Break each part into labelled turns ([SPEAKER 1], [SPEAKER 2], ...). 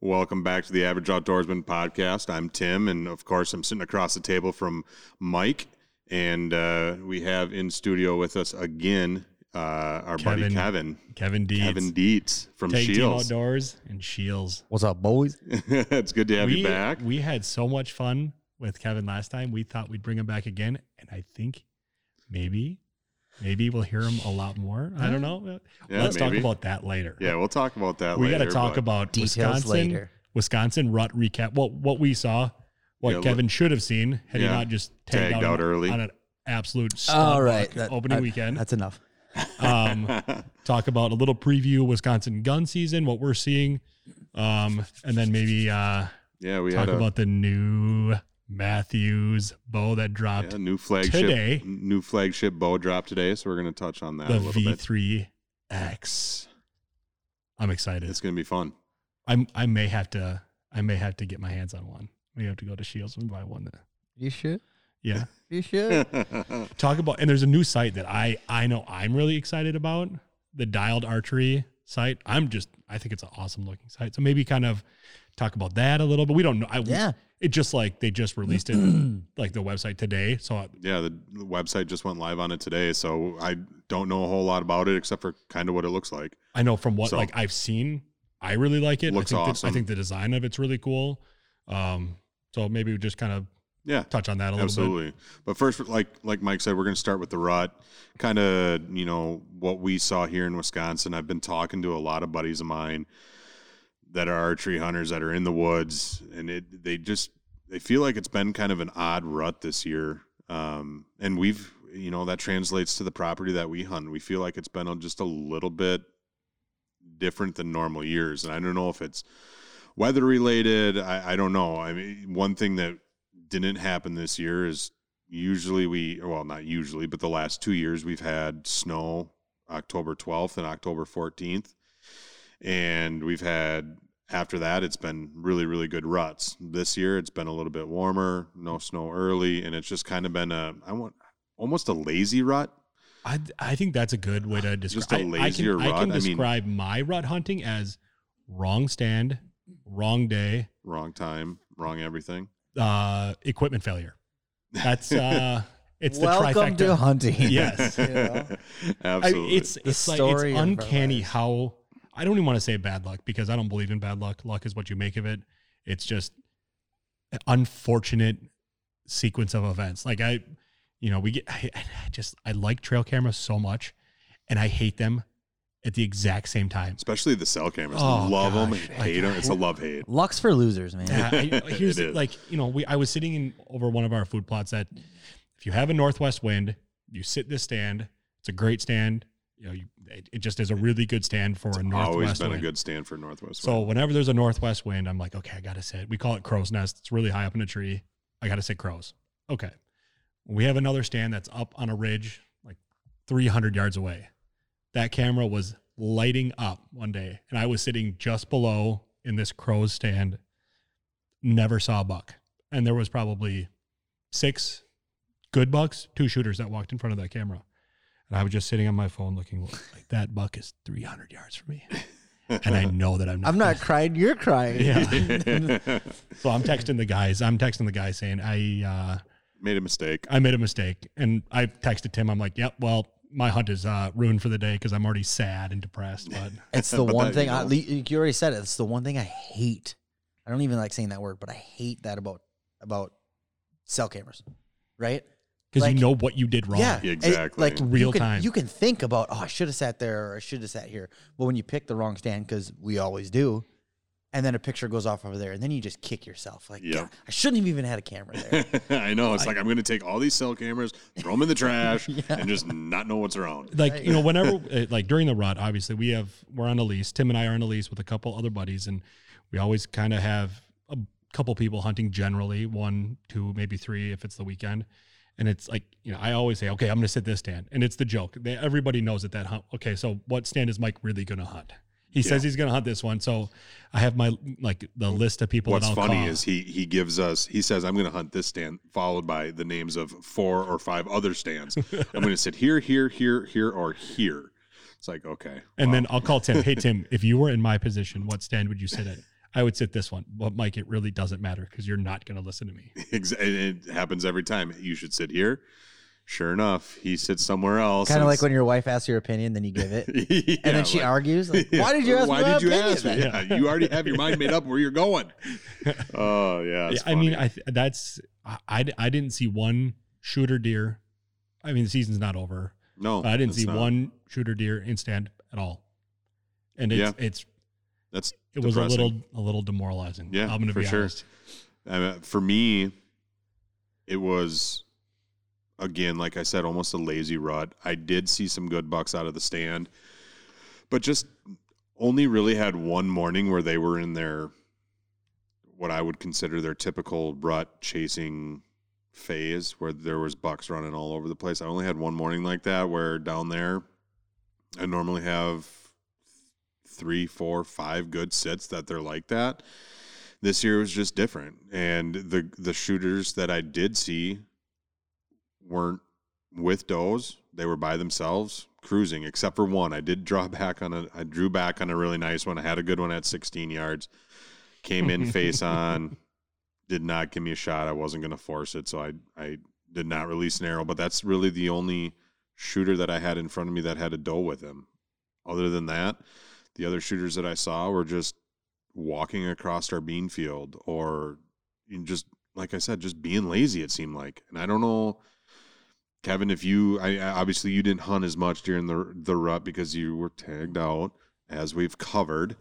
[SPEAKER 1] Welcome back to the Average Outdoorsman podcast. I'm Tim, and of course, I'm sitting across the table from Mike, and uh, we have in studio with us again uh, our buddy
[SPEAKER 2] Kevin.
[SPEAKER 1] Kevin,
[SPEAKER 2] Kevin Deeds.
[SPEAKER 1] Kevin Dietz from
[SPEAKER 2] Tag Team
[SPEAKER 1] Shields.
[SPEAKER 2] Outdoors and Shields.
[SPEAKER 3] What's up, boys?
[SPEAKER 1] it's good to have
[SPEAKER 2] we,
[SPEAKER 1] you back.
[SPEAKER 2] We had so much fun with Kevin last time. We thought we'd bring him back again, and I think maybe, maybe we'll hear him a lot more. I
[SPEAKER 3] Uh,
[SPEAKER 2] don't know.
[SPEAKER 1] Yeah,
[SPEAKER 2] Let's
[SPEAKER 1] maybe.
[SPEAKER 2] talk about that later.
[SPEAKER 1] yeah, we'll talk about that.
[SPEAKER 2] we
[SPEAKER 1] got to
[SPEAKER 2] talk about
[SPEAKER 3] Details
[SPEAKER 2] Wisconsin,
[SPEAKER 3] later.
[SPEAKER 2] Wisconsin rut recap. What what we saw, what
[SPEAKER 1] Yeah, look-
[SPEAKER 2] Kevin should have seen had
[SPEAKER 1] Yeah.
[SPEAKER 2] he not just tagged,
[SPEAKER 1] Tagged
[SPEAKER 2] out,
[SPEAKER 1] out early.
[SPEAKER 2] on an absolute stud
[SPEAKER 3] All
[SPEAKER 2] walk
[SPEAKER 3] right, that-
[SPEAKER 2] opening
[SPEAKER 3] I-
[SPEAKER 2] weekend.
[SPEAKER 3] That's enough.
[SPEAKER 2] Um, talk about a little preview Wisconsin gun season, what we're seeing, um, and then maybe uh,
[SPEAKER 1] yeah, we
[SPEAKER 2] talk
[SPEAKER 1] had a,
[SPEAKER 2] about the new Matthews bow that dropped,
[SPEAKER 1] yeah, new flagship
[SPEAKER 2] today.
[SPEAKER 1] new flagship bow drop today, so we're going to touch on that a
[SPEAKER 2] the
[SPEAKER 1] little bit.
[SPEAKER 2] V3X. I'm excited.
[SPEAKER 1] It's going to be fun.
[SPEAKER 2] I'm I may have to I may have to get my hands on one. We have to go to Shields and buy one. that-
[SPEAKER 3] You should.
[SPEAKER 2] Yeah.
[SPEAKER 3] You should.
[SPEAKER 1] yeah,
[SPEAKER 2] talk about and there's a new site that I I know I'm really excited about the dialed archery site. I'm just I think it's an awesome looking site. So maybe kind of talk about that a little bit. We don't know. I,
[SPEAKER 3] Yeah.
[SPEAKER 2] It just like they just released it like the website today. So I-
[SPEAKER 1] the, the website just went live on it today, so I don't know a whole lot about it except for kind of what it looks like.
[SPEAKER 2] I know from what
[SPEAKER 1] So-
[SPEAKER 2] like I've seen, I really like it.
[SPEAKER 1] Looks
[SPEAKER 2] I think that-
[SPEAKER 1] awesome.
[SPEAKER 2] I think the design of it's really cool. Um, so maybe we just kind of
[SPEAKER 1] Yeah,
[SPEAKER 2] touch on that a little bit.
[SPEAKER 1] absolutely but first like like mike said we're going to start with the rut kind of you know what we saw here in wisconsin i've been talking to a lot of buddies of mine that are archery hunters that are in the woods and it they just they feel like it's been kind of an odd rut this year um, and we've you know that translates to the property that we hunt we feel like it's been a- just a little bit different than normal years and i don't know if it's weather related I, I don't know i mean one thing that didn't happen this year is usually we well not usually but the last two years we've had snow october 12th and october 14th and we've had after that it's been really really good ruts this year it's been a little bit warmer no snow early and it's just kind of been a i want almost a lazy rut
[SPEAKER 2] I I think that's a good way to describe.
[SPEAKER 1] Just a
[SPEAKER 2] I-
[SPEAKER 1] lazier
[SPEAKER 2] I can, I
[SPEAKER 1] rut.
[SPEAKER 2] can
[SPEAKER 1] I mean-
[SPEAKER 2] describe my rut hunting as wrong stand, wrong day,
[SPEAKER 1] wrong time wrong everything
[SPEAKER 2] uh, equipment failure. That's uh, it's the
[SPEAKER 3] Welcome
[SPEAKER 2] trifecta.
[SPEAKER 3] to hunting.
[SPEAKER 2] Yes.
[SPEAKER 3] You know?
[SPEAKER 2] I,
[SPEAKER 1] absolutely
[SPEAKER 2] it's it's like it's
[SPEAKER 3] story of our
[SPEAKER 2] uncanny
[SPEAKER 3] lives.
[SPEAKER 2] how I don't even want to say bad luck because I don't believe in bad luck. Luck is what you make of it. It's just an unfortunate sequence of events. Like I, you know, we get I, I just I like trail cameras so much, and I hate them at the exact same time.
[SPEAKER 1] especially the cell cameras
[SPEAKER 2] Oh,
[SPEAKER 1] love them
[SPEAKER 2] gosh.
[SPEAKER 1] hate them it's a love hate
[SPEAKER 3] Luck's for losers, man.
[SPEAKER 2] Yeah, I,
[SPEAKER 1] It
[SPEAKER 2] here's the-
[SPEAKER 1] is.
[SPEAKER 2] like you know we I was sitting in over one of our food plots that if you have a northwest wind, you sit this stand. It's a great stand. You know, you, it, it just is a really good stand for a northwest
[SPEAKER 1] always been
[SPEAKER 2] wind.
[SPEAKER 1] a good stand for northwest
[SPEAKER 2] so whenever there's a northwest wind, I'm like, okay, I gotta sit. We call it crow's nest. It's really high up in a tree. I gotta sit crows. Okay, we have another stand that's up on a ridge, like 300 yards away. That camera was lighting up one day, and I was sitting just below in this crow's stand never saw a buck. And there was probably six good bucks, two shooters that walked in front of that camera. And I was just sitting on my phone looking like that buck is 300 yards from me. And I know that I'm not.
[SPEAKER 3] I'm not crying. You're crying.
[SPEAKER 2] Yeah. so I'm texting the guys. I'm texting the guy saying I uh,
[SPEAKER 1] made a mistake
[SPEAKER 2] I made a mistake. And I texted Tim. I'm like, yep. Well, my hunt is uh, ruined for the day because I'm already sad and depressed. But
[SPEAKER 3] It's the
[SPEAKER 1] But
[SPEAKER 3] one
[SPEAKER 1] that,
[SPEAKER 3] thing.
[SPEAKER 1] you
[SPEAKER 3] I,
[SPEAKER 1] know.
[SPEAKER 3] you you already said it. It's the one thing I hate. I don't even like saying that word, but I hate that about about cell cameras, right?
[SPEAKER 2] because
[SPEAKER 3] Like-
[SPEAKER 2] you know what you did wrong.
[SPEAKER 3] Yeah,
[SPEAKER 1] Yeah,
[SPEAKER 3] it-
[SPEAKER 1] exactly.
[SPEAKER 3] like
[SPEAKER 2] Real
[SPEAKER 3] you can,
[SPEAKER 2] time.
[SPEAKER 3] You can think about, oh, I should have sat there or I should have sat here. But when you pick the wrong stand, because we always do, and then a picture goes off over there, and then you just kick yourself. Like,
[SPEAKER 1] Yep.
[SPEAKER 3] "God, I shouldn't have even had a camera there.
[SPEAKER 1] I know. It's like I'm going to take all these cell cameras, throw them in the trash,
[SPEAKER 3] Yeah.
[SPEAKER 1] and just not know what's around.
[SPEAKER 2] like you know whenever uh, like during the rut obviously we have we're on a lease tim and i are on a lease with a couple other buddies and we always kind of have a couple people hunting generally one two maybe three if it's the weekend and it's like you know i always say okay i'm gonna sit this stand and it's the joke they, everybody knows at that hunt okay so what stand is mike really gonna hunt he says he's gonna hunt this one so i have my like the list of people
[SPEAKER 1] What's
[SPEAKER 2] that I'll
[SPEAKER 1] funny
[SPEAKER 2] call.
[SPEAKER 1] is he he gives us he says I'm going to hunt this stand followed by the names of four or five other stands. I'm going to sit here, here, here, here, or here. It's like okay,
[SPEAKER 2] and
[SPEAKER 1] wow.
[SPEAKER 2] then i'll call tim hey tim if you were in my position what stand would you sit at I would sit this one. But Mike, it really doesn't matter because you're not going to listen to me.
[SPEAKER 1] Ex- It it happens every time. You should sit here. Sure enough, he sits somewhere else.
[SPEAKER 3] Kind of like when your wife asks your opinion, then you give it, and then she argues. Like, Why did you ask
[SPEAKER 1] Why
[SPEAKER 3] me? my
[SPEAKER 1] did you
[SPEAKER 3] opinion
[SPEAKER 1] ask me?
[SPEAKER 3] then?"
[SPEAKER 1] Yeah, you already have your mind made up where you're going. Oh yeah,
[SPEAKER 2] Yeah,
[SPEAKER 1] it's
[SPEAKER 2] I mean,
[SPEAKER 1] funny.
[SPEAKER 2] I th- that's I, I I didn't see one shooter deer. I mean, the season's not over.
[SPEAKER 1] no,
[SPEAKER 2] but I didn't
[SPEAKER 1] it's
[SPEAKER 2] see
[SPEAKER 1] not.
[SPEAKER 2] one shooter deer in stand at all. And it's it's
[SPEAKER 1] That's
[SPEAKER 2] it was
[SPEAKER 1] Depressing.
[SPEAKER 2] a little a little demoralizing.
[SPEAKER 1] Yeah,
[SPEAKER 2] I'm gonna
[SPEAKER 1] for
[SPEAKER 2] be
[SPEAKER 1] sure.
[SPEAKER 2] honest.
[SPEAKER 1] Uh, for me, it was again, like I said, almost a lazy rut. I did see some good bucks out of the stand, but just only really had one morning where they were in their what I would consider their typical rut chasing phase where there was bucks running all over the place. I only had one morning like that where down there I normally have three, four, five good sits that they're like that this year was just different and the the shooters that I did see weren't with does they were by themselves cruising except for one I did draw back on a I drew back on a really nice one I had a good one at 16 yards came in face on did not give me a shot I wasn't going to force it so I I did not release an arrow but that's really the only shooter that I had in front of me that had a doe with him other than that the other shooters that I saw were just walking across our bean field or you just like I said, just being lazy. It seemed like, and I don't know, Kevin, if you, I I- obviously you didn't hunt as much during the the rut because you were tagged out, as we've covered.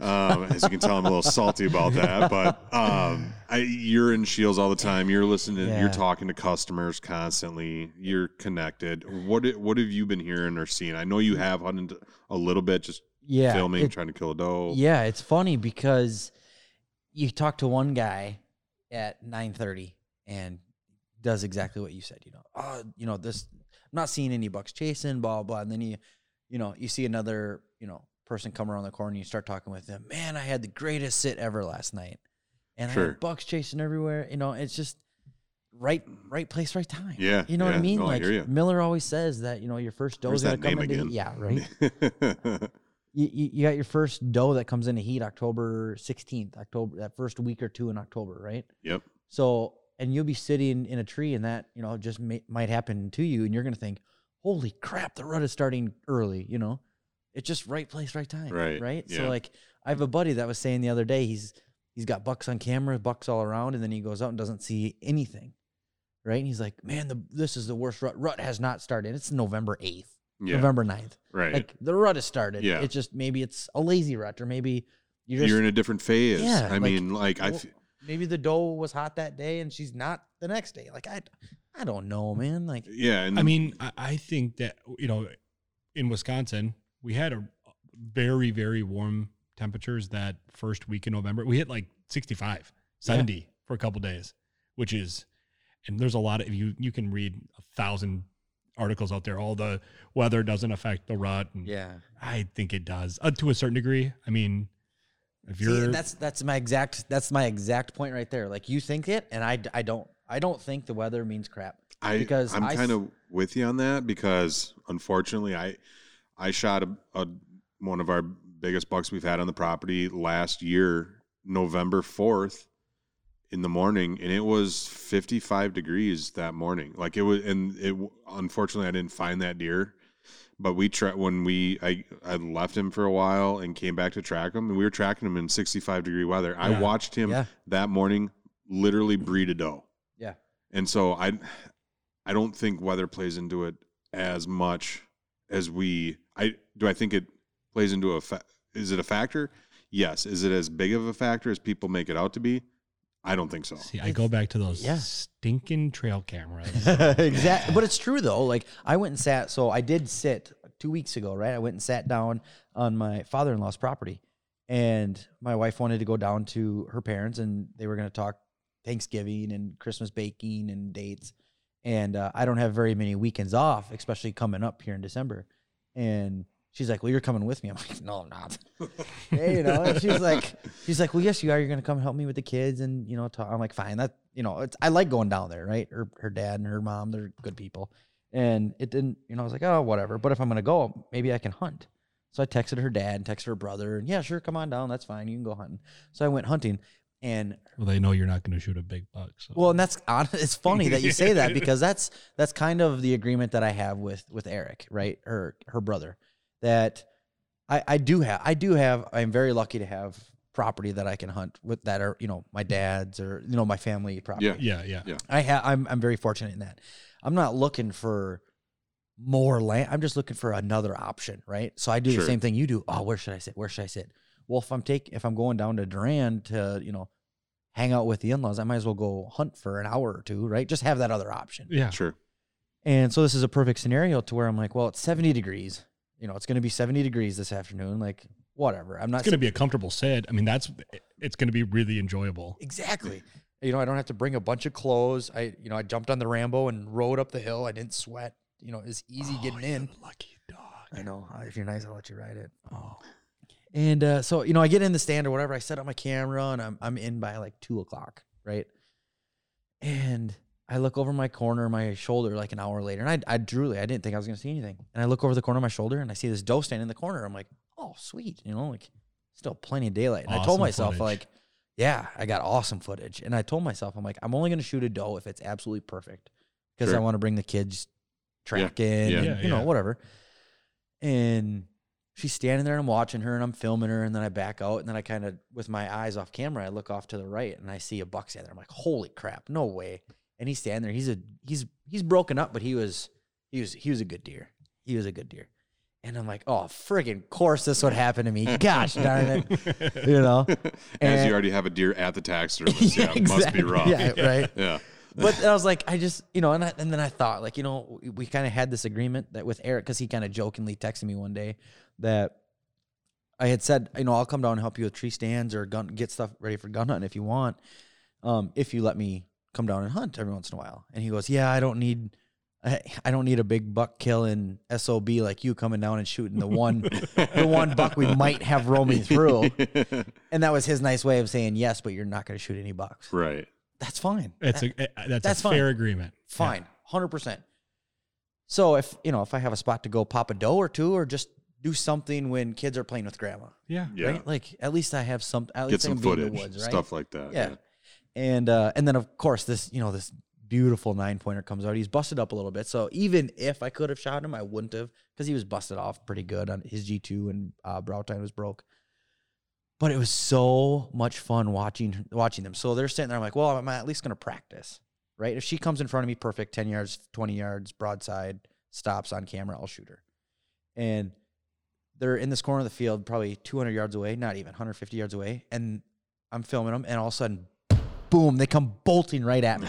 [SPEAKER 1] Um, as you can tell, I'm a little salty about that, but um, I, you're in Shields all the time. You're listening.
[SPEAKER 3] Yeah.
[SPEAKER 1] You're talking to customers constantly. You're connected. What what have you been hearing or seeing? I know you have hunted a little bit, just
[SPEAKER 3] Yeah,
[SPEAKER 1] filming,
[SPEAKER 3] it-
[SPEAKER 1] trying to kill a doe.
[SPEAKER 3] Yeah, it's funny because you talk to one guy at 9:30 and does exactly what you said, you know. Oh, you know, this I'm not seeing any bucks chasing, blah blah, and then you you know, you see another, you know, person come around the corner and you start talking with them. Man, I had the greatest sit ever last night. And I
[SPEAKER 1] Sure.
[SPEAKER 3] had bucks chasing everywhere, you know, it's just right right place, right time.
[SPEAKER 1] Yeah,
[SPEAKER 3] You know what I
[SPEAKER 1] yeah.
[SPEAKER 3] mean?
[SPEAKER 1] No, I
[SPEAKER 3] like
[SPEAKER 1] hear ya.
[SPEAKER 3] Miller always says that, you know, your first doe
[SPEAKER 1] Where's
[SPEAKER 3] is going
[SPEAKER 1] that
[SPEAKER 3] to come
[SPEAKER 1] name
[SPEAKER 3] into
[SPEAKER 1] again?
[SPEAKER 3] yeah, right you, you, you got your first doe that comes into heat October 16th, October, that first week or two in October, right?
[SPEAKER 1] yep.
[SPEAKER 3] So, and you'll be sitting in a tree and that, you know, just may, might happen to you. And you're going to think, holy crap, the rut is starting early, you know? It's just right place, right time.
[SPEAKER 1] Right,
[SPEAKER 3] Right.
[SPEAKER 1] yeah.
[SPEAKER 3] So, like, I have a buddy that was saying the other day, he's, he's got bucks on camera, bucks all around, and then he goes out and doesn't see anything. Right. And he's like, man, the, this is the worst rut. Rut has not started. It's November 8th,
[SPEAKER 1] Yeah.
[SPEAKER 3] November 9th
[SPEAKER 1] Right.
[SPEAKER 3] like the rut has started.
[SPEAKER 1] Yeah.
[SPEAKER 3] It's just maybe it's a lazy rut or maybe you're just
[SPEAKER 1] you're in a different phase.
[SPEAKER 3] Yeah,
[SPEAKER 1] I
[SPEAKER 3] like,
[SPEAKER 1] mean, like I,
[SPEAKER 3] well,
[SPEAKER 1] f-
[SPEAKER 3] maybe the doe was hot that day and she's not the next day. Like I I don't know, man. Like
[SPEAKER 1] yeah. And
[SPEAKER 3] Mm.
[SPEAKER 2] I mean, I, I think that you know, in Wisconsin, we had a very very warm temperatures that first week in November. We hit like 65, 70 for a couple days, which is, and there's a lot of you you can read a thousand articles out there. All the weather doesn't affect the rut. And
[SPEAKER 3] yeah.
[SPEAKER 2] I think it does uh, to a certain degree. I mean, if you're
[SPEAKER 3] See, that's that's my exact that's my exact point right there. Like you think it and I, d- I don't I don't think the weather means crap.
[SPEAKER 1] I,
[SPEAKER 3] because
[SPEAKER 1] I'm
[SPEAKER 3] I
[SPEAKER 1] kind
[SPEAKER 3] s-
[SPEAKER 1] of with you on that because unfortunately, I, I shot a, a one of our biggest bucks we've had on the property last year, November fourth, in the morning, and it was 55 degrees that morning. Like it was, and it w- unfortunately I didn't find that deer. But we tra- when we I I left him for a while and came back to track him, and we were tracking him in 65 degree weather. I
[SPEAKER 2] Yeah.
[SPEAKER 1] watched him
[SPEAKER 3] Yeah.
[SPEAKER 1] that morning literally breed a doe.
[SPEAKER 3] Yeah.
[SPEAKER 1] And so I I don't think weather plays into it as much as we I do I think it plays into a fa- is it a factor? Yes. Is it as big of a factor as people make it out to be? I don't think so.
[SPEAKER 2] see, I go back to those
[SPEAKER 3] Yeah.
[SPEAKER 2] stinking trail cameras.
[SPEAKER 3] exactly. But it's true though. Like I went and sat. So I did sit two weeks ago, right? I went and sat down on my father-in-law's property, and my wife wanted to go down to her parents, and they were going to talk Thanksgiving and Christmas baking and dates. And uh, I don't have very many weekends off, especially coming up here in December. And she's like, "Well, you're coming with me." I'm like, "No, I'm not." Hey, you know, and she's like, she's like, well, yes, you are. You're gonna come help me with the kids, and you know, talk. I'm like, fine. That you know, it's I like going down there, right? Her her dad and her mom, they're good people, and it didn't. You know, I was like, oh, whatever. But if I'm gonna go, maybe I can hunt. So I texted her dad and texted her brother, and yeah, sure, come on down. That's fine. You can go hunting. So I went hunting, and
[SPEAKER 2] Well, they know you're not going to shoot a big buck. So.
[SPEAKER 3] well, and that's hon- it's funny that you say that because that's that's kind of the agreement that I have with with Eric, right? Her her brother, that I I do have I do have I'm very lucky to have property that I can hunt with that are you know my dad's or you know my family property.
[SPEAKER 1] Yeah.
[SPEAKER 2] yeah, yeah,
[SPEAKER 1] Yeah.
[SPEAKER 3] I have I'm I'm very fortunate in that. I'm not looking for more land. I'm just looking for another option, right? So I do
[SPEAKER 1] Sure.
[SPEAKER 3] the same thing you do. Oh, where should I sit? Where should I sit? Well, if I'm take if I'm going down to Duran to, you know, hang out with the in-laws, I might as well go hunt for an hour or two, right? Just have that other option.
[SPEAKER 2] yeah.
[SPEAKER 1] Sure.
[SPEAKER 3] And so this is a perfect scenario to where I'm like, well, it's 70 degrees. You know, it's going to be 70 degrees this afternoon, like whatever. I'm not
[SPEAKER 2] It's going to be a comfortable sit. I mean, that's it's going to be really enjoyable.
[SPEAKER 3] Exactly. You know, I don't have to bring a bunch of clothes. I, you know, I jumped on the Rambo and rode up the hill. I didn't sweat. You know, it was easy
[SPEAKER 2] Oh,
[SPEAKER 3] getting in.
[SPEAKER 2] Lucky dog.
[SPEAKER 3] I know. uh, If you're nice, I'll let you ride it.
[SPEAKER 2] Oh,
[SPEAKER 3] And uh, so, you know, I get in the stand or whatever. I set up my camera and I'm, I'm in by like two o'clock, right? And I look over my corner, my shoulder, like an hour later. And I, I truly, I didn't think I was going to see anything. And I look over the corner of my shoulder and I see this doe stand in the corner. I'm like, oh, sweet. You know, like still plenty of daylight. And I told
[SPEAKER 2] Awesome
[SPEAKER 3] myself,
[SPEAKER 2] footage.
[SPEAKER 3] like, yeah, I got awesome footage. And I told myself, I'm like, I'm only going to shoot a doe if it's absolutely perfect because I
[SPEAKER 1] Sure.
[SPEAKER 3] want to bring the kids tracking,
[SPEAKER 1] Yeah.
[SPEAKER 3] and,
[SPEAKER 2] Yeah,
[SPEAKER 3] you know,
[SPEAKER 2] yeah.
[SPEAKER 3] whatever. And she's standing there and I'm watching her and I'm filming her and then I back out and then I kind of with my eyes off camera I look off to the right and I see a buck stand there. I'm like, holy crap, no way! And he's standing there. He's a he's he's broken up, but he was he was he was a good deer. He was a good deer. And I'm like, oh friggin' course this would happen to me. Gosh darn it, you know.
[SPEAKER 1] As
[SPEAKER 3] And-
[SPEAKER 1] you already have a deer at the tax service. yeah, it must be
[SPEAKER 3] exactly.
[SPEAKER 1] rough.
[SPEAKER 3] Yeah, right.
[SPEAKER 1] Yeah.
[SPEAKER 3] but I was like, I just, you know, and, I, and then I thought, like, you know, we, we kind of had this agreement that with Eric, because he kind of jokingly texted me one day that I had said, you know, I'll come down and help you with tree stands or gun, get stuff ready for gun hunting if you want, um, if you let me come down and hunt every once in a while. And he goes, Yeah, I don't need. I I don't need a big buck killing sob like you coming down and shooting the one, the one buck we might have roaming through, and that was his nice way of saying yes, but you're not going to shoot any bucks.
[SPEAKER 1] right.
[SPEAKER 3] That's fine.
[SPEAKER 2] that's a eh, that's,
[SPEAKER 3] That's
[SPEAKER 2] a
[SPEAKER 3] fine.
[SPEAKER 2] fair agreement. Yeah.
[SPEAKER 3] fine, hundred percent. So if you know if I have a spot to go pop a doe or two, or just do something when kids are playing with grandma,
[SPEAKER 2] Yeah.
[SPEAKER 1] Yeah.
[SPEAKER 3] right? Like at least I have some. At
[SPEAKER 1] Get
[SPEAKER 3] least I
[SPEAKER 1] some
[SPEAKER 3] can be in the
[SPEAKER 1] footage,
[SPEAKER 3] woods, right?
[SPEAKER 1] stuff like that.
[SPEAKER 3] yeah. And uh, and then of course this you know this beautiful nine pointer comes out. He's busted up a little bit, so even if I could have shot him, I wouldn't have because he was busted off pretty good on his G two and uh, brow tine was broke. But it was so much fun watching watching them. So they're sitting there. I'm like, well, I'm at least gonna practice, right? If she comes in front of me, perfect, ten yards, twenty yards, broadside, stops on camera, I'll shoot her. And they're in this corner of the field, probably 200 yards away, not even 150 yards away, and I'm filming them, and all of a sudden, boom, they come bolting right at me,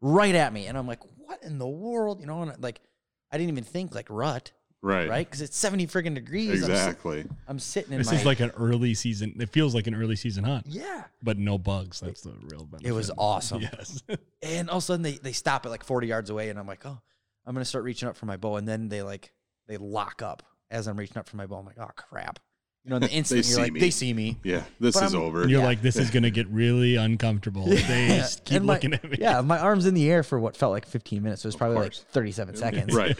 [SPEAKER 3] right at me, and I'm like, what in the world, you know? And like, I didn't even think like rut,
[SPEAKER 1] Right.
[SPEAKER 3] right? Because it's 70 friggin' degrees. I'm, si-
[SPEAKER 1] Exactly.
[SPEAKER 3] I'm sitting in
[SPEAKER 2] This
[SPEAKER 3] my
[SPEAKER 2] is like an early season. It feels like an early season hunt,
[SPEAKER 3] yeah,
[SPEAKER 2] but no bugs. That's the real benefit.
[SPEAKER 3] it was awesome.
[SPEAKER 2] Yes.
[SPEAKER 3] and all of a sudden they, they stop at like 40 yards away and i'm like oh i'm gonna start reaching up for my bow and then they like they lock up as i'm reaching up for my bow i'm like oh crap you know the instant you're
[SPEAKER 1] see
[SPEAKER 3] like
[SPEAKER 1] me.
[SPEAKER 3] they see me
[SPEAKER 1] Yeah. This
[SPEAKER 3] But
[SPEAKER 1] is
[SPEAKER 3] I'm-
[SPEAKER 1] over.
[SPEAKER 2] And you're
[SPEAKER 3] Yeah.
[SPEAKER 2] like, this is going to get really uncomfortable. if They just keep
[SPEAKER 3] And my-
[SPEAKER 2] looking at me.
[SPEAKER 3] yeah my arms in the air for what felt like 15 minutes it was probably like
[SPEAKER 1] course.
[SPEAKER 3] 37 seconds
[SPEAKER 1] Right.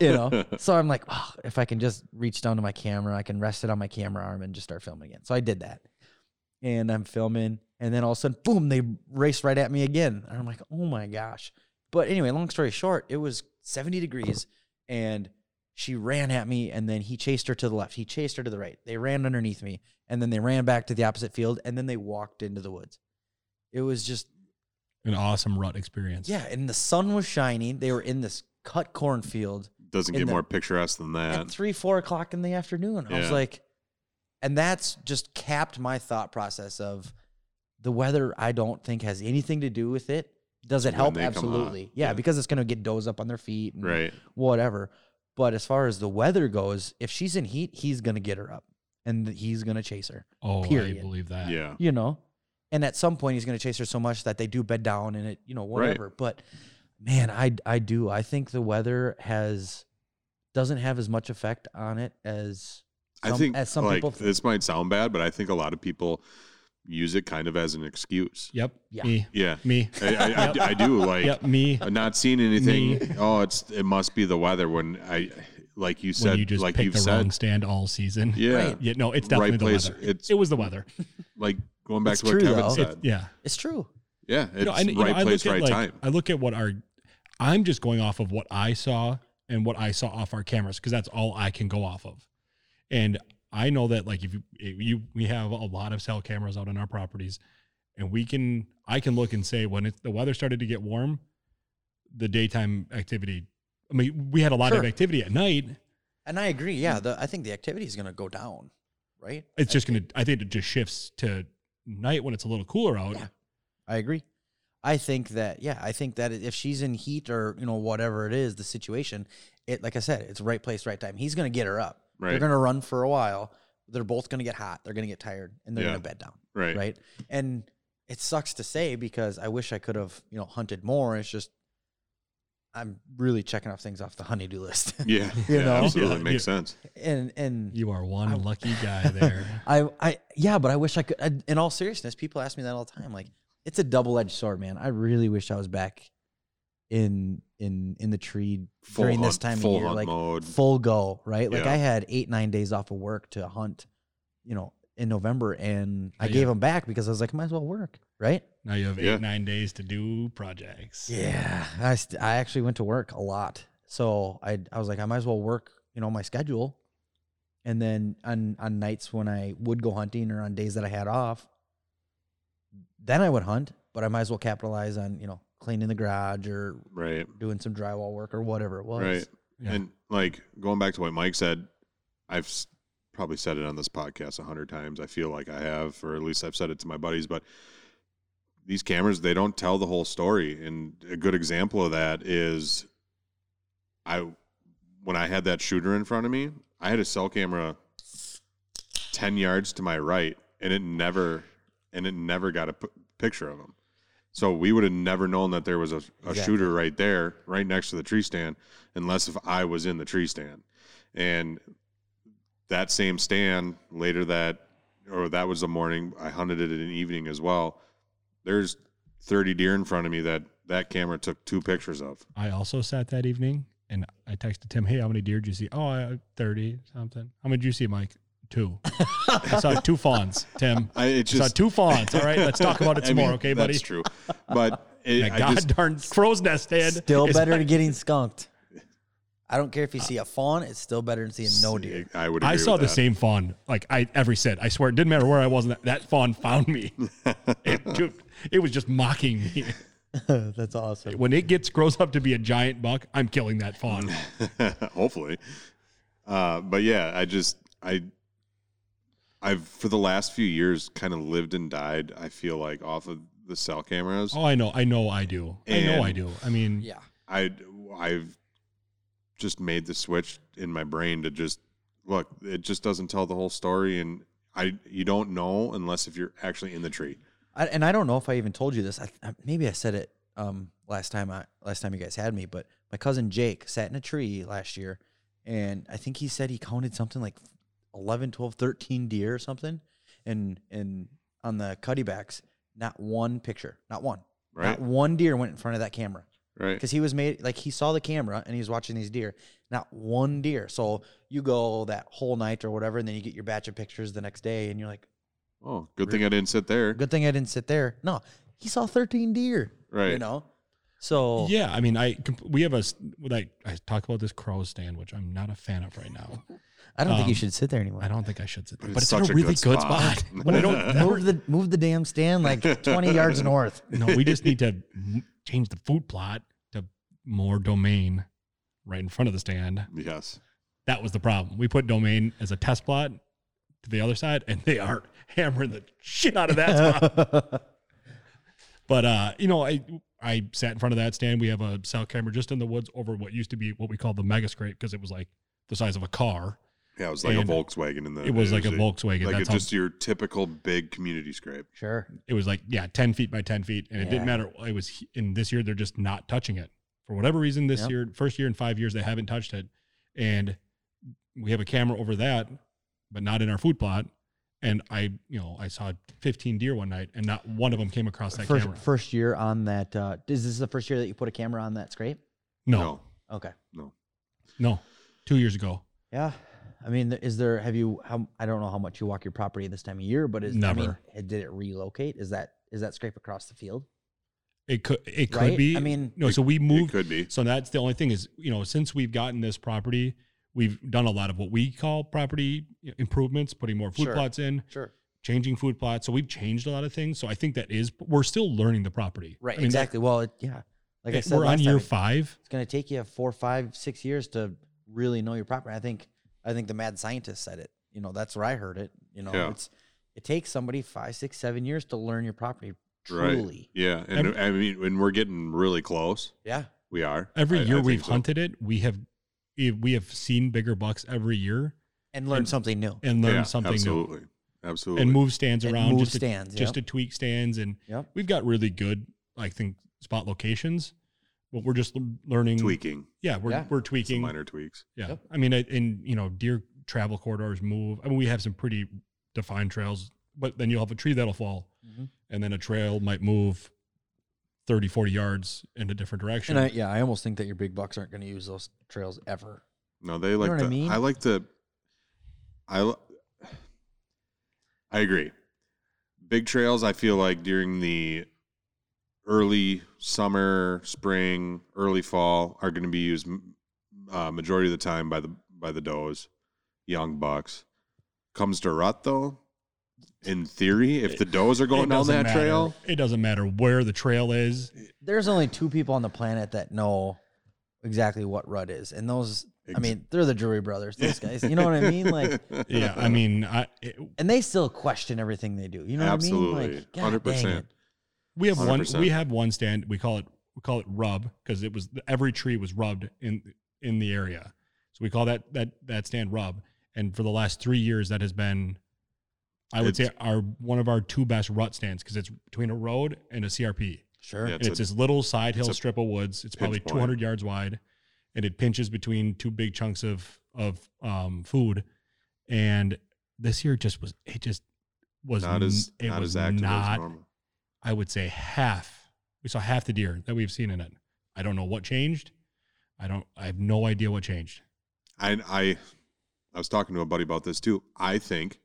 [SPEAKER 3] you know so i'm like oh, if i can just reach down to my camera i can rest it on my camera arm and just start filming again so i did that and i'm filming and then all of a sudden boom they race right at me again and i'm like oh my gosh but anyway long story short it was 70 degrees and she ran at me and then he chased her to the left he chased her to the right they ran underneath me and then they ran back to the opposite field and then they walked into the woods it was just
[SPEAKER 2] An awesome rut experience.
[SPEAKER 3] yeah and the sun was shining they were in this cut cornfield
[SPEAKER 1] Doesn't
[SPEAKER 3] In
[SPEAKER 1] get
[SPEAKER 3] the-
[SPEAKER 1] more picturesque than
[SPEAKER 3] at
[SPEAKER 1] that.
[SPEAKER 3] three, four o'clock in the afternoon. I was
[SPEAKER 1] Yeah.
[SPEAKER 3] like, and that's just capped my thought process of the weather. I don't think has anything to do with it. Does it
[SPEAKER 1] When
[SPEAKER 3] help?
[SPEAKER 1] they come out,
[SPEAKER 3] Absolutely. Yeah,
[SPEAKER 1] yeah.
[SPEAKER 3] because it's going to get doze up on their feet and
[SPEAKER 1] Right.
[SPEAKER 3] whatever. But as far as the weather goes, if she's in heat, he's going to get her up and he's going to chase her,
[SPEAKER 2] Oh, I
[SPEAKER 3] Period.
[SPEAKER 2] believe that.
[SPEAKER 1] Yeah.
[SPEAKER 3] you know? And at some point, he's going to chase her so much that they do bed down and it, you know,
[SPEAKER 1] Right.
[SPEAKER 3] whatever. But man, I, I do. I think the weather has, doesn't have as much effect on it as
[SPEAKER 1] I
[SPEAKER 3] Some-
[SPEAKER 1] think
[SPEAKER 3] as some
[SPEAKER 1] like,
[SPEAKER 3] people think.
[SPEAKER 1] this might sound bad, but I think a lot of people use it kind of as an excuse.
[SPEAKER 2] Yep.
[SPEAKER 3] Yeah.
[SPEAKER 2] Me.
[SPEAKER 1] Yeah.
[SPEAKER 2] Me.
[SPEAKER 1] I, I, I, I do like uh,
[SPEAKER 2] Yep. Me.
[SPEAKER 1] I'm not seeing anything. Oh, it's it must be the weather when I like you
[SPEAKER 2] when
[SPEAKER 1] said,
[SPEAKER 2] you just
[SPEAKER 1] like
[SPEAKER 2] pick
[SPEAKER 1] you've
[SPEAKER 2] the
[SPEAKER 1] said,
[SPEAKER 2] wrong stand all season.
[SPEAKER 1] yeah,
[SPEAKER 3] Right.
[SPEAKER 2] Yeah, no, it's
[SPEAKER 1] Right
[SPEAKER 2] definitely the
[SPEAKER 1] place,
[SPEAKER 2] weather.
[SPEAKER 1] it's-
[SPEAKER 2] it was the weather.
[SPEAKER 1] like going back
[SPEAKER 3] It's
[SPEAKER 1] to what
[SPEAKER 3] true,
[SPEAKER 1] Kevin
[SPEAKER 3] though.
[SPEAKER 1] said.
[SPEAKER 2] It's, yeah.
[SPEAKER 3] It's true.
[SPEAKER 1] yeah, it's
[SPEAKER 2] No, and, you know,
[SPEAKER 1] right
[SPEAKER 2] I
[SPEAKER 1] place,
[SPEAKER 2] look at,
[SPEAKER 1] right
[SPEAKER 2] like,
[SPEAKER 1] time.
[SPEAKER 2] I look at what our, I'm just going off of what I saw and what I saw off our cameras because that's all I can go off of. And I know that like if you, if you we have a lot of cell cameras out on our properties, and we can I can look and say when it, the weather started to get warm, the daytime activity. I mean, we had a lot of
[SPEAKER 3] Sure.
[SPEAKER 2] activity at night.
[SPEAKER 3] And I agree. Yeah, the, I think the activity is going to go down, right?
[SPEAKER 2] It's just gonna. I think it just shifts to night when it's a little cooler out.
[SPEAKER 3] Yeah. I agree. I think that yeah, I think that if she's in heat or you know whatever it is the situation, it like I said, it's right place, right time. He's gonna get her up. They're
[SPEAKER 1] Right.
[SPEAKER 3] gonna run for a while. They're both gonna get hot. They're gonna get tired, and they're
[SPEAKER 1] Yeah.
[SPEAKER 3] gonna bed down.
[SPEAKER 1] right.
[SPEAKER 3] Right. And it sucks to say because I wish I could have you know hunted more. It's just I'm really checking off things off the honeydew list,
[SPEAKER 1] Yeah,
[SPEAKER 3] You
[SPEAKER 1] yeah,
[SPEAKER 3] know?
[SPEAKER 1] absolutely
[SPEAKER 2] Yeah.
[SPEAKER 1] makes sense.
[SPEAKER 3] and and
[SPEAKER 2] You are one
[SPEAKER 3] I-
[SPEAKER 2] lucky guy there.
[SPEAKER 3] I, I, yeah, but I wish I could. I, in all seriousness, people ask me that all the time. Like, it's a double edged sword, man. I really wish I was back in in in the tree
[SPEAKER 1] Full
[SPEAKER 3] during this
[SPEAKER 1] hunt-
[SPEAKER 3] time of
[SPEAKER 1] full
[SPEAKER 3] year,
[SPEAKER 1] hunt
[SPEAKER 3] like
[SPEAKER 1] mode.
[SPEAKER 3] full go, right? Like,
[SPEAKER 1] Yeah.
[SPEAKER 3] I had eight nine days off of work to hunt, you know, in November, and I
[SPEAKER 2] Yeah.
[SPEAKER 3] gave them back because I was like, might as well work, right?
[SPEAKER 2] Now you have eight
[SPEAKER 1] Yeah.
[SPEAKER 2] nine days to do projects.
[SPEAKER 3] Yeah, I st- I actually went to work a lot, so I I was like I might as well work you know my schedule, and then on on nights when I would go hunting or on days that I had off, then I would hunt, but I might as well capitalize on you know cleaning the garage or
[SPEAKER 1] Right.
[SPEAKER 3] doing some drywall work or whatever it was.
[SPEAKER 1] Right.
[SPEAKER 2] Yeah.
[SPEAKER 1] And like going back to what Mike said, I've s- probably said it on this podcast a hundred times. I feel like I have, or at least I've said it to my buddies, but these cameras, they don't tell the whole story. And a good example of that is I, when I had that shooter in front of me, I had a cell camera 10 yards to my right and it never, and it never got a p- picture of him. So we would have never known that there was a, a
[SPEAKER 3] Exactly.
[SPEAKER 1] shooter right there, right next to the tree stand unless if I was in the tree stand. And that same stand later that or that was the morning I hunted it in the evening as well. There's 30 deer in front of me that that camera took two pictures of.
[SPEAKER 2] I also sat that evening and I texted Tim, "Hey, how many deer did you see? Oh, I- thirty something. How many did you see, Mike? Two. I saw two fawns, Tim.
[SPEAKER 1] I it
[SPEAKER 2] I saw
[SPEAKER 1] just
[SPEAKER 2] two fawns. All right, let's talk about it
[SPEAKER 1] I
[SPEAKER 2] some more,
[SPEAKER 1] mean,
[SPEAKER 2] okay, buddy?
[SPEAKER 1] That's true. But it,
[SPEAKER 2] That
[SPEAKER 1] I
[SPEAKER 2] God
[SPEAKER 1] just,
[SPEAKER 2] darn crow's nest stand.
[SPEAKER 3] Still
[SPEAKER 2] is-
[SPEAKER 3] better than getting skunked. I don't care if you see a fawn; it's still better than seeing no deer.
[SPEAKER 1] I would. Agree
[SPEAKER 2] I saw
[SPEAKER 1] with
[SPEAKER 2] the
[SPEAKER 1] that.
[SPEAKER 2] same fawn. Like I every said, I swear it didn't matter where I was. That, that fawn found me. It, ju- it was just mocking me.
[SPEAKER 3] That's awesome.
[SPEAKER 2] When it gets grows up to be a giant buck, I'm killing that fawn.
[SPEAKER 1] hopefully uh, but yeah i just i i've for the last few years kind of lived and died i feel like off of the cell cameras
[SPEAKER 2] Oh, I know, I know, I do. I know, I
[SPEAKER 1] And-
[SPEAKER 2] do. I mean,
[SPEAKER 3] Yeah.
[SPEAKER 1] i i've just made the switch in my brain to just look it just doesn't tell the whole story and i you don't know unless if you're actually in the tree
[SPEAKER 3] I, and I don't know if I even told you this. I, I, maybe I said it um, last time. I last time you guys had me, but my cousin Jake sat in a tree last year, and I think he said he counted something like 11, 12, 13 deer or something, and and on the cutty backs, not one picture, not one,
[SPEAKER 1] right
[SPEAKER 3] not one deer went in front of that camera
[SPEAKER 1] right
[SPEAKER 3] because he was made like he saw the camera and he was watching these deer, not one deer. So you go that whole night or whatever, and then you get your batch of pictures the next day, and you're like,
[SPEAKER 1] oh good thing i didn't sit there
[SPEAKER 3] Good thing I didn't sit there. No, he saw 13 deer.
[SPEAKER 1] right
[SPEAKER 3] You know? So
[SPEAKER 2] Yeah, I mean, I comp- we have a s- like I talk about this crow stand, which I'm not a fan of right now.
[SPEAKER 3] I don't think you
[SPEAKER 2] Um,
[SPEAKER 3] should sit there anymore.
[SPEAKER 2] I don't think I should sit there,
[SPEAKER 1] But
[SPEAKER 2] but it's,
[SPEAKER 1] it's
[SPEAKER 2] in
[SPEAKER 1] such
[SPEAKER 2] a
[SPEAKER 1] a
[SPEAKER 2] really
[SPEAKER 1] good
[SPEAKER 2] good spot.
[SPEAKER 1] spot.
[SPEAKER 2] But I don't. ever-
[SPEAKER 3] move the move the damn stand like 20 yards north.
[SPEAKER 2] no, we just need to m- change the food plot to more domain right in front of the stand.
[SPEAKER 1] yes
[SPEAKER 2] That was the problem. We put domain as a test plot to the other side, and they are hammering the shit out of that spot. But uh, you know, I I sat in front of that stand. We have a cell camera just in the woods over what used to be what we called the mega scrape because it was like the size of a car.
[SPEAKER 1] yeah it was like
[SPEAKER 2] And
[SPEAKER 1] a volkswagen in the
[SPEAKER 2] it was like a
[SPEAKER 1] usually-
[SPEAKER 2] Volkswagen.
[SPEAKER 1] like
[SPEAKER 2] That's
[SPEAKER 1] it's
[SPEAKER 2] how,
[SPEAKER 1] just your typical big community scrape
[SPEAKER 3] sure.
[SPEAKER 2] it was like yeah, ten feet by ten feet, and it
[SPEAKER 3] Yeah.
[SPEAKER 2] didn't matter. It was he- and this year they're just not touching it for whatever reason. This
[SPEAKER 3] Yep.
[SPEAKER 2] year, first year in five years, they haven't touched it, and we have a camera over that, but not in our food plot. And I, you know, I saw 15 deer one night, and not one of them came across that
[SPEAKER 3] First,
[SPEAKER 2] camera.
[SPEAKER 3] first year on that uh is this the first year that you put a camera on that scrape?
[SPEAKER 2] no,
[SPEAKER 3] Okay.
[SPEAKER 2] no, two years ago.
[SPEAKER 3] Yeah. I mean, th- is there, have you, how, I don't know how much you walk your property this time of year, but is, I mean,
[SPEAKER 2] Never.
[SPEAKER 3] it- did it relocate? Is that, is that scrape across the field?
[SPEAKER 2] It could it could
[SPEAKER 3] Right?
[SPEAKER 2] be.
[SPEAKER 3] I mean-
[SPEAKER 2] no. So we
[SPEAKER 1] It
[SPEAKER 2] moved.
[SPEAKER 1] could be.
[SPEAKER 2] So that's the only thing is you know since we've gotten this property, we've done a lot of what we call property improvements, putting more food
[SPEAKER 3] Sure.
[SPEAKER 2] plots in,
[SPEAKER 3] Sure.
[SPEAKER 2] changing food plots. So we've changed a lot of things. So I think that is we're still learning the property.
[SPEAKER 3] Right.
[SPEAKER 2] I mean, that-
[SPEAKER 3] exactly. Well, it, yeah. Like I
[SPEAKER 2] it-
[SPEAKER 3] said,
[SPEAKER 2] we're on
[SPEAKER 3] last
[SPEAKER 2] year
[SPEAKER 3] time,
[SPEAKER 2] five.
[SPEAKER 3] it's going to take you four, five, six years to really know your property. I think, I think the mad scientist said it, you know, that's where I heard it. You know,
[SPEAKER 1] Yeah.
[SPEAKER 3] it's, it takes somebody five, six, seven years to learn your property
[SPEAKER 1] Right.
[SPEAKER 3] truly.
[SPEAKER 1] Yeah, and
[SPEAKER 2] Every-
[SPEAKER 1] I mean, and we're getting really close.
[SPEAKER 3] Yeah.
[SPEAKER 1] We are
[SPEAKER 2] Every
[SPEAKER 1] I- I
[SPEAKER 2] year
[SPEAKER 1] think
[SPEAKER 2] we've
[SPEAKER 1] so.
[SPEAKER 2] hunted it, we have eh, we have seen bigger bucks every year
[SPEAKER 3] And learn
[SPEAKER 2] And-
[SPEAKER 3] something new.
[SPEAKER 2] and learned
[SPEAKER 1] Yeah,
[SPEAKER 2] something new.
[SPEAKER 1] absolutely, absolutely.
[SPEAKER 2] and move stands
[SPEAKER 3] And
[SPEAKER 2] around
[SPEAKER 3] move
[SPEAKER 2] just
[SPEAKER 3] stands,
[SPEAKER 2] to, just
[SPEAKER 3] yep.
[SPEAKER 2] to tweak stands and
[SPEAKER 3] Yep.
[SPEAKER 2] we've got really good i think spot locations but we're just l- learning
[SPEAKER 1] tweaking,
[SPEAKER 2] yeah we're,
[SPEAKER 3] Yeah.
[SPEAKER 2] we're
[SPEAKER 1] some
[SPEAKER 2] tweaking
[SPEAKER 1] minor tweaks.
[SPEAKER 2] yeah
[SPEAKER 3] Yep.
[SPEAKER 2] i mean I- and you know deer travel corridors move i mean we have some pretty defined trails but then you'll have a tree that'll fall
[SPEAKER 3] Mhm.
[SPEAKER 2] and then a trail might move 30 40 yards in a different direction
[SPEAKER 3] And I, yeah, I almost think that your big bucks aren't going to use those trails ever.
[SPEAKER 1] No, they like
[SPEAKER 3] know what
[SPEAKER 1] to.
[SPEAKER 3] I
[SPEAKER 1] I,
[SPEAKER 3] mean?
[SPEAKER 1] like to. I. l- I agree. Big trails. I feel like during the early summer, spring, early fall are going to be used m- uh, majority of the time by the by the does, young bucks. Comes to rut though. In theory, if the does are
[SPEAKER 2] It
[SPEAKER 1] going down
[SPEAKER 2] doesn't
[SPEAKER 1] that
[SPEAKER 2] matter-
[SPEAKER 1] trail,
[SPEAKER 2] it doesn't matter where the trail is
[SPEAKER 3] There's only two people on the planet that know exactly what rut is, and those, I mean, they're the Drury brothers. Those guys, you know what I mean? Like,
[SPEAKER 2] yeah i mean i it,
[SPEAKER 3] and they still question everything they do. You know what I mean?
[SPEAKER 1] Absolutely.
[SPEAKER 3] Like, God dang
[SPEAKER 1] 100%.
[SPEAKER 3] it.
[SPEAKER 2] We have one.
[SPEAKER 1] 100%.
[SPEAKER 2] We have one stand. We call it we call it rub because it was every tree was rubbed in in the area. So we call that that that stand rub. And for the last three years, that has been, I would say,
[SPEAKER 1] It's-
[SPEAKER 2] our one of our two best rut stands because it's between a road and a CRP.
[SPEAKER 3] Sure.
[SPEAKER 1] Yeah.
[SPEAKER 2] and
[SPEAKER 1] It's
[SPEAKER 2] it's
[SPEAKER 1] a-
[SPEAKER 2] this little side hill
[SPEAKER 1] it's a
[SPEAKER 2] strip of woods. It's
[SPEAKER 1] pinch
[SPEAKER 2] probably
[SPEAKER 1] point.
[SPEAKER 2] 200 yards wide, and it pinches between two big chunks of of um, food. And this year just was it just was
[SPEAKER 1] not as
[SPEAKER 2] n- it
[SPEAKER 1] not
[SPEAKER 2] was
[SPEAKER 1] as active
[SPEAKER 2] not
[SPEAKER 1] as normal.
[SPEAKER 2] I would say half. We saw half the deer that we've seen in it. I don't know what changed. I don't. I have no idea what changed.
[SPEAKER 1] I I I was talking to a buddy about this too. I think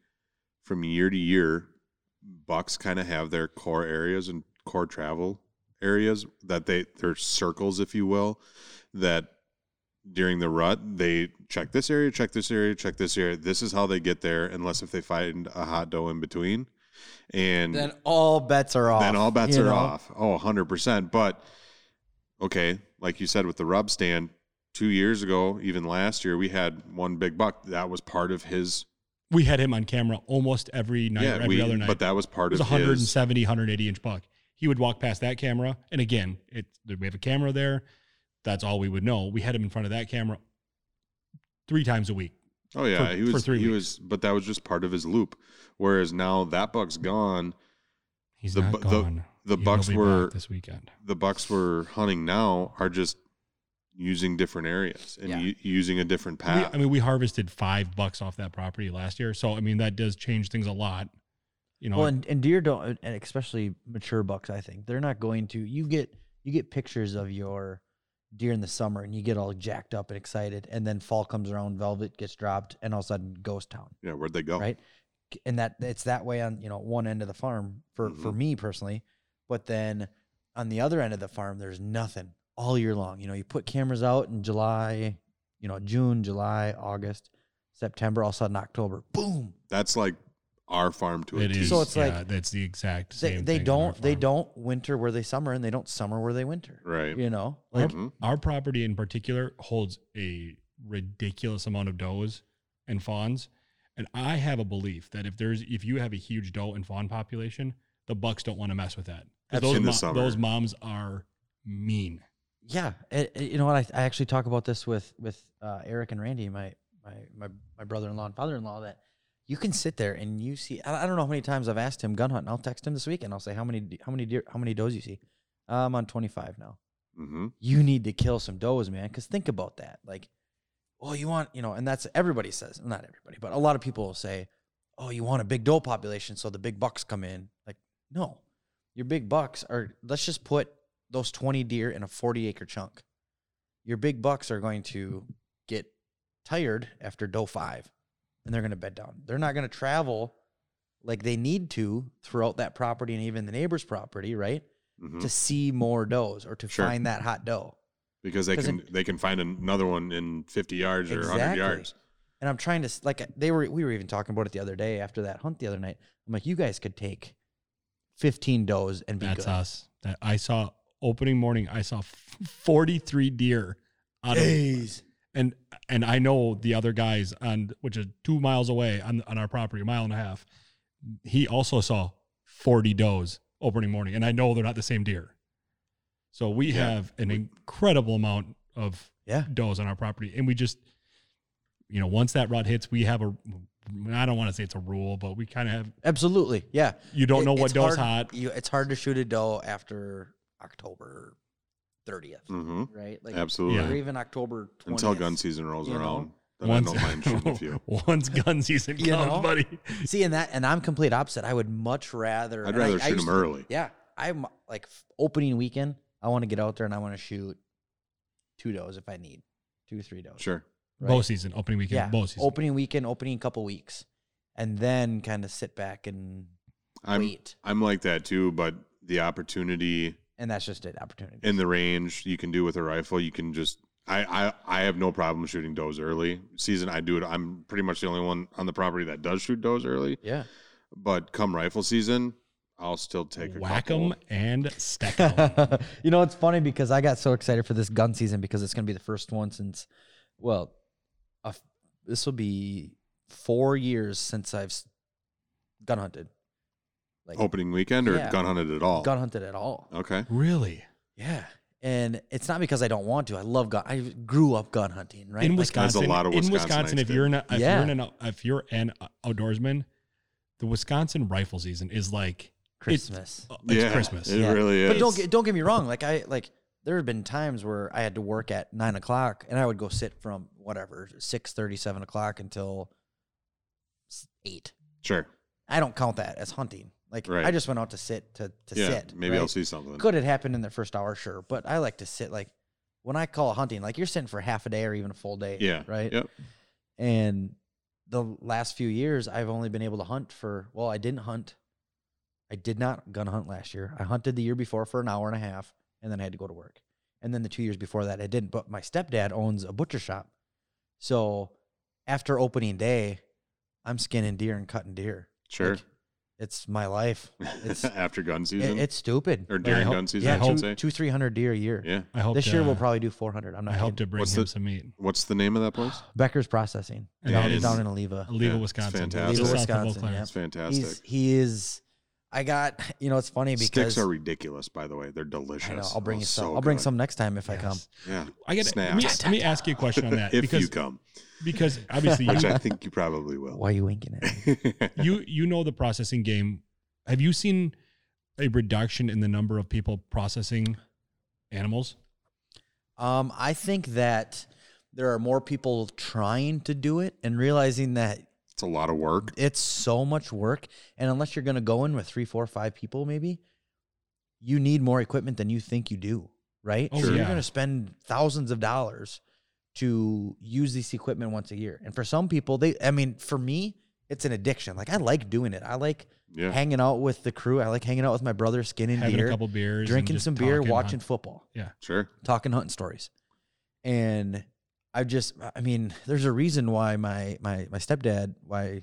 [SPEAKER 1] from year to year, Bucks kind of have their core areas and core travel areas that they their circles, if you will, that during the rut they check this area, check this area, check this area. This is how they get there, unless if they find a hot doe in between. And
[SPEAKER 3] Then all bets are off.
[SPEAKER 1] then all bets
[SPEAKER 3] you
[SPEAKER 1] are
[SPEAKER 3] know?
[SPEAKER 1] off. Oh, 100%. But okay, like you said with the rub stand, 2 years ago, even last year, we had one big buck. That was part of his
[SPEAKER 2] We had him on camera almost every night, or every
[SPEAKER 1] we-
[SPEAKER 2] other night.
[SPEAKER 1] but that was
[SPEAKER 2] it
[SPEAKER 1] part
[SPEAKER 2] was
[SPEAKER 1] of his
[SPEAKER 2] 170, 180 inch buck. He would walk past that camera, and again, it we have a camera there. That's all we would know. We had him in front of that camera three times a week.
[SPEAKER 1] Oh yeah,
[SPEAKER 2] for-
[SPEAKER 1] he
[SPEAKER 2] for
[SPEAKER 1] was
[SPEAKER 2] three
[SPEAKER 1] he
[SPEAKER 2] weeks.
[SPEAKER 1] was but that was just part of his loop. Whereas now that buck's gone,
[SPEAKER 2] He's
[SPEAKER 1] The
[SPEAKER 2] not
[SPEAKER 1] bu- the-
[SPEAKER 2] gone.
[SPEAKER 1] the
[SPEAKER 2] He will
[SPEAKER 1] bucks
[SPEAKER 2] be back
[SPEAKER 1] were-
[SPEAKER 2] this weekend.
[SPEAKER 1] the bucks we're hunting now are just using different areas and
[SPEAKER 3] Yeah.
[SPEAKER 1] u- using a different
[SPEAKER 2] We-
[SPEAKER 1] path.
[SPEAKER 2] I mean, we harvested five bucks off that property last year, so I mean that does change things a lot. You know,
[SPEAKER 3] Well, and, and deer don't, and especially mature bucks. I think they're not going to. You get you get pictures of your deer in the summer, and you get all jacked up and excited, and then fall comes around, velvet gets dropped, and all of a sudden, ghost town.
[SPEAKER 1] yeah, where'd they
[SPEAKER 2] Oh.
[SPEAKER 1] go?
[SPEAKER 3] Right. And that it's that way on you know one end of the farm for for
[SPEAKER 1] Mhm.
[SPEAKER 2] Mm-hmm.
[SPEAKER 3] me personally, but then on the other end of the farm, there's nothing all year long. You know, you put cameras out in July, you know June, July, August, September, all of a sudden October, boom,
[SPEAKER 1] That's like our farm to a
[SPEAKER 2] It
[SPEAKER 1] T.
[SPEAKER 2] is.
[SPEAKER 3] So it's
[SPEAKER 2] yeah,
[SPEAKER 3] like-
[SPEAKER 2] that's the exact
[SPEAKER 3] they,
[SPEAKER 2] same.
[SPEAKER 3] they
[SPEAKER 2] thing on our
[SPEAKER 3] don't they
[SPEAKER 2] farm.
[SPEAKER 3] don't winter where they summer and they don't summer where they winter
[SPEAKER 1] right.
[SPEAKER 3] you know like
[SPEAKER 1] Mhm.
[SPEAKER 2] Our property in particular holds a ridiculous amount of does and fawns, and I have a belief that if there's if you have a huge doe and fawn population, the bucks don't want to mess with that. 'Cause Those,
[SPEAKER 1] In the
[SPEAKER 2] mo-
[SPEAKER 1] summer.
[SPEAKER 2] those moms are mean.
[SPEAKER 3] yeah it, it- you know what I, I actually talk about this with with uh, eric and randy my, my my my brother-in-law and father-in-law that you can sit there and you see i I don't know how many times i've asked him gun hunting i'll text him this week and i'll say how many d- how many deer how many does you see Uh, i'm on 25 now
[SPEAKER 1] Mhm.
[SPEAKER 3] you need to kill some does, man. Because think about that. Like, oh, you want, you know, and that's everybody says, not everybody, but a lot of people will say, oh, you want a big doe population so the big bucks come in. Like, no, your big bucks are, let's just put those 20 deer in a 40 acre chunk. Your big bucks are going to get tired after doe five and they're going to bed down. They're not going to travel like they need to throughout that property and even the neighbor's property, right?
[SPEAKER 1] Mhm.
[SPEAKER 3] To see more does or to
[SPEAKER 1] Sure.
[SPEAKER 3] find that hot doe.
[SPEAKER 1] because they
[SPEAKER 3] 'cause
[SPEAKER 1] can they can find another one in 50 yards or 100
[SPEAKER 3] Exactly.
[SPEAKER 1] yards.
[SPEAKER 3] And I'm trying to s- like they were we were even talking about it the other day after that hunt the other night. I'm like, you guys could take 15 does and be
[SPEAKER 2] That's
[SPEAKER 3] good.
[SPEAKER 2] us. That I saw opening morning. I saw f- 43 deer out of
[SPEAKER 3] Jeez.
[SPEAKER 2] and and I know the other guys on which is two miles away on on our property, a mile and a half. He also saw 40 does opening morning, and I know they're not the same deer. So we
[SPEAKER 1] Yeah.
[SPEAKER 2] have an incredible amount of
[SPEAKER 3] Yeah.
[SPEAKER 2] does on our property, and we just, you know, once that rut hits, we have a. I don't want to say it's a rule, but we kind of have.
[SPEAKER 3] Absolutely. Yeah.
[SPEAKER 2] You don't
[SPEAKER 3] It-
[SPEAKER 2] know what
[SPEAKER 3] it's
[SPEAKER 2] does
[SPEAKER 3] hard-
[SPEAKER 2] hot.
[SPEAKER 3] You, it's hard to shoot a doe after October 30th,
[SPEAKER 1] hmm
[SPEAKER 3] right? Like
[SPEAKER 1] Absolutely.
[SPEAKER 2] Yeah.
[SPEAKER 3] or even October 20th.
[SPEAKER 1] Until gun season rolls
[SPEAKER 3] you know?
[SPEAKER 1] around, then I don't mind shooting a few.
[SPEAKER 2] once gun season comes,
[SPEAKER 3] You know?
[SPEAKER 2] buddy.
[SPEAKER 3] See, and that, and I'm complete opposite. I would much rather.
[SPEAKER 1] I'd
[SPEAKER 3] and I-
[SPEAKER 1] rather
[SPEAKER 3] I
[SPEAKER 1] shoot
[SPEAKER 3] used
[SPEAKER 1] them
[SPEAKER 3] to-
[SPEAKER 1] early.
[SPEAKER 3] Yeah, I'm like f- opening weekend. I want to get out there and I want to shoot two does if I need two, three does.
[SPEAKER 1] Sure.
[SPEAKER 3] right?
[SPEAKER 2] Bow season, opening weekend,
[SPEAKER 3] Yeah,
[SPEAKER 2] bow season.
[SPEAKER 3] opening weekend, opening couple weeks, and then kind of sit back and
[SPEAKER 1] I'm
[SPEAKER 3] wait.
[SPEAKER 1] I'm like that too, but the opportunity
[SPEAKER 3] And that's just an opportunity.
[SPEAKER 1] in the range you can do with a rifle, you can just I, I, I have no problem shooting does early season. I do it. I'm pretty much the only one on the property that does shoot does early.
[SPEAKER 3] yeah.
[SPEAKER 1] But come rifle season, I'll still take a
[SPEAKER 2] whack
[SPEAKER 1] couple.
[SPEAKER 2] them and stack 'em.
[SPEAKER 3] you know, it's funny because I got so excited for this gun season because it's going to be the first one since, well, a f this will be four years since I've s- gun hunted, like
[SPEAKER 1] Opening weekend or
[SPEAKER 3] Yeah.
[SPEAKER 1] gun hunted at all? Oh.
[SPEAKER 3] gun hunted at all.
[SPEAKER 1] Okay.
[SPEAKER 2] really?
[SPEAKER 3] Yeah. And it's not because I don't want to. I love gun. I grew up gun hunting, right?
[SPEAKER 2] In
[SPEAKER 3] Like,
[SPEAKER 2] Wisconsin,
[SPEAKER 1] lot of
[SPEAKER 2] in Wisconsin,
[SPEAKER 1] Wisconsinites
[SPEAKER 2] if you're an if
[SPEAKER 3] Yeah.
[SPEAKER 2] you're an if you're an outdoorsman, the Wisconsin rifle season is like
[SPEAKER 3] Christmas.
[SPEAKER 2] uh, it's
[SPEAKER 1] yeah,
[SPEAKER 2] Christmas.
[SPEAKER 1] It
[SPEAKER 3] Yeah.
[SPEAKER 1] really is.
[SPEAKER 3] But don't get don't get me wrong. Like I like there have been times where I had to work at nine o'clock and I would go sit from whatever six thirty seven o'clock until s- eight.
[SPEAKER 1] sure.
[SPEAKER 3] I don't count that as hunting. Like I
[SPEAKER 1] Right.
[SPEAKER 3] just went out to sit to, to
[SPEAKER 1] Yeah.
[SPEAKER 3] sit.
[SPEAKER 1] maybe
[SPEAKER 3] right?
[SPEAKER 1] I'll see something.
[SPEAKER 3] Could it happen in the first hour? Sure, but I like to sit. Like when I call hunting, like you're sitting for half a day or even a full day.
[SPEAKER 1] Yeah.
[SPEAKER 3] Right.
[SPEAKER 1] Yep.
[SPEAKER 3] And the last few years, I've only been able to hunt for. Well, I didn't hunt. I did not gun hunt last year. I hunted the year before for an hour and a half, and then I had to go to work. And then the two years before that, I didn't. But my stepdad owns a butcher shop, so after opening day, I'm skinning deer and cutting deer.
[SPEAKER 1] Sure.
[SPEAKER 3] Like, it's my life. It's it,
[SPEAKER 1] After gun season
[SPEAKER 3] it's stupid.
[SPEAKER 1] or during
[SPEAKER 2] hope-
[SPEAKER 1] gun season,
[SPEAKER 3] Yeah,
[SPEAKER 1] I should
[SPEAKER 3] two,
[SPEAKER 1] say.
[SPEAKER 3] two three hundred deer a year.
[SPEAKER 1] yeah.
[SPEAKER 2] I hope
[SPEAKER 3] This year
[SPEAKER 2] to-
[SPEAKER 3] we'll probably do four hundred. I'm
[SPEAKER 2] I
[SPEAKER 3] not.
[SPEAKER 2] hope
[SPEAKER 3] kidding.
[SPEAKER 2] to bring
[SPEAKER 1] What's
[SPEAKER 2] him
[SPEAKER 1] the-
[SPEAKER 2] some meat.
[SPEAKER 1] What's the name of that place?
[SPEAKER 3] Becker's processing
[SPEAKER 2] Yeah,
[SPEAKER 3] down,
[SPEAKER 1] it is.
[SPEAKER 3] down in Oliva.
[SPEAKER 2] Illegal
[SPEAKER 1] it's
[SPEAKER 2] Wisconsin.
[SPEAKER 1] fantastic.
[SPEAKER 2] Just
[SPEAKER 3] Illegal
[SPEAKER 2] south of Eau
[SPEAKER 3] Wisconsin,
[SPEAKER 2] Claire.
[SPEAKER 3] yeah.
[SPEAKER 1] It's fantastic.
[SPEAKER 3] He's he is. I got you know it's funny because
[SPEAKER 1] Sticks are ridiculous, by the way. They're delicious.
[SPEAKER 3] I know, I'll bring
[SPEAKER 1] Oh,
[SPEAKER 3] you some.
[SPEAKER 1] so
[SPEAKER 3] I'll bring
[SPEAKER 1] good.
[SPEAKER 3] some next time if I
[SPEAKER 2] Yes.
[SPEAKER 3] come.
[SPEAKER 1] Yeah.
[SPEAKER 2] I get. Let me,
[SPEAKER 1] Snaps.
[SPEAKER 2] let me ask you a question on that
[SPEAKER 1] if
[SPEAKER 2] because
[SPEAKER 1] you come,
[SPEAKER 2] because obviously
[SPEAKER 1] which
[SPEAKER 2] you,
[SPEAKER 1] I think you probably will.
[SPEAKER 3] Why are you winking at me?
[SPEAKER 2] you you know the processing game. Have you seen a reduction in the number of people processing animals?
[SPEAKER 3] Um, I think that there are more people trying to do it and realizing that
[SPEAKER 1] it's a lot of work.
[SPEAKER 3] it's so much work, and unless you're going to go in with three, four, five people, maybe you need more equipment than you think you do. Right?
[SPEAKER 2] Oh,
[SPEAKER 3] so you're
[SPEAKER 2] yeah.
[SPEAKER 3] going to spend thousands of dollars to use this equipment once a year, and for some people, they. I mean, for me, it's an addiction. Like I like doing it. I like
[SPEAKER 1] Yeah.
[SPEAKER 3] hanging out with the crew. I like hanging out with my brother, skinning
[SPEAKER 2] Having
[SPEAKER 3] deer,
[SPEAKER 2] a couple beers, and
[SPEAKER 3] drinking
[SPEAKER 2] just
[SPEAKER 3] some beer,
[SPEAKER 2] talking,
[SPEAKER 3] watching
[SPEAKER 2] hunt-
[SPEAKER 3] football,
[SPEAKER 1] Sure.
[SPEAKER 3] talking hunting stories. And I just, I mean, there's a reason why my my my stepdad why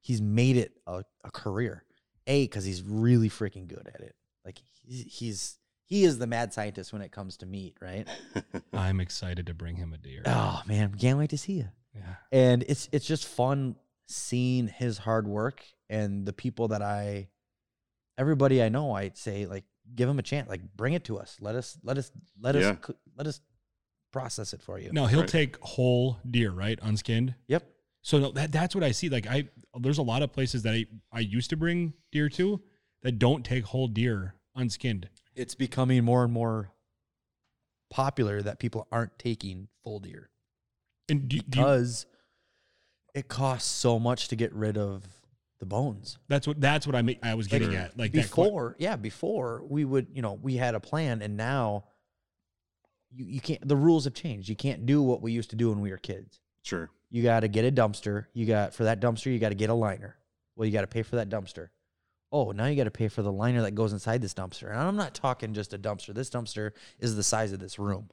[SPEAKER 3] he's made it a, a career. A because he's really freaking good at it. Like he's, he's he is the mad scientist when it comes to meat, right? Uh,
[SPEAKER 2] I'm excited to bring him a deer.
[SPEAKER 3] Oh man, can't wait to see you.
[SPEAKER 2] Yeah.
[SPEAKER 3] and it's it's just fun seeing his hard work and the people that I everybody I know I say like give him a chance like bring it to us let us let us let us
[SPEAKER 1] Yeah.
[SPEAKER 3] coo- let us process it for you
[SPEAKER 2] No, he'll
[SPEAKER 1] Right.
[SPEAKER 2] take whole deer, right, unskinned.
[SPEAKER 3] yep
[SPEAKER 2] So no, that that's what I see. Like I, there's a lot of places that I I used to bring deer to that don't take whole deer unskinned.
[SPEAKER 3] it's becoming more and more popular that people aren't taking full deer
[SPEAKER 2] And do, do you,
[SPEAKER 3] because it costs so much to get rid of the bones
[SPEAKER 2] that's what that's what I make, I was getting
[SPEAKER 1] Sure.
[SPEAKER 2] at. Like that que-
[SPEAKER 3] before yeah before we would you know we had a plan and now you, you can't the rules have changed you can't do what we used to do when we were kids
[SPEAKER 1] Sure.
[SPEAKER 3] You got to get a dumpster. You got for that dumpster, you got to get a liner. Well, you got to pay for that dumpster. Oh, now you got to pay for the liner that goes inside this dumpster. And I'm not talking just a dumpster. This dumpster is the size of this room.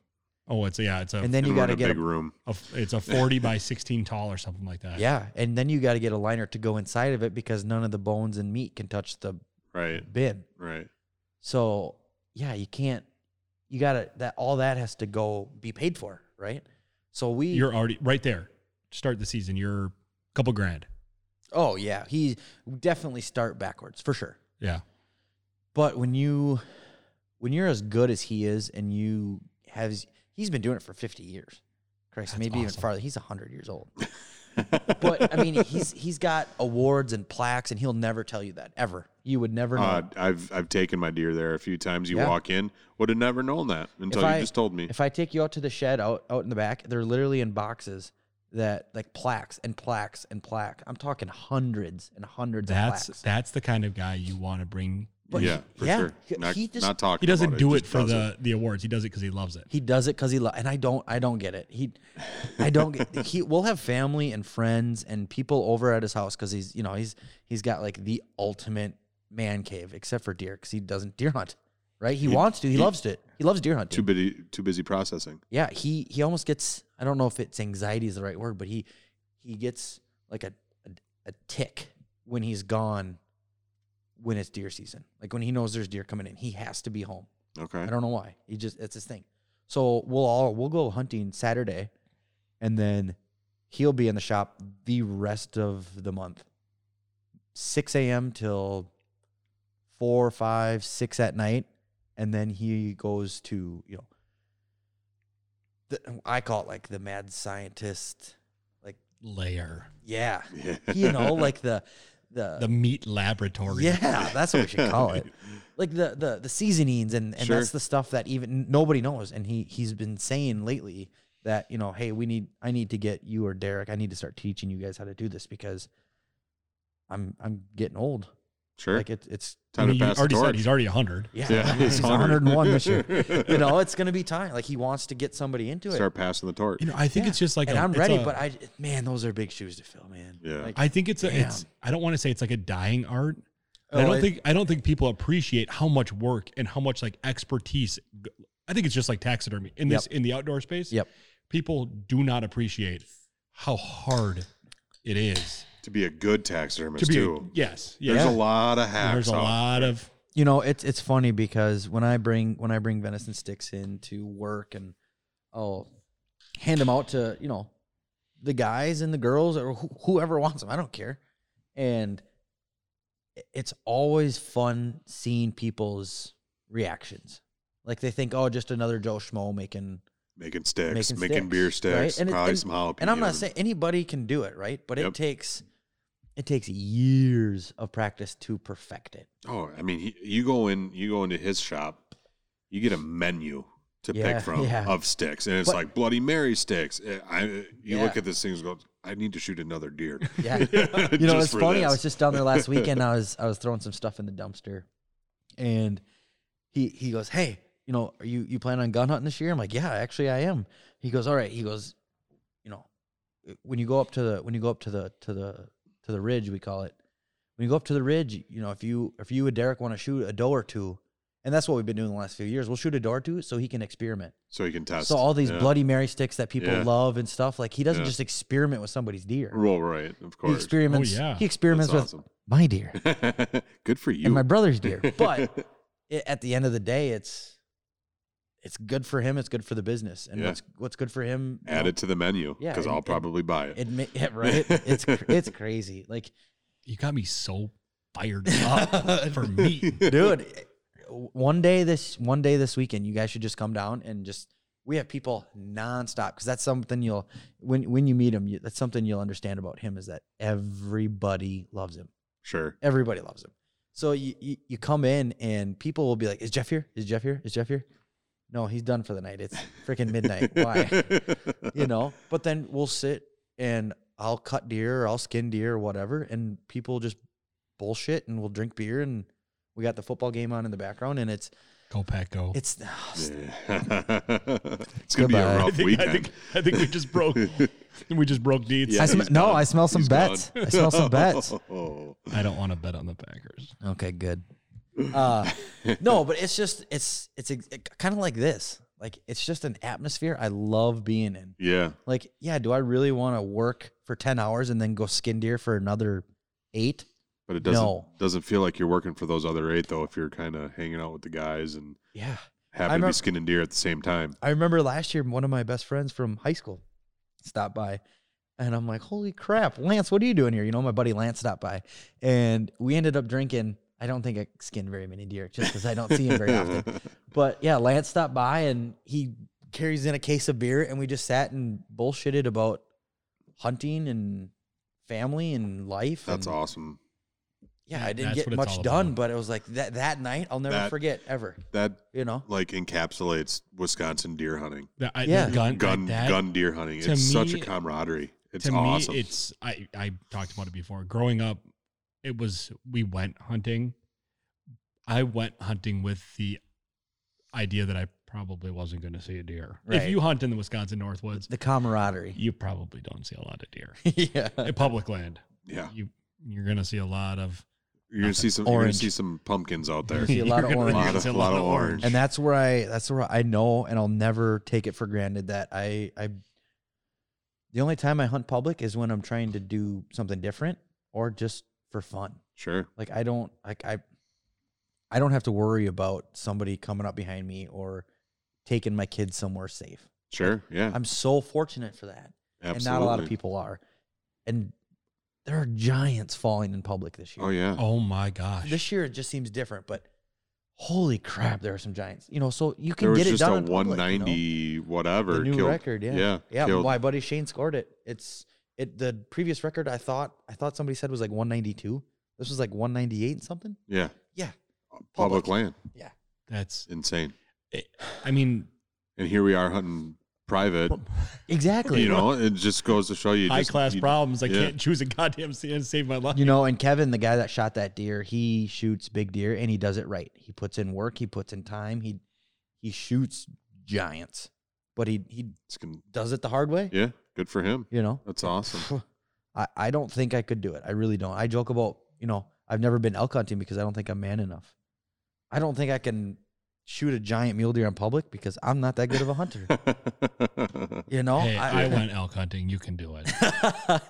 [SPEAKER 2] Oh, it's yeah, it's a,
[SPEAKER 3] And then
[SPEAKER 1] And
[SPEAKER 3] you
[SPEAKER 1] we're
[SPEAKER 3] got
[SPEAKER 1] in
[SPEAKER 3] to
[SPEAKER 1] a
[SPEAKER 3] get
[SPEAKER 1] big
[SPEAKER 3] a,
[SPEAKER 1] room.
[SPEAKER 2] a f- it's a forty by sixteen tall or something like that.
[SPEAKER 3] yeah, and then you got to get a liner to go inside of it because none of the bones and meat can touch the
[SPEAKER 1] Right.
[SPEAKER 3] bin.
[SPEAKER 1] Right.
[SPEAKER 3] So yeah, you can't. You gotta that all that has to go be paid for, right? So we.
[SPEAKER 2] you're already right there. Start the season. You're a couple grand.
[SPEAKER 3] oh yeah, he definitely start backwards for sure.
[SPEAKER 2] Yeah,
[SPEAKER 3] But when you, when you're as good as he is, and you have, he's been doing it for 50 years. Christ,
[SPEAKER 2] That's
[SPEAKER 3] maybe even
[SPEAKER 2] awesome.
[SPEAKER 3] farther. He's 100 years old. but I mean, he's he's got awards and plaques, and he'll never tell you that ever. You would never know.
[SPEAKER 1] Uh, I've I've taken my deer there a few times. You
[SPEAKER 3] Yeah.
[SPEAKER 1] walk in, would have never known that until
[SPEAKER 3] If
[SPEAKER 1] you
[SPEAKER 3] I-
[SPEAKER 1] just told me.
[SPEAKER 3] If I take you out to the shed out out in the back, they're literally in boxes that like plaques and plaques and plaque. I'm talking hundreds and hundreds
[SPEAKER 2] that's
[SPEAKER 3] of plaques.
[SPEAKER 2] that's the kind of guy you want to bring.
[SPEAKER 1] yeah, for
[SPEAKER 3] yeah,
[SPEAKER 1] sure.
[SPEAKER 3] he-
[SPEAKER 1] Not,
[SPEAKER 3] he just-
[SPEAKER 1] not talking.
[SPEAKER 2] He doesn't
[SPEAKER 1] about
[SPEAKER 2] do
[SPEAKER 1] it,
[SPEAKER 2] it,
[SPEAKER 1] just
[SPEAKER 2] for
[SPEAKER 1] does
[SPEAKER 2] the the awards. He does it because he loves it.
[SPEAKER 3] he does it because he loves, and I don't, I don't get it. He, I don't. Get, he, we'll have family and friends and people over at his house because he's, you know, he's he's got like the ultimate man cave except for deer because he doesn't deer hunt, right? He, wants to, he, loves it. He loves deer hunting.
[SPEAKER 1] Too busy. Too busy processing.
[SPEAKER 3] yeah he he almost gets i don't know if it's anxiety is the right word but he he gets like a a, a tick when he's gone when it's deer season like when he knows there's deer coming in he has to be home
[SPEAKER 1] Okay.
[SPEAKER 3] i don't know why he just it's his thing so we'll all we'll go hunting saturday and then he'll be in the shop the rest of the month 6 a.m till 4 5 6 at night and then he goes to you know the, i call it like the mad scientist
[SPEAKER 2] Layer
[SPEAKER 3] yeah
[SPEAKER 1] Yeah.
[SPEAKER 3] you know like the the,
[SPEAKER 2] the meat laboratory.
[SPEAKER 3] yeah that's what we should call it like the the the seasonings and and
[SPEAKER 1] Sure.
[SPEAKER 3] that's the stuff that even nobody knows and he he's been saying lately that you know hey we need i need to get you or derek i need to start teaching you guys how to do this because i'm i'm getting old
[SPEAKER 1] sure.
[SPEAKER 3] like it's it's
[SPEAKER 2] I
[SPEAKER 1] Time
[SPEAKER 2] mean,
[SPEAKER 1] to
[SPEAKER 2] you
[SPEAKER 1] pass the
[SPEAKER 2] already said
[SPEAKER 1] torch.
[SPEAKER 2] he's already hundred.
[SPEAKER 3] yeah,
[SPEAKER 1] Yeah,
[SPEAKER 3] he's
[SPEAKER 1] it's
[SPEAKER 3] 101 this year you
[SPEAKER 1] you
[SPEAKER 3] know it's gonna be time like he wants to get somebody into it
[SPEAKER 1] start passing the torch.
[SPEAKER 2] You know, I think
[SPEAKER 3] Yeah.
[SPEAKER 2] it's just like
[SPEAKER 3] and
[SPEAKER 2] i
[SPEAKER 3] i i'm ready but i man those are big shoes to fill man
[SPEAKER 1] Yeah.
[SPEAKER 3] Like,
[SPEAKER 2] I think it's a, it's
[SPEAKER 3] Damn.
[SPEAKER 2] I don't want to say it's like a dying art. but I
[SPEAKER 3] Oh,
[SPEAKER 2] don't
[SPEAKER 3] it-
[SPEAKER 2] think I don't think people appreciate how much work and how much like expertise. g- I think it's just like taxidermy in this in the outdoor space.
[SPEAKER 3] Yep.
[SPEAKER 2] People do not appreciate how hard it is
[SPEAKER 1] to be a good taxidermist
[SPEAKER 2] to be. a-
[SPEAKER 1] too.
[SPEAKER 2] yes. Yes.
[SPEAKER 1] There's
[SPEAKER 3] Yeah.
[SPEAKER 1] a lot of hacks.
[SPEAKER 2] And There's a
[SPEAKER 1] out
[SPEAKER 2] lot
[SPEAKER 1] there.
[SPEAKER 2] of
[SPEAKER 3] you know it's it's funny because when i bring when i bring venison sticks in to work and i'll hand them out to you know the guys and the girls or wh- whoever wants them i don't care and i- it's always fun seeing people's reactions like they think oh just another joe schmo making
[SPEAKER 1] making sticks,
[SPEAKER 3] making
[SPEAKER 1] making,
[SPEAKER 3] sticks,
[SPEAKER 1] beer
[SPEAKER 3] right?
[SPEAKER 1] sticks,
[SPEAKER 3] And it-
[SPEAKER 1] probably some jalapenos.
[SPEAKER 3] and i'm not saying anybody can do it right but it
[SPEAKER 1] Yep.
[SPEAKER 3] takes it takes years of practice to perfect it
[SPEAKER 1] Oh, I mean, he, you go in, you go into his shop, you get a menu to
[SPEAKER 3] Yeah,
[SPEAKER 1] pick from
[SPEAKER 3] yeah.
[SPEAKER 1] of sticks, and it's
[SPEAKER 3] But-
[SPEAKER 1] like Bloody Mary sticks. Eh, I, you look
[SPEAKER 3] Yeah.
[SPEAKER 1] at this thing and go, I need to shoot another deer.
[SPEAKER 3] yeah You know,
[SPEAKER 1] Just
[SPEAKER 3] it's
[SPEAKER 1] for
[SPEAKER 3] funny. I
[SPEAKER 1] this.
[SPEAKER 3] was just down there last weekend. I was I was throwing some stuff in the dumpster, and he he goes, "Hey, you know, are you you plan on gun hunting this year?" I'm like, "Yeah, actually, I am." He goes, "All right." He goes, "You know, when you go up to the when you go up to the to the to the ridge, we call it. When you go up to the ridge, you know, if you if you and Derek want to shoot a doe or two, and that's what we've been doing the last few years. We'll shoot a doe or two so he can experiment.
[SPEAKER 1] so you can test.
[SPEAKER 3] So all these
[SPEAKER 1] yeah.
[SPEAKER 3] Bloody Mary sticks that people
[SPEAKER 1] Yeah.
[SPEAKER 3] love and stuff, like he doesn't
[SPEAKER 1] Yeah.
[SPEAKER 3] just experiment with somebody's deer.
[SPEAKER 1] Roll right, of
[SPEAKER 3] He
[SPEAKER 1] course.
[SPEAKER 3] experiments.
[SPEAKER 2] yeah.
[SPEAKER 3] He experiments with
[SPEAKER 1] Oh, That's
[SPEAKER 3] my deer
[SPEAKER 1] awesome. Good for you.
[SPEAKER 3] and my brother's deer. But i at the end of the day, it's it's good for him. It's good for the business, and
[SPEAKER 1] Yeah.
[SPEAKER 3] what's what's good for him. you
[SPEAKER 1] add
[SPEAKER 3] know,
[SPEAKER 1] it to the menu
[SPEAKER 3] Yeah,
[SPEAKER 1] because
[SPEAKER 3] and-
[SPEAKER 1] I'll
[SPEAKER 3] and-
[SPEAKER 1] probably buy it.
[SPEAKER 3] It, ma- yeah, right. It's cr- it's crazy. Like,
[SPEAKER 2] you got me so fired up for meat.
[SPEAKER 3] dude, one day this one day this weekend, you guys should just come down and just. We have people nonstop because that's something you'll when when you meet him. You, that's something you'll understand about him is that everybody loves him.
[SPEAKER 1] sure.
[SPEAKER 3] Everybody loves him. So you, you you come in and people will be like, "Is Jeff here? Is Jeff here? Is Jeff here?" No, he's done for the night. It's freaking midnight. Why? You know. But then we'll sit and I'll cut deer or I'll skin deer or whatever, and people just bullshit and we'll drink beer and we got the football game on in the background and it's
[SPEAKER 2] Go pack, go.
[SPEAKER 3] It's
[SPEAKER 1] it's gonna be
[SPEAKER 3] Goodbye.
[SPEAKER 1] a
[SPEAKER 2] I
[SPEAKER 1] rough
[SPEAKER 2] think, I
[SPEAKER 1] weekend.
[SPEAKER 2] think I think we just broke. we just broke deeds.
[SPEAKER 1] Yeah,
[SPEAKER 3] I sm-
[SPEAKER 1] he's
[SPEAKER 3] no,
[SPEAKER 1] gone.
[SPEAKER 3] I smell some
[SPEAKER 1] He's
[SPEAKER 3] bets.
[SPEAKER 1] gone.
[SPEAKER 3] I smell some bets.
[SPEAKER 1] Oh.
[SPEAKER 2] I don't want to bet on the Packers.
[SPEAKER 3] Okay, good. Uh, no, but it's just it's it's ex- it, kind of like this. Like it's just an atmosphere I love being in.
[SPEAKER 1] Yeah,
[SPEAKER 3] Like, yeah, do I really want to work for ten hours and then go skin deer for another eight?
[SPEAKER 1] but it doesn't
[SPEAKER 3] No.
[SPEAKER 1] doesn't feel like you're working for those other eight though. If you're kind of hanging out with the guys and
[SPEAKER 3] Yeah.
[SPEAKER 1] happy
[SPEAKER 3] I
[SPEAKER 1] to
[SPEAKER 3] remember-
[SPEAKER 1] be skin and deer at the same time.
[SPEAKER 3] I remember last year one of my best friends from high school stopped by and I'm like, Holy crap, Lance, what are you doing here? You know, my buddy Lance stopped by and we ended up drinking. I don't think I skinned very many deer just because I don't see him very often. But yeah, Lance stopped by and he carries in a case of beer and we just sat and bullshitted about hunting and family and life.
[SPEAKER 1] That's
[SPEAKER 3] and-
[SPEAKER 1] awesome.
[SPEAKER 3] Yeah, I didn't
[SPEAKER 2] That's what
[SPEAKER 3] get
[SPEAKER 2] it's
[SPEAKER 3] much
[SPEAKER 2] all
[SPEAKER 3] done,
[SPEAKER 2] about.
[SPEAKER 3] but it was like that that night I'll never
[SPEAKER 1] That-
[SPEAKER 3] forget ever.
[SPEAKER 1] That
[SPEAKER 3] You know?
[SPEAKER 1] like encapsulates Wisconsin deer hunting,
[SPEAKER 2] That, I,
[SPEAKER 3] Yeah.
[SPEAKER 2] yeah. Gun,
[SPEAKER 1] gun
[SPEAKER 2] that-
[SPEAKER 1] gun deer hunting. It's
[SPEAKER 2] to
[SPEAKER 1] such a
[SPEAKER 2] me-
[SPEAKER 1] camaraderie. It's
[SPEAKER 2] to
[SPEAKER 1] awesome.
[SPEAKER 2] me, it's I I talked about it before. Growing up, it was we went hunting. I went hunting with the idea that I probably wasn't going to see a deer.
[SPEAKER 3] Right.
[SPEAKER 2] If you hunt in the Wisconsin Northwoods,
[SPEAKER 3] The camaraderie.
[SPEAKER 2] you probably don't see a lot of deer.
[SPEAKER 3] yeah.
[SPEAKER 2] In public land,
[SPEAKER 1] yeah,
[SPEAKER 2] you you're going to see a lot of
[SPEAKER 1] you're gonna see some. You're gonna
[SPEAKER 3] Orange.
[SPEAKER 1] see some pumpkins out there.
[SPEAKER 3] See a lot of
[SPEAKER 2] you're gonna-
[SPEAKER 3] orange.
[SPEAKER 2] you're
[SPEAKER 1] Lot
[SPEAKER 2] gonna
[SPEAKER 1] of-
[SPEAKER 2] see
[SPEAKER 1] lot of orange.
[SPEAKER 3] and that's where i that's where i know and i'll never take it for granted that i i the only time i hunt public is when i'm trying to do something different or just for fun
[SPEAKER 1] Sure.
[SPEAKER 3] like i don't like i i don't have to worry about somebody coming up behind me or taking my kids somewhere safe
[SPEAKER 1] Sure. Yeah.
[SPEAKER 3] i'm so fortunate for that
[SPEAKER 1] absolutely.
[SPEAKER 3] and not a lot of people are and there are giants falling in public this year
[SPEAKER 1] Oh yeah.
[SPEAKER 2] Oh my gosh!
[SPEAKER 3] this year it just seems different, but holy crap, there are some giants. You know, so you can
[SPEAKER 1] There was
[SPEAKER 3] get it
[SPEAKER 1] just
[SPEAKER 3] done.
[SPEAKER 1] a
[SPEAKER 3] in public, you know?
[SPEAKER 1] 190 whatever
[SPEAKER 3] The new
[SPEAKER 1] killed-
[SPEAKER 3] record, yeah,
[SPEAKER 1] Yeah.
[SPEAKER 3] yeah.
[SPEAKER 1] killed-
[SPEAKER 3] My buddy Shane scored it. It's it. The previous record I thought I thought somebody said was like 192. This was like 198 and something.
[SPEAKER 1] yeah.
[SPEAKER 3] Yeah.
[SPEAKER 1] Public,
[SPEAKER 3] Public.
[SPEAKER 1] land.
[SPEAKER 2] That's
[SPEAKER 1] Insane.
[SPEAKER 2] I mean,
[SPEAKER 1] And here we are hunting private.
[SPEAKER 3] Exactly.
[SPEAKER 1] You know, it just goes to show you
[SPEAKER 2] high
[SPEAKER 1] just-
[SPEAKER 2] class
[SPEAKER 1] you-
[SPEAKER 2] problems. I
[SPEAKER 1] yeah.
[SPEAKER 2] can't choose a goddamn stand to save my life.
[SPEAKER 3] You know, and Kevin, the guy that shot that deer, he shoots big deer and he does it right. He puts in work. He puts in time. He he shoots giants, but he he
[SPEAKER 1] it's gonna-
[SPEAKER 3] does it the hard way.
[SPEAKER 1] Yeah. Good for him.
[SPEAKER 3] You know.
[SPEAKER 1] That's awesome.
[SPEAKER 3] I, I don't think I could do it. I really don't. I joke about, you know, I've never been elk hunting because I don't think I'm man enough. I don't think I can shoot a giant mule deer in public because I'm not that good of a hunter. You know,
[SPEAKER 2] hey,
[SPEAKER 3] I,
[SPEAKER 2] I, went elk hunting. You can do it.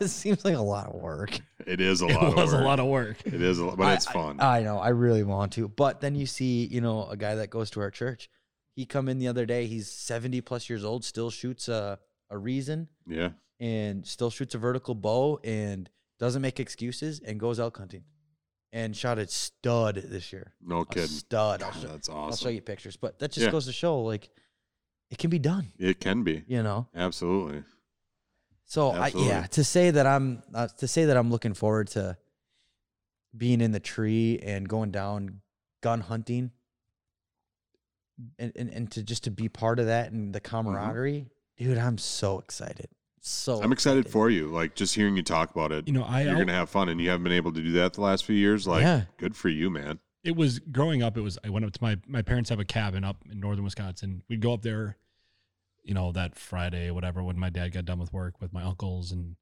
[SPEAKER 3] it seems like a lot of work.
[SPEAKER 1] it is a
[SPEAKER 2] it
[SPEAKER 1] lot. of
[SPEAKER 2] was a
[SPEAKER 1] work.
[SPEAKER 2] lot of work.
[SPEAKER 1] It is, a lot, but
[SPEAKER 3] I- uh,
[SPEAKER 1] it's fun.
[SPEAKER 3] I know. I really want to, but then you see, you know, a guy that goes to our church. He come in the other day. He's 70 plus years old. Still shoots a a reason
[SPEAKER 1] yeah.
[SPEAKER 3] and still shoots a vertical bow and doesn't make excuses and goes elk hunting, and shot a stud this year.
[SPEAKER 1] No
[SPEAKER 3] a
[SPEAKER 1] kidding.
[SPEAKER 3] stud. I'll
[SPEAKER 1] God,
[SPEAKER 3] show,
[SPEAKER 1] that's
[SPEAKER 3] I'll show
[SPEAKER 1] awesome.
[SPEAKER 3] you pictures, but that just
[SPEAKER 1] Yeah.
[SPEAKER 3] goes to show like it can be done,
[SPEAKER 1] It can be.
[SPEAKER 3] you know.
[SPEAKER 1] Absolutely.
[SPEAKER 3] So I,
[SPEAKER 1] Absolutely.
[SPEAKER 3] yeah, to say that I'm uh, to say that I'm looking forward to being in the tree and going down gun hunting, and and, and to just to be part of that and the
[SPEAKER 1] Mm-hmm.
[SPEAKER 3] camaraderie, dude. I'm so excited. So
[SPEAKER 1] I'm excited for you. Like just hearing you talk about it.
[SPEAKER 2] You know, I
[SPEAKER 1] You're gonna have fun, and you haven't been able to do that the last few years. Like,
[SPEAKER 3] Yeah.
[SPEAKER 1] good for you, man.
[SPEAKER 2] it was growing up. It was I went up to my my parents have a cabin up in northern Wisconsin. We'd go up there, you know, that Friday, whatever, when my dad got done with work with my uncles, and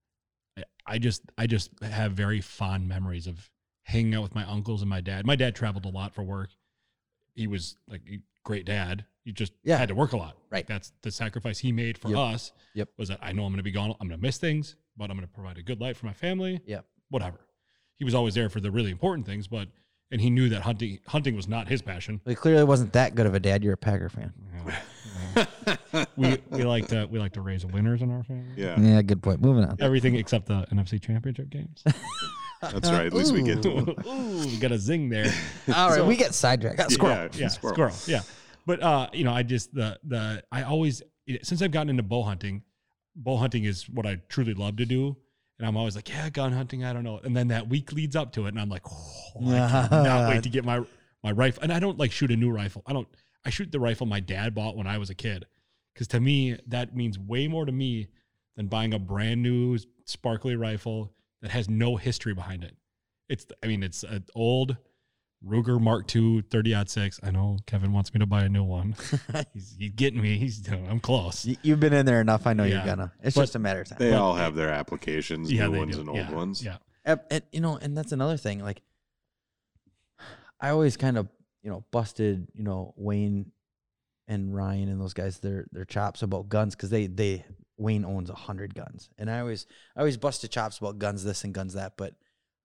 [SPEAKER 2] I, I just I just have very fond memories of hanging out with my uncles and my dad. My dad traveled a lot for work. He was like a great dad. He just
[SPEAKER 3] Yeah.
[SPEAKER 2] had to work a lot.
[SPEAKER 3] Right.
[SPEAKER 2] That's the sacrifice he made for
[SPEAKER 3] Yep.
[SPEAKER 2] us.
[SPEAKER 3] Yep.
[SPEAKER 2] Was that I know I'm going to be gone. I'm going to miss things, but I'm going to provide a good life for my family.
[SPEAKER 3] Yep.
[SPEAKER 2] Whatever. He was always there for the really important things, but and he knew that hunting hunting was not his passion.
[SPEAKER 3] It clearly wasn't that good of a dad. You're a Packer fan.
[SPEAKER 2] we we like to we like to raise winners in our family.
[SPEAKER 1] Yeah,
[SPEAKER 3] Yeah, good point. Moving on.
[SPEAKER 2] Everything except the NFC Championship games.
[SPEAKER 1] that's right. At least we get to.
[SPEAKER 2] Ooh, we got a zing there.
[SPEAKER 3] All right,
[SPEAKER 2] So-
[SPEAKER 3] we get sidetracked. Ah, Squirrel.
[SPEAKER 1] Yeah,
[SPEAKER 2] yeah, squirrel. Yeah, but uh, you know, I just the the I always since I've gotten into bow hunting, bow hunting is what I truly love to do, and I'm always like, yeah, gun hunting. I don't know, and then that week leads up to it, and I'm like, oh, I cannot wait to get my my rifle. And I don't like shoot a new rifle. I don't. I shoot the rifle my dad bought when I was a kid, because to me that means way more to me than buying a brand new sparkly rifle that has no history behind it. It's I mean it's an old Ruger Mark II 30 six. I know Kevin wants me to buy a new one. he's, he's getting me. He's I'm close.
[SPEAKER 3] Y- You've been in there enough. I know
[SPEAKER 2] Yeah.
[SPEAKER 3] you're gonna. It's
[SPEAKER 2] But-
[SPEAKER 3] just a matter of time.
[SPEAKER 1] They all have their applications, new
[SPEAKER 2] they
[SPEAKER 1] ones
[SPEAKER 2] do.
[SPEAKER 1] and old
[SPEAKER 2] Yeah,
[SPEAKER 1] ones.
[SPEAKER 2] Yeah.
[SPEAKER 3] and, and, you know, and that's another thing. Like, I always kind of, you know, busted, you know, Wayne and Ryan and those guys their their chops about guns because they they Wayne owns a hundred guns, and I always I always busted chops about guns this and guns that, but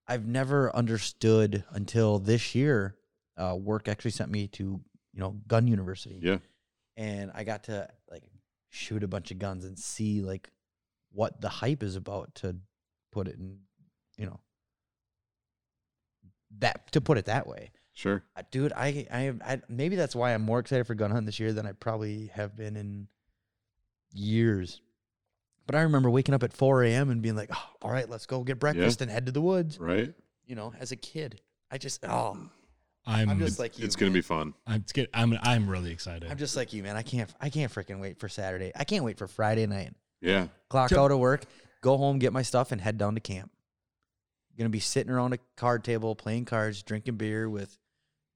[SPEAKER 3] I've never understood until this year. Uh, work actually sent me to you know gun university,
[SPEAKER 1] Yeah.
[SPEAKER 3] and I got to like shoot a bunch of guns and see like what the hype is about to put it in, you know, that to put it that way.
[SPEAKER 1] Sure.
[SPEAKER 3] Uh, Dude, I, I, I, maybe that's why I'm more excited for gun hunt this year than I probably have been in years. But I remember waking up at 4 a.m. and being like, oh, all right, let's go get breakfast and head to the woods,
[SPEAKER 1] Right.
[SPEAKER 3] you know, as a kid. I just, oh,
[SPEAKER 2] I'm,
[SPEAKER 3] I'm just
[SPEAKER 2] just,
[SPEAKER 3] like you.
[SPEAKER 1] it's going to
[SPEAKER 3] man.
[SPEAKER 1] be fun.
[SPEAKER 2] I'm, it's get- I'm, I'm really excited.
[SPEAKER 3] I'm just like you, man. I can't, I can't freaking wait for Saturday. I can't wait for Friday night.
[SPEAKER 1] Yeah.
[SPEAKER 3] clock
[SPEAKER 2] Yep.
[SPEAKER 3] out of work, go home, get my stuff, and head down to camp. Gonna be sitting around a card table playing cards, drinking beer with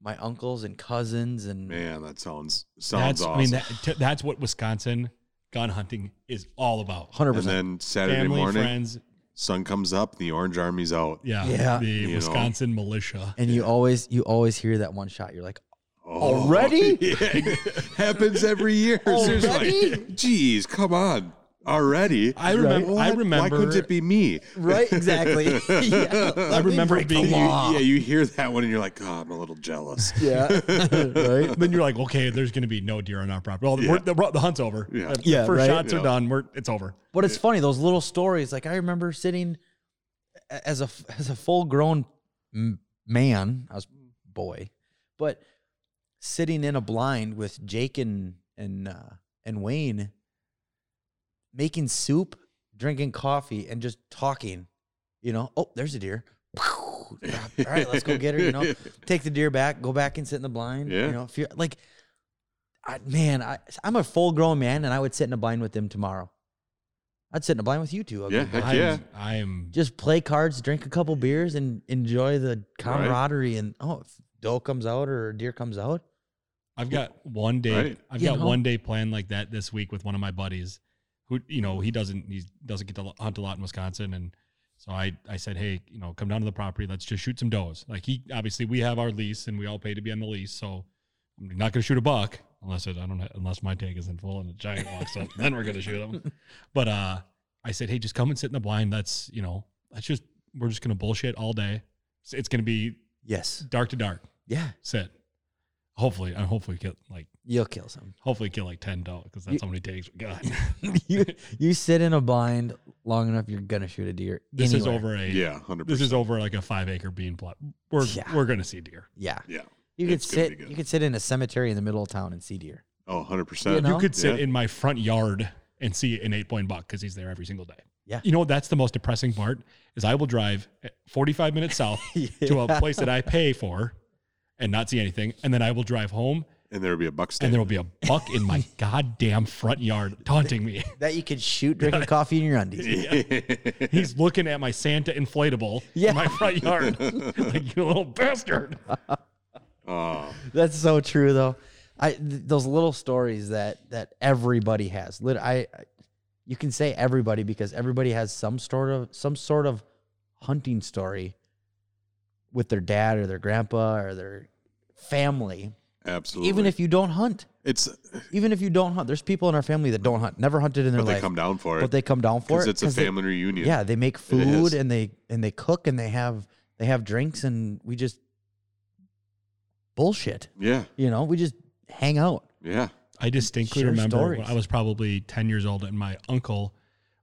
[SPEAKER 3] my uncles and cousins, and
[SPEAKER 1] Man, that sounds sounds
[SPEAKER 2] that's,
[SPEAKER 1] awesome.
[SPEAKER 2] I mean, that, t- that's what Wisconsin gun hunting is all about.
[SPEAKER 3] hundred
[SPEAKER 1] and
[SPEAKER 3] percent.
[SPEAKER 1] then Saturday
[SPEAKER 2] Family,
[SPEAKER 1] morning,
[SPEAKER 2] friends.
[SPEAKER 1] sun comes up, the Orange Army's out.
[SPEAKER 2] Yeah.
[SPEAKER 3] Yeah.
[SPEAKER 2] The
[SPEAKER 1] You know.
[SPEAKER 2] Wisconsin militia.
[SPEAKER 3] And you always, you always hear that one shot. You're like,
[SPEAKER 1] Oh,
[SPEAKER 3] Already?
[SPEAKER 1] Yeah. Happens every year. Seriously.
[SPEAKER 3] Already?
[SPEAKER 1] Geez, come on. Already?
[SPEAKER 2] I remember,
[SPEAKER 1] What?
[SPEAKER 2] I
[SPEAKER 1] Why
[SPEAKER 2] remember,
[SPEAKER 1] couldn't it be me?
[SPEAKER 3] right, exactly. yeah,
[SPEAKER 1] I
[SPEAKER 3] let me
[SPEAKER 2] remember
[SPEAKER 3] break the
[SPEAKER 2] being-
[SPEAKER 1] You-
[SPEAKER 3] law.
[SPEAKER 1] yeah, you hear that one and you're like, oh, I'm a little jealous.
[SPEAKER 3] yeah, right.
[SPEAKER 2] then you're like, okay, there's going to be no deer on our property. Well,
[SPEAKER 1] Yeah.
[SPEAKER 2] we're, the, the hunt's over.
[SPEAKER 1] Yeah.
[SPEAKER 2] The
[SPEAKER 3] Yeah,
[SPEAKER 2] first
[SPEAKER 3] right.
[SPEAKER 2] shots
[SPEAKER 1] Yeah.
[SPEAKER 2] are done. We're, it's over.
[SPEAKER 3] But it's funny those little stories. Like I remember sitting a- as a as a full grown m- man. I was boy, but sitting in a blind with Jake and and uh, and Wayne, making soup, drinking coffee, and just talking. You know, oh, there's a deer. All right, let's go get her. You know, take the deer back, go back and sit in the blind.
[SPEAKER 1] Yeah.
[SPEAKER 3] You know, if you're, like, I, man, I, I'm a full grown man and I would sit in a blind with them tomorrow. I'd sit in a blind with you two. ugly
[SPEAKER 1] Yeah,
[SPEAKER 3] boy.
[SPEAKER 1] Heck
[SPEAKER 2] I'm,
[SPEAKER 1] yeah.
[SPEAKER 2] I'm
[SPEAKER 3] Just play cards, drink a couple beers, and enjoy the camaraderie. And oh, if doe comes out or a deer comes out,
[SPEAKER 2] I've got one day.
[SPEAKER 1] Right.
[SPEAKER 2] I've
[SPEAKER 3] You
[SPEAKER 2] got
[SPEAKER 3] know?
[SPEAKER 2] one day planned like that this week with one of my buddies, who you know he doesn't he doesn't get to lo- hunt a lot in Wisconsin, and so I I said, hey, you know, come down to the property. Let's just shoot some does. Like he obviously we have our lease and we all pay to be on the lease, so I'm not going to shoot a buck unless it, I don't unless my tank isn't full and a giant walks up, then we're going to shoot them. But uh, I said, hey, just come and sit in the blind. That's you know, that's just we're just going to bullshit all day. It's, it's going to be
[SPEAKER 3] yes,
[SPEAKER 2] dark to dark.
[SPEAKER 3] yeah,
[SPEAKER 2] Sit. Hopefully, I hopefulully get like
[SPEAKER 3] you'll kill some.
[SPEAKER 2] hopefully kill like 10 dogs because that's how many takes we got.
[SPEAKER 3] you, you sit in a blind long enough, you're gonna shoot a deer.
[SPEAKER 2] this is over
[SPEAKER 3] anywhere.
[SPEAKER 2] a
[SPEAKER 1] yeah, 100%.
[SPEAKER 2] this is over like a five acre bean plot. We're
[SPEAKER 3] Yeah.
[SPEAKER 2] we're gonna see deer.
[SPEAKER 3] Yeah,
[SPEAKER 1] yeah.
[SPEAKER 3] you could
[SPEAKER 1] It's gonna be
[SPEAKER 3] sit.
[SPEAKER 1] good.
[SPEAKER 3] You could sit in a cemetery in the middle of town and see deer.
[SPEAKER 1] Oh, 100%.
[SPEAKER 3] You know?
[SPEAKER 2] You could sit
[SPEAKER 1] Yeah.
[SPEAKER 2] in my front yard and see an eight point buck because he's there every single day.
[SPEAKER 3] Yeah.
[SPEAKER 2] You know that's the most depressing part is I will drive 45 minutes south to a place that I pay for and not see anything, and then I will drive home
[SPEAKER 1] And there would be a buck
[SPEAKER 2] and
[SPEAKER 1] stand.
[SPEAKER 2] there will be a buck in my goddamn front yard taunting me.
[SPEAKER 3] that you could shoot drinking coffee in your undies.
[SPEAKER 2] He's looking at my Santa inflatable
[SPEAKER 3] Yeah.
[SPEAKER 2] in my front yard. like, you little bastard.
[SPEAKER 1] oh,
[SPEAKER 3] That's so true, though. I th- those little stories that that everybody has. Lit, I, I- you can say everybody because everybody has some sort of some sort of hunting story with their dad or their grandpa or their family.
[SPEAKER 1] absolutely.
[SPEAKER 3] Even if you don't hunt,
[SPEAKER 1] it's,
[SPEAKER 3] even if you don't hunt, there's people in our family that don't hunt, never hunted in their
[SPEAKER 1] but they
[SPEAKER 3] life,
[SPEAKER 1] come down for
[SPEAKER 3] but
[SPEAKER 1] it
[SPEAKER 3] they come down for
[SPEAKER 1] because
[SPEAKER 3] it.
[SPEAKER 1] it's a
[SPEAKER 3] 'cause they-
[SPEAKER 1] family reunion.
[SPEAKER 3] yeah, they make
[SPEAKER 1] It is.
[SPEAKER 3] food and they and they cook and they have they have drinks and we just bullshit.
[SPEAKER 1] Yeah.
[SPEAKER 3] You know, we just hang out.
[SPEAKER 1] Yeah.
[SPEAKER 2] I distinctly
[SPEAKER 3] Share
[SPEAKER 2] remember
[SPEAKER 3] stories.
[SPEAKER 2] when I was probably 10 years old and my uncle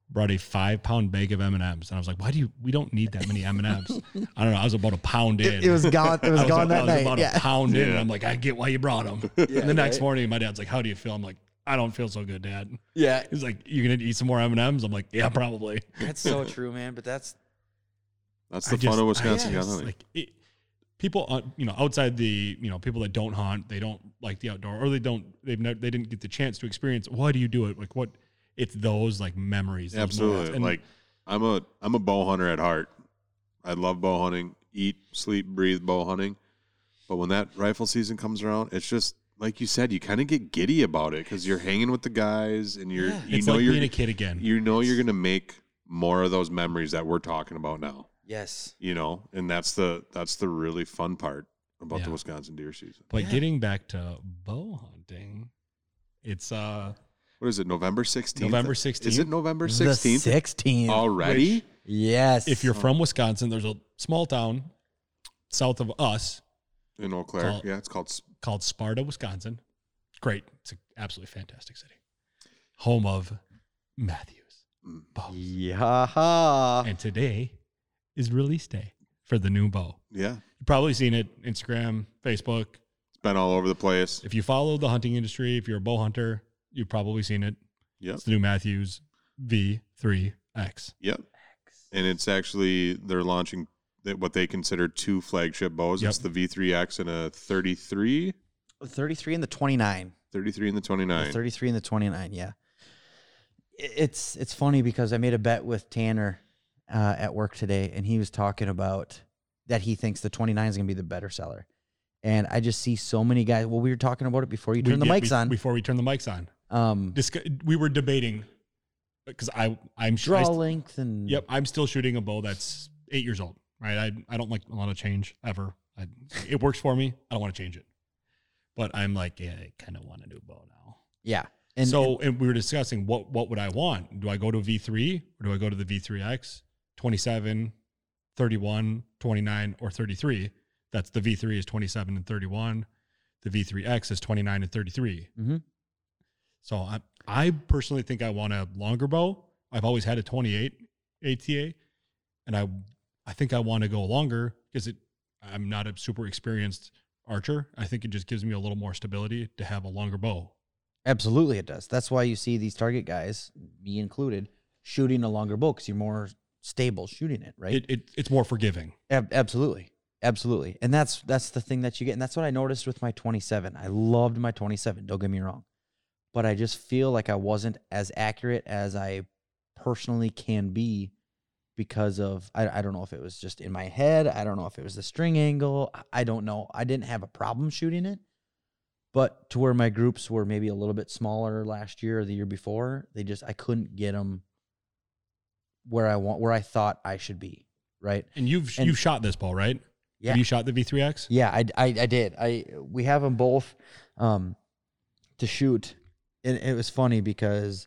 [SPEAKER 2] brought a five pound bag of M&Ms. And I was like, why do you, we don't need that many M&Ms. I don't know. I was about a pound in.
[SPEAKER 3] It, it was gone. It was
[SPEAKER 2] I was,
[SPEAKER 3] gone
[SPEAKER 2] I
[SPEAKER 3] that
[SPEAKER 2] was
[SPEAKER 3] night.
[SPEAKER 2] about a
[SPEAKER 3] Yeah.
[SPEAKER 2] pound in. And
[SPEAKER 1] Yeah.
[SPEAKER 2] I'm like, I get why you brought them. and the next morning, my dad's like, how do you feel? I'm like, I don't feel so good, dad.
[SPEAKER 3] yeah,
[SPEAKER 2] He's like, you going to eat some more M&Ms? I'm like, yeah, probably.
[SPEAKER 3] that's so true, man. But that's
[SPEAKER 1] That's
[SPEAKER 2] I
[SPEAKER 1] the
[SPEAKER 2] just-
[SPEAKER 1] fun
[SPEAKER 2] I
[SPEAKER 1] of Wisconsin gun
[SPEAKER 2] just,
[SPEAKER 1] hunting.
[SPEAKER 2] Like it, people, uh, you know, outside the you know people that don't hunt, they don't like the outdoor, or they don't they've never they didn't get the chance to experience. Why do you do it? Like what? It's those like memories. those moments.
[SPEAKER 1] Absolutely.
[SPEAKER 2] And
[SPEAKER 1] Like I'm a I'm a bow hunter at heart. I love bow hunting. Eat, sleep, breathe bow hunting. But when that rifle season comes around, it's just like you said, you kind of get giddy about it because you're hanging with the guys and you're
[SPEAKER 3] Yeah.
[SPEAKER 1] you
[SPEAKER 2] it's
[SPEAKER 1] know
[SPEAKER 2] like
[SPEAKER 1] you're
[SPEAKER 2] being a kid again.
[SPEAKER 1] you know you're gonna make more of those memories that we're talking about now.
[SPEAKER 3] Yes.
[SPEAKER 1] You know, and that's the that's the really fun part about
[SPEAKER 2] Yeah.
[SPEAKER 1] the Wisconsin deer season.
[SPEAKER 2] but
[SPEAKER 3] Yeah.
[SPEAKER 2] getting back to bow hunting, it's uh
[SPEAKER 1] What is it? November sixteenth.
[SPEAKER 2] November 16th.
[SPEAKER 1] Is it November sixteenth
[SPEAKER 3] Sixteenth. Sixteenth.
[SPEAKER 1] already?
[SPEAKER 2] Which-
[SPEAKER 3] yes.
[SPEAKER 2] if you're from Wisconsin, there's a small town south of us
[SPEAKER 1] in Eau Claire.
[SPEAKER 2] Call-
[SPEAKER 1] yeah, it's called. s-
[SPEAKER 2] called Sparta, Wisconsin. Great. It's an absolutely fantastic city. Home of Matthews.
[SPEAKER 1] Mm.
[SPEAKER 2] Bow.
[SPEAKER 3] Yeah.
[SPEAKER 2] And today is release day for the new bow.
[SPEAKER 1] Yeah,
[SPEAKER 2] You've probably seen it Instagram, Facebook.
[SPEAKER 1] it's been all over the place.
[SPEAKER 2] If you follow the hunting industry, if you're a bow hunter, you've probably seen it.
[SPEAKER 1] Yep,
[SPEAKER 2] It's the new Matthews V3X.
[SPEAKER 1] yep. And it's actually they're launching th- what they consider two flagship bows. It's the V3X and a 33,
[SPEAKER 3] Thirty-three and the twenty-nine.
[SPEAKER 1] 33 and the
[SPEAKER 3] The
[SPEAKER 1] 29.
[SPEAKER 3] 33 and the 29 yeah I- it's it's funny because i made a bet with tanner uh, at work today and he was talking about that he thinks the 29 is going to be the better seller and i just see so many guys well we were talking about it before you
[SPEAKER 2] We-
[SPEAKER 3] turned the
[SPEAKER 2] yeah,
[SPEAKER 3] mics
[SPEAKER 2] we-
[SPEAKER 3] on
[SPEAKER 2] Before we turn the mics on.
[SPEAKER 3] um
[SPEAKER 2] Disc- we were debating because I I'm sure
[SPEAKER 3] draw length and
[SPEAKER 2] Yep, I'm still shooting a bow that's eight years old. Right, I I don't like a lot of change ever. I, it works for me. I don't want to change it, but I'm like, yeah, I kind of want a new bow now.
[SPEAKER 3] yeah and
[SPEAKER 2] so and we were discussing what what would I want? Do I go to V3 or do I go to the V3X? 27, 31, 29 or 33. That's the V3 is 27 and 31. The V3X is 29 and 33.
[SPEAKER 3] Mhm.
[SPEAKER 2] So I I personally think I want a longer bow. I've always had a 28 ATA and I I think I want to go longer because it I'm not a super experienced archer. I think it just gives me a little more stability to have a longer bow.
[SPEAKER 3] absolutely it does that's why you see these target guys me included shooting a longer bow because you're more stable shooting it right
[SPEAKER 2] it, it it's more forgiving.
[SPEAKER 3] Ab- absolutely, absolutely, and that's that's the thing that you get, and that's what I noticed with my 27. I loved my 27. Don't get me wrong, but I just feel like I wasn't as accurate as I personally can be because of I, I don't know if it was just in my head. I don't know if it was the string angle. I- I don't know. I didn't have a problem shooting it. But to where my groups were maybe a little bit smaller last year or the year before, they just I couldn't get them where I want where I thought I should be, right?
[SPEAKER 2] And you've
[SPEAKER 3] And-
[SPEAKER 2] you've shot this ball, right?
[SPEAKER 3] Yeah.
[SPEAKER 2] Have you shot the V3X?
[SPEAKER 3] Yeah, I, I, I did. I we have them both um, to shoot, and it was funny because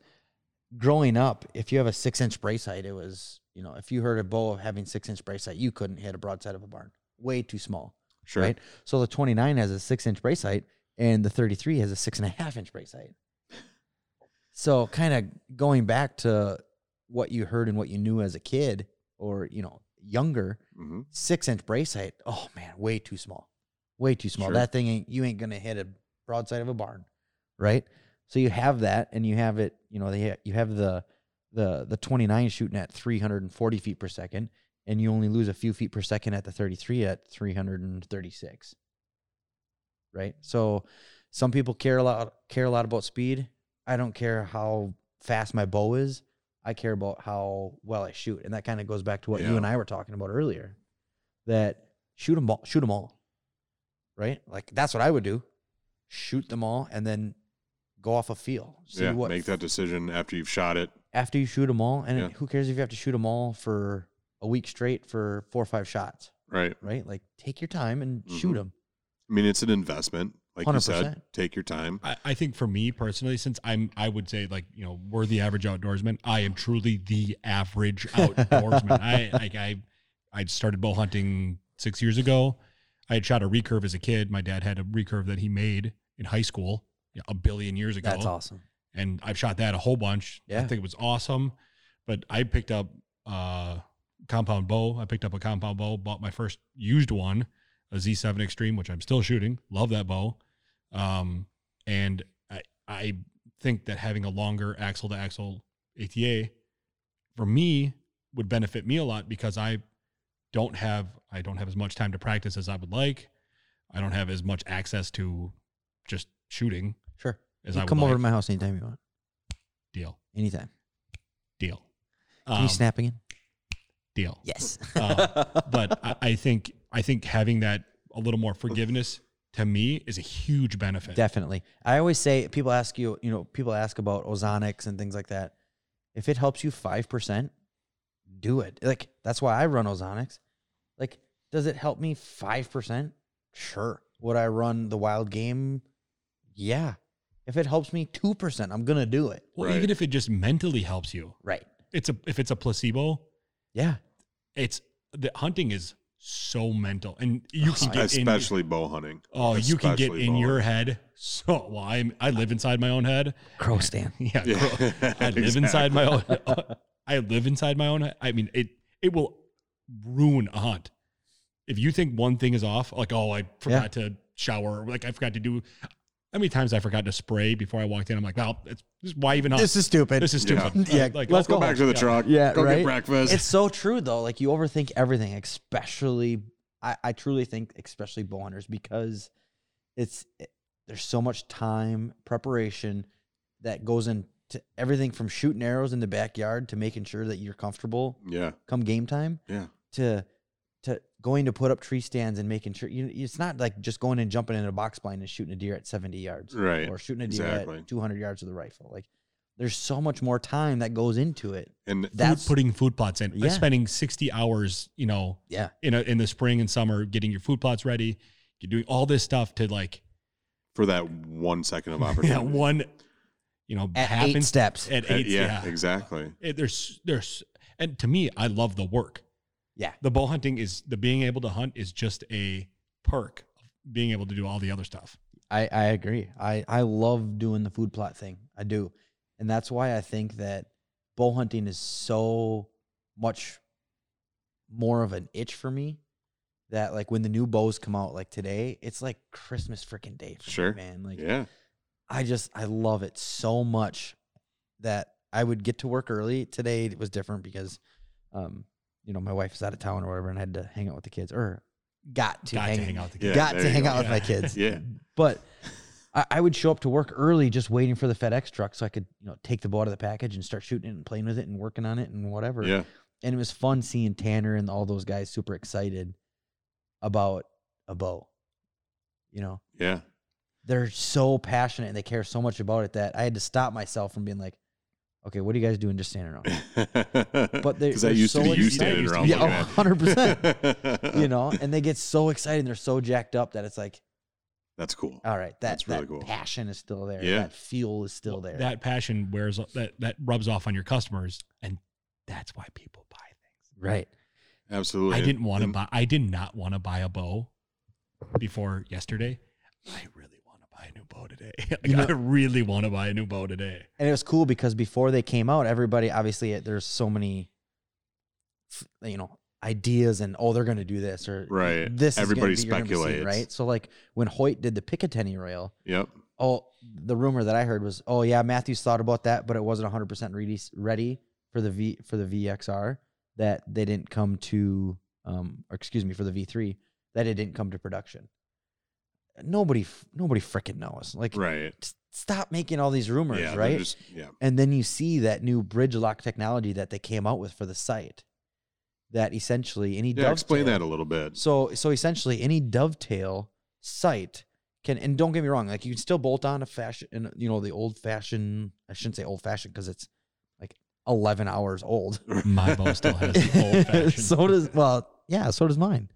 [SPEAKER 3] growing up, if you have a six inch brace height, it was you know if you heard a bow of having six inch brace height, you couldn't hit a broadside of a barn. Way too small,
[SPEAKER 1] Sure.
[SPEAKER 3] right? So the twenty nine has a six inch brace height, and the thirty three has a six and a half inch brace height. So kind of going back to what you heard and what you knew as a kid, or you know younger,
[SPEAKER 1] hmm
[SPEAKER 3] six inch brace height. Oh man, way too small. Way too small.
[SPEAKER 1] Sure.
[SPEAKER 3] That thing ain't you ain't gonna hit a broadside of a barn, right? So you have that, and you have it. You know, they ha- you have the the the twenty nine shooting at three hundred and forty feet per second, and you only lose a few feet per second at the thirty three at three hundred and thirty six. Right. So some people care a lot care a lot about speed. I don't care how fast my bow is. I care about how well I shoot, and that kind of goes back to what you
[SPEAKER 1] Yeah.
[SPEAKER 3] and I were talking about earlier. That shoot them all, shoot them all, right? Like that's what I would do. Shoot them all, and then go off a feel. See
[SPEAKER 1] yeah.
[SPEAKER 3] what
[SPEAKER 1] Make that decision after you've shot it.
[SPEAKER 3] after you shoot them all, and
[SPEAKER 1] Yeah.
[SPEAKER 3] who cares if you have to shoot them all for a week straight for four or five shots,
[SPEAKER 1] Right.
[SPEAKER 3] right? Like take your time and shoot 'em. shoot them.
[SPEAKER 1] I mean, it's an investment. Like you said,
[SPEAKER 3] 100%.
[SPEAKER 1] take your time.
[SPEAKER 2] I, I think for me personally, since I'm I would say like, you know, we're the average outdoorsman. I am truly the average outdoorsman. I like I I started bow hunting six years ago. I had shot a recurve as a kid. My dad had a recurve that he made in high school you know, a billion years ago.
[SPEAKER 3] That's awesome.
[SPEAKER 2] and I've shot that a whole bunch. I
[SPEAKER 3] Yeah.
[SPEAKER 2] think it was awesome. But I picked up uh compound bow. I picked up a compound bow, bought my first used one, a Z7 Extreme, which I'm still shooting. Love that bow. Um, and I I think that having a longer axle to axle ATA for me would benefit me a lot because I don't have I don't have as much time to practice as I would like. I don't have as much access to just shooting
[SPEAKER 3] Sure.
[SPEAKER 2] as
[SPEAKER 3] you
[SPEAKER 2] I would
[SPEAKER 3] come over
[SPEAKER 2] like.
[SPEAKER 3] to my house anytime you want.
[SPEAKER 2] deal.
[SPEAKER 3] Anytime.
[SPEAKER 2] deal.
[SPEAKER 3] Can
[SPEAKER 2] Um,
[SPEAKER 3] you snap again?
[SPEAKER 2] deal.
[SPEAKER 3] Yes.
[SPEAKER 2] Uh, But I, I think I think having that a little more forgiveness to me is a huge benefit.
[SPEAKER 3] Definitely. I always say people ask you, you know, people ask about ozonics and things like that. If it helps you 5%, do it. Like that's why I run ozonics. Like does it help me 5%? Sure. Would I run the wild game? Yeah. If it helps me 2%, I'm going to do it.
[SPEAKER 2] well,
[SPEAKER 1] Right.
[SPEAKER 2] even if it just mentally helps you,
[SPEAKER 3] Right.
[SPEAKER 2] it's a if it's a placebo,
[SPEAKER 3] Yeah.
[SPEAKER 2] it's the hunting is so mental, and you can get in,
[SPEAKER 1] especially bow hunting.
[SPEAKER 2] Oh, you can get
[SPEAKER 1] Especially
[SPEAKER 2] in
[SPEAKER 1] bowling.
[SPEAKER 2] your head. So well, I'm, I live inside my own head.
[SPEAKER 3] Crow stand.
[SPEAKER 2] Yeah,
[SPEAKER 1] Yeah,
[SPEAKER 2] cool. I live inside my own. I live inside my own. he- I mean, it it will ruin a hunt. If you think one thing is off, like oh, I forgot to shower, or, like I forgot to do. How many times I forgot to spray before I walked in? I'm like, no, it's this is why even hunt. This,
[SPEAKER 3] is stupid.
[SPEAKER 2] is stupid.
[SPEAKER 3] Yeah.
[SPEAKER 2] like
[SPEAKER 3] Let's
[SPEAKER 1] Go
[SPEAKER 3] go
[SPEAKER 1] back to the
[SPEAKER 2] Yeah.
[SPEAKER 1] truck.
[SPEAKER 3] Yeah,
[SPEAKER 1] go
[SPEAKER 3] right?
[SPEAKER 1] get breakfast.
[SPEAKER 3] it's so true though. Like you overthink everything, especially I, I truly think especially bow hunters because it's it- there's so much time preparation that goes into everything from shooting arrows in the backyard to making sure that you're comfortable
[SPEAKER 1] yeah,
[SPEAKER 3] come game time
[SPEAKER 1] yeah,
[SPEAKER 3] to to going to put up tree stands and making sure you it's not like just going and jumping in a box blind and shooting a deer at 70 yards
[SPEAKER 1] right.
[SPEAKER 3] or shooting a deer
[SPEAKER 1] exactly.
[SPEAKER 3] at 200 yards with a rifle like there's so much more time that goes into it
[SPEAKER 1] And
[SPEAKER 3] that's
[SPEAKER 2] food, putting food plots in.
[SPEAKER 3] Yeah.
[SPEAKER 2] Spending 60 hours, you know,
[SPEAKER 3] Yeah.
[SPEAKER 2] in a, in the spring and summer, getting your food plots ready. You're doing all this stuff to like,
[SPEAKER 1] for that one second of opportunity.
[SPEAKER 2] yeah, one, you know,
[SPEAKER 3] at
[SPEAKER 2] half
[SPEAKER 3] eight
[SPEAKER 2] inch-
[SPEAKER 3] steps
[SPEAKER 2] At
[SPEAKER 1] Uh,
[SPEAKER 2] eight, yeah,
[SPEAKER 1] yeah, exactly.
[SPEAKER 2] It- Eh, there's there's and to me, I love the work.
[SPEAKER 3] Yeah.
[SPEAKER 2] the bow hunting is the being able to hunt is just a perk of being able to do all the other stuff.
[SPEAKER 3] I, I agree. I, I love doing the food plot thing. I do. And that's why I think that bow hunting is so much more of an itch for me that like when the new bows come out like today, it's like Christmas freaking day for me,
[SPEAKER 1] Sure.
[SPEAKER 3] man. Like
[SPEAKER 1] Yeah,
[SPEAKER 3] I just I love it so much that I would get to work early. Today it was different because um, you know, my wife is out of town or whatever and I had to hang out with the kids or got to,
[SPEAKER 2] Got
[SPEAKER 3] hang,
[SPEAKER 2] to hang out together.
[SPEAKER 1] Yeah,
[SPEAKER 3] got
[SPEAKER 1] there
[SPEAKER 3] to
[SPEAKER 1] you
[SPEAKER 3] hang
[SPEAKER 1] go.
[SPEAKER 3] out with my kids
[SPEAKER 1] yeah,
[SPEAKER 3] but I, I would show up to work early just waiting for the FedEx truck so I could, you know, take the ball out of the package and start shooting it and playing with it and working on it and whatever.
[SPEAKER 1] yeah.
[SPEAKER 3] And it was fun seeing Tanner and all those guys super excited about a bow. You know,
[SPEAKER 1] Yeah.
[SPEAKER 3] they're so passionate and they care so much about it that I had to stop myself from being like, okay, what are you guys doing just standing around?
[SPEAKER 1] but
[SPEAKER 3] they-
[SPEAKER 1] that
[SPEAKER 3] they're
[SPEAKER 1] used
[SPEAKER 3] so
[SPEAKER 1] to be you
[SPEAKER 2] excited.
[SPEAKER 1] standing
[SPEAKER 2] Used to
[SPEAKER 1] around.
[SPEAKER 2] be-
[SPEAKER 3] yeah,
[SPEAKER 1] looking at.
[SPEAKER 3] 100%. you
[SPEAKER 1] you
[SPEAKER 3] know, and they get so excited and they're so jacked up that it's like,
[SPEAKER 1] that's cool.
[SPEAKER 2] Uh,
[SPEAKER 3] all right, that,
[SPEAKER 1] That's really
[SPEAKER 3] that
[SPEAKER 1] cool.
[SPEAKER 3] passion is still there.
[SPEAKER 1] Yeah.
[SPEAKER 3] That fuel is still there.
[SPEAKER 2] That passion wears that that rubs off on your customers, and that's why people buy things.
[SPEAKER 3] right.
[SPEAKER 1] Absolutely.
[SPEAKER 2] I didn't want to
[SPEAKER 1] And-
[SPEAKER 2] buy. I did not want to buy a bow before yesterday. I really want to buy a new bow today. Like,
[SPEAKER 3] You know-
[SPEAKER 2] I really want to buy a new bow today.
[SPEAKER 3] and it was cool because before they came out, everybody obviously there's so many, f- you know, ideas and oh they're gonna do this or
[SPEAKER 1] Right.
[SPEAKER 3] this. is gonna
[SPEAKER 1] Everybody
[SPEAKER 3] be- you're gonna be seeing,
[SPEAKER 1] speculates.
[SPEAKER 3] right? So like when Hoyt did the Picatinny rail,
[SPEAKER 1] Yep.
[SPEAKER 3] oh the rumor that I heard was oh yeah Matthews thought about that, but it wasn't 100 percent ready ready for the V for the VXR that they didn't come to um or excuse me for the V3 that it didn't come to production. Nobody f- nobody freaking knows. Like
[SPEAKER 1] Right.
[SPEAKER 3] s- stop making all these rumors,
[SPEAKER 1] yeah. they're
[SPEAKER 3] right?
[SPEAKER 1] Just, yeah.
[SPEAKER 3] And then you see that new bridge lock technology that they came out with for the site. That essentially any
[SPEAKER 1] Yeah. Explain
[SPEAKER 3] dovetail-
[SPEAKER 1] that a little bit.
[SPEAKER 3] So so essentially any dovetail site can and don't get me wrong, like you can still bolt on a fashion and you know the old fashioned I shouldn't say old fashioned because it's like eleven hours old.
[SPEAKER 2] My bow still has the old fashioned.
[SPEAKER 3] so does well, yeah, so does mine.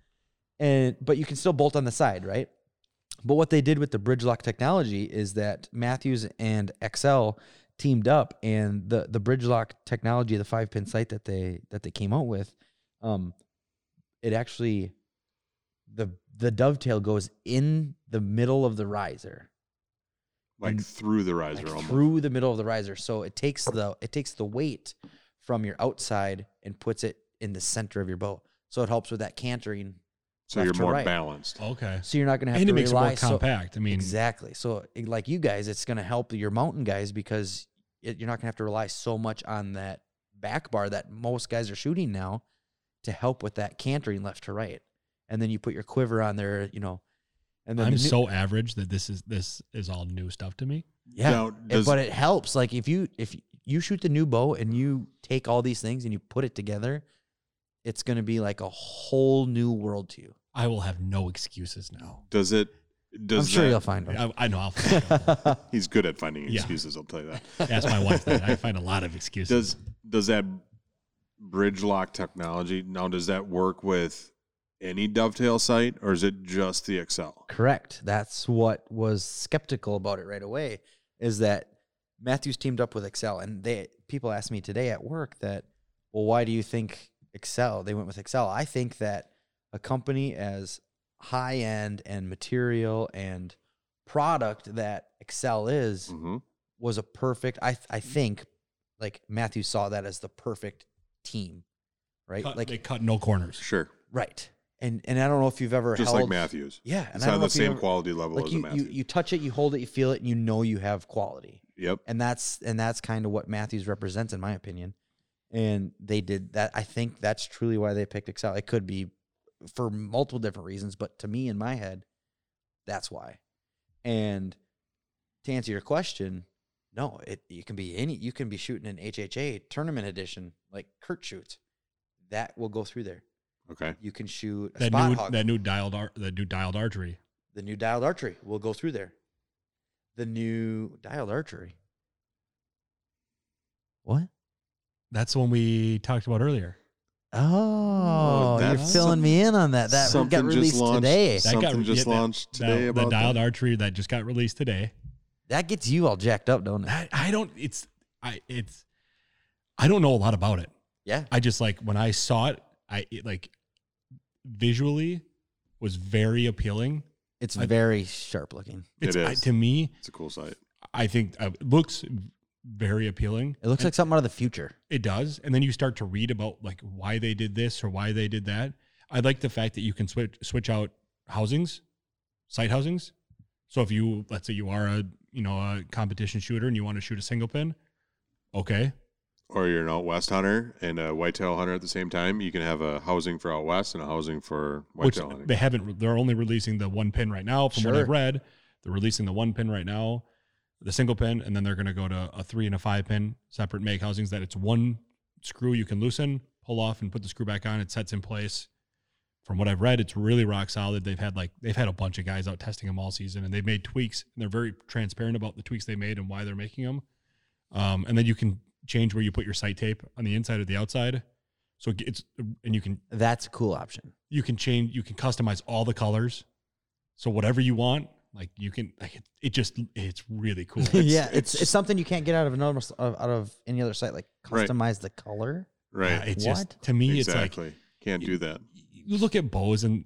[SPEAKER 3] And but you can still bolt on the side, right? But what they did with the bridge lock technology is that Matthews and XL teamed up, and the the bridge lock technology, the five pin sight that they that they came out with, um, it actually the the dovetail goes in the middle of the riser,
[SPEAKER 1] like through the riser
[SPEAKER 3] like
[SPEAKER 1] almost.
[SPEAKER 3] through the middle of the riser. So it takes the it takes the weight from your outside and puts it in the center of your boat. So it helps with that cantering.
[SPEAKER 1] so
[SPEAKER 3] left
[SPEAKER 1] you're
[SPEAKER 3] to
[SPEAKER 1] more
[SPEAKER 3] right.
[SPEAKER 1] balanced.
[SPEAKER 2] okay,
[SPEAKER 3] So you're not going to have
[SPEAKER 2] and
[SPEAKER 3] to
[SPEAKER 2] it makes it
[SPEAKER 3] rely
[SPEAKER 2] more
[SPEAKER 3] so-
[SPEAKER 2] compact. I mean,
[SPEAKER 3] exactly. So i- like you guys, it's going to help your mountain guys because it, you're not going to have to rely so much on that back bar that most guys are shooting now to help with that cantering left to right. And then you put your quiver on there, you know. And then
[SPEAKER 2] I'm
[SPEAKER 3] the new-
[SPEAKER 2] so average that this is this is all new stuff to me.
[SPEAKER 3] yeah.
[SPEAKER 2] eh,
[SPEAKER 1] Now,
[SPEAKER 3] It-
[SPEAKER 1] does-
[SPEAKER 3] but it helps. Like if you if you shoot the new bow and you take all these things and you put it together, it's going to be like a whole new world to you.
[SPEAKER 2] I will have no excuses now.
[SPEAKER 1] Does it? Does
[SPEAKER 3] I'm sure
[SPEAKER 1] that-
[SPEAKER 3] you'll find them.
[SPEAKER 2] I, I know I'll find them.
[SPEAKER 1] He's good at finding
[SPEAKER 2] Yeah.
[SPEAKER 1] excuses. I'll tell you that.
[SPEAKER 2] ask my wife that. I find a lot of excuses.
[SPEAKER 1] Does does that bridge lock technology now? Does that work with any dovetail site, or is it just the Excel?
[SPEAKER 3] Correct. That's what was skeptical about it right away is that Matthews teamed up with Excel and they people asked me today at work that well why do you think Excel they went with Excel? I think that a company as high end and material and product that Excel is
[SPEAKER 1] Mm-hmm.
[SPEAKER 3] was a perfect I I think like Matthew saw that as the perfect team. Right?
[SPEAKER 2] Cut-
[SPEAKER 3] like
[SPEAKER 2] they cut no corners.
[SPEAKER 1] Sure,
[SPEAKER 3] right. And and I don't know if you've ever
[SPEAKER 1] just
[SPEAKER 3] held,
[SPEAKER 1] like Matthews.
[SPEAKER 3] Yeah, and
[SPEAKER 1] It's
[SPEAKER 3] I don't
[SPEAKER 1] on
[SPEAKER 3] know
[SPEAKER 1] the
[SPEAKER 3] if you've
[SPEAKER 1] same
[SPEAKER 3] ever-
[SPEAKER 1] quality level
[SPEAKER 3] like
[SPEAKER 1] as a
[SPEAKER 3] you, you
[SPEAKER 1] Matthews.
[SPEAKER 3] you touch it, you hold it, you feel it, and you know you have quality.
[SPEAKER 1] yep.
[SPEAKER 3] And that's and that's kind of what Matthews represents in my opinion. And they did that. I think that's truly why they picked Excel. It could be for multiple different reasons, but to me in my head, that's why. And to answer your question, no, it you can be any you can be shooting an HHA tournament edition like Kurt shoots. That will go through there.
[SPEAKER 1] Okay.
[SPEAKER 3] You can shoot a
[SPEAKER 2] That
[SPEAKER 3] spot
[SPEAKER 2] new
[SPEAKER 3] hog.
[SPEAKER 2] that new dialed ar- that new dialed archery.
[SPEAKER 3] The new dialed archery. We'll go through there. The new dialed archery. What?
[SPEAKER 2] That's the one we talked about earlier.
[SPEAKER 1] Oh,
[SPEAKER 3] Oh, you're
[SPEAKER 1] that's
[SPEAKER 3] filling me in on that. That
[SPEAKER 1] something
[SPEAKER 3] got
[SPEAKER 1] just
[SPEAKER 3] released
[SPEAKER 1] launched.
[SPEAKER 3] today.
[SPEAKER 1] Something
[SPEAKER 2] got-
[SPEAKER 1] just
[SPEAKER 2] yeah, that-
[SPEAKER 1] launched
[SPEAKER 2] That-
[SPEAKER 1] today
[SPEAKER 2] the
[SPEAKER 1] about
[SPEAKER 2] dialed
[SPEAKER 1] that.
[SPEAKER 2] archery that just got released today.
[SPEAKER 3] That gets you all jacked up, don't it?
[SPEAKER 2] I, I don't. It's I it's I don't know a lot about it.
[SPEAKER 3] Yeah.
[SPEAKER 2] I just like when I saw it. I it, like visually was very appealing.
[SPEAKER 3] It's
[SPEAKER 2] I-
[SPEAKER 3] very sharp looking.
[SPEAKER 1] It
[SPEAKER 2] It's, I-
[SPEAKER 1] is.
[SPEAKER 2] to me.
[SPEAKER 1] It's a cool site.
[SPEAKER 2] I think uh, it looks very appealing.
[SPEAKER 3] It looks
[SPEAKER 2] And
[SPEAKER 3] like something out of the future.
[SPEAKER 2] it does, and then you start to read about like why they did this or why they did that. I like the fact that you can switch switch out housings, sight housings. So if you let's say you are a you know a competition shooter and you want to shoot a single pin, okay,
[SPEAKER 1] Or you're an out west hunter and a whitetail hunter at the same time. You can have a housing for out west and a housing for
[SPEAKER 2] which
[SPEAKER 1] whitetail hunting.
[SPEAKER 2] they haven't. They're only releasing the one pin right now. From what
[SPEAKER 3] Sure.
[SPEAKER 2] I've read, they're releasing the one pin right now, the single pin, and then they're going to go to a three and a five pin separate make housings. That it's one screw you can loosen, pull off, and put the screw back on. It sets in place. From what I've read, it's really rock solid. They've had like they've had a bunch of guys out testing them all season, and they've made tweaks. And they're very transparent about the tweaks they made and why they're making them. Um, and then you can change where you put your sight tape on the inside or the outside. So it- it's and you can
[SPEAKER 3] That's a cool option.
[SPEAKER 2] you can change you can customize all the colors so whatever you want like you can like it, it just it's really cool
[SPEAKER 3] yeah, it's, it's
[SPEAKER 1] it's-
[SPEAKER 3] something you can't get out of another s- of- out of any other site. Like
[SPEAKER 1] Right.
[SPEAKER 3] customize the color.
[SPEAKER 2] Yeah,
[SPEAKER 1] right.
[SPEAKER 2] uh, it's just
[SPEAKER 3] What?
[SPEAKER 2] to me it's
[SPEAKER 1] exactly. Can't
[SPEAKER 2] you-
[SPEAKER 1] do that.
[SPEAKER 2] like you look at bows and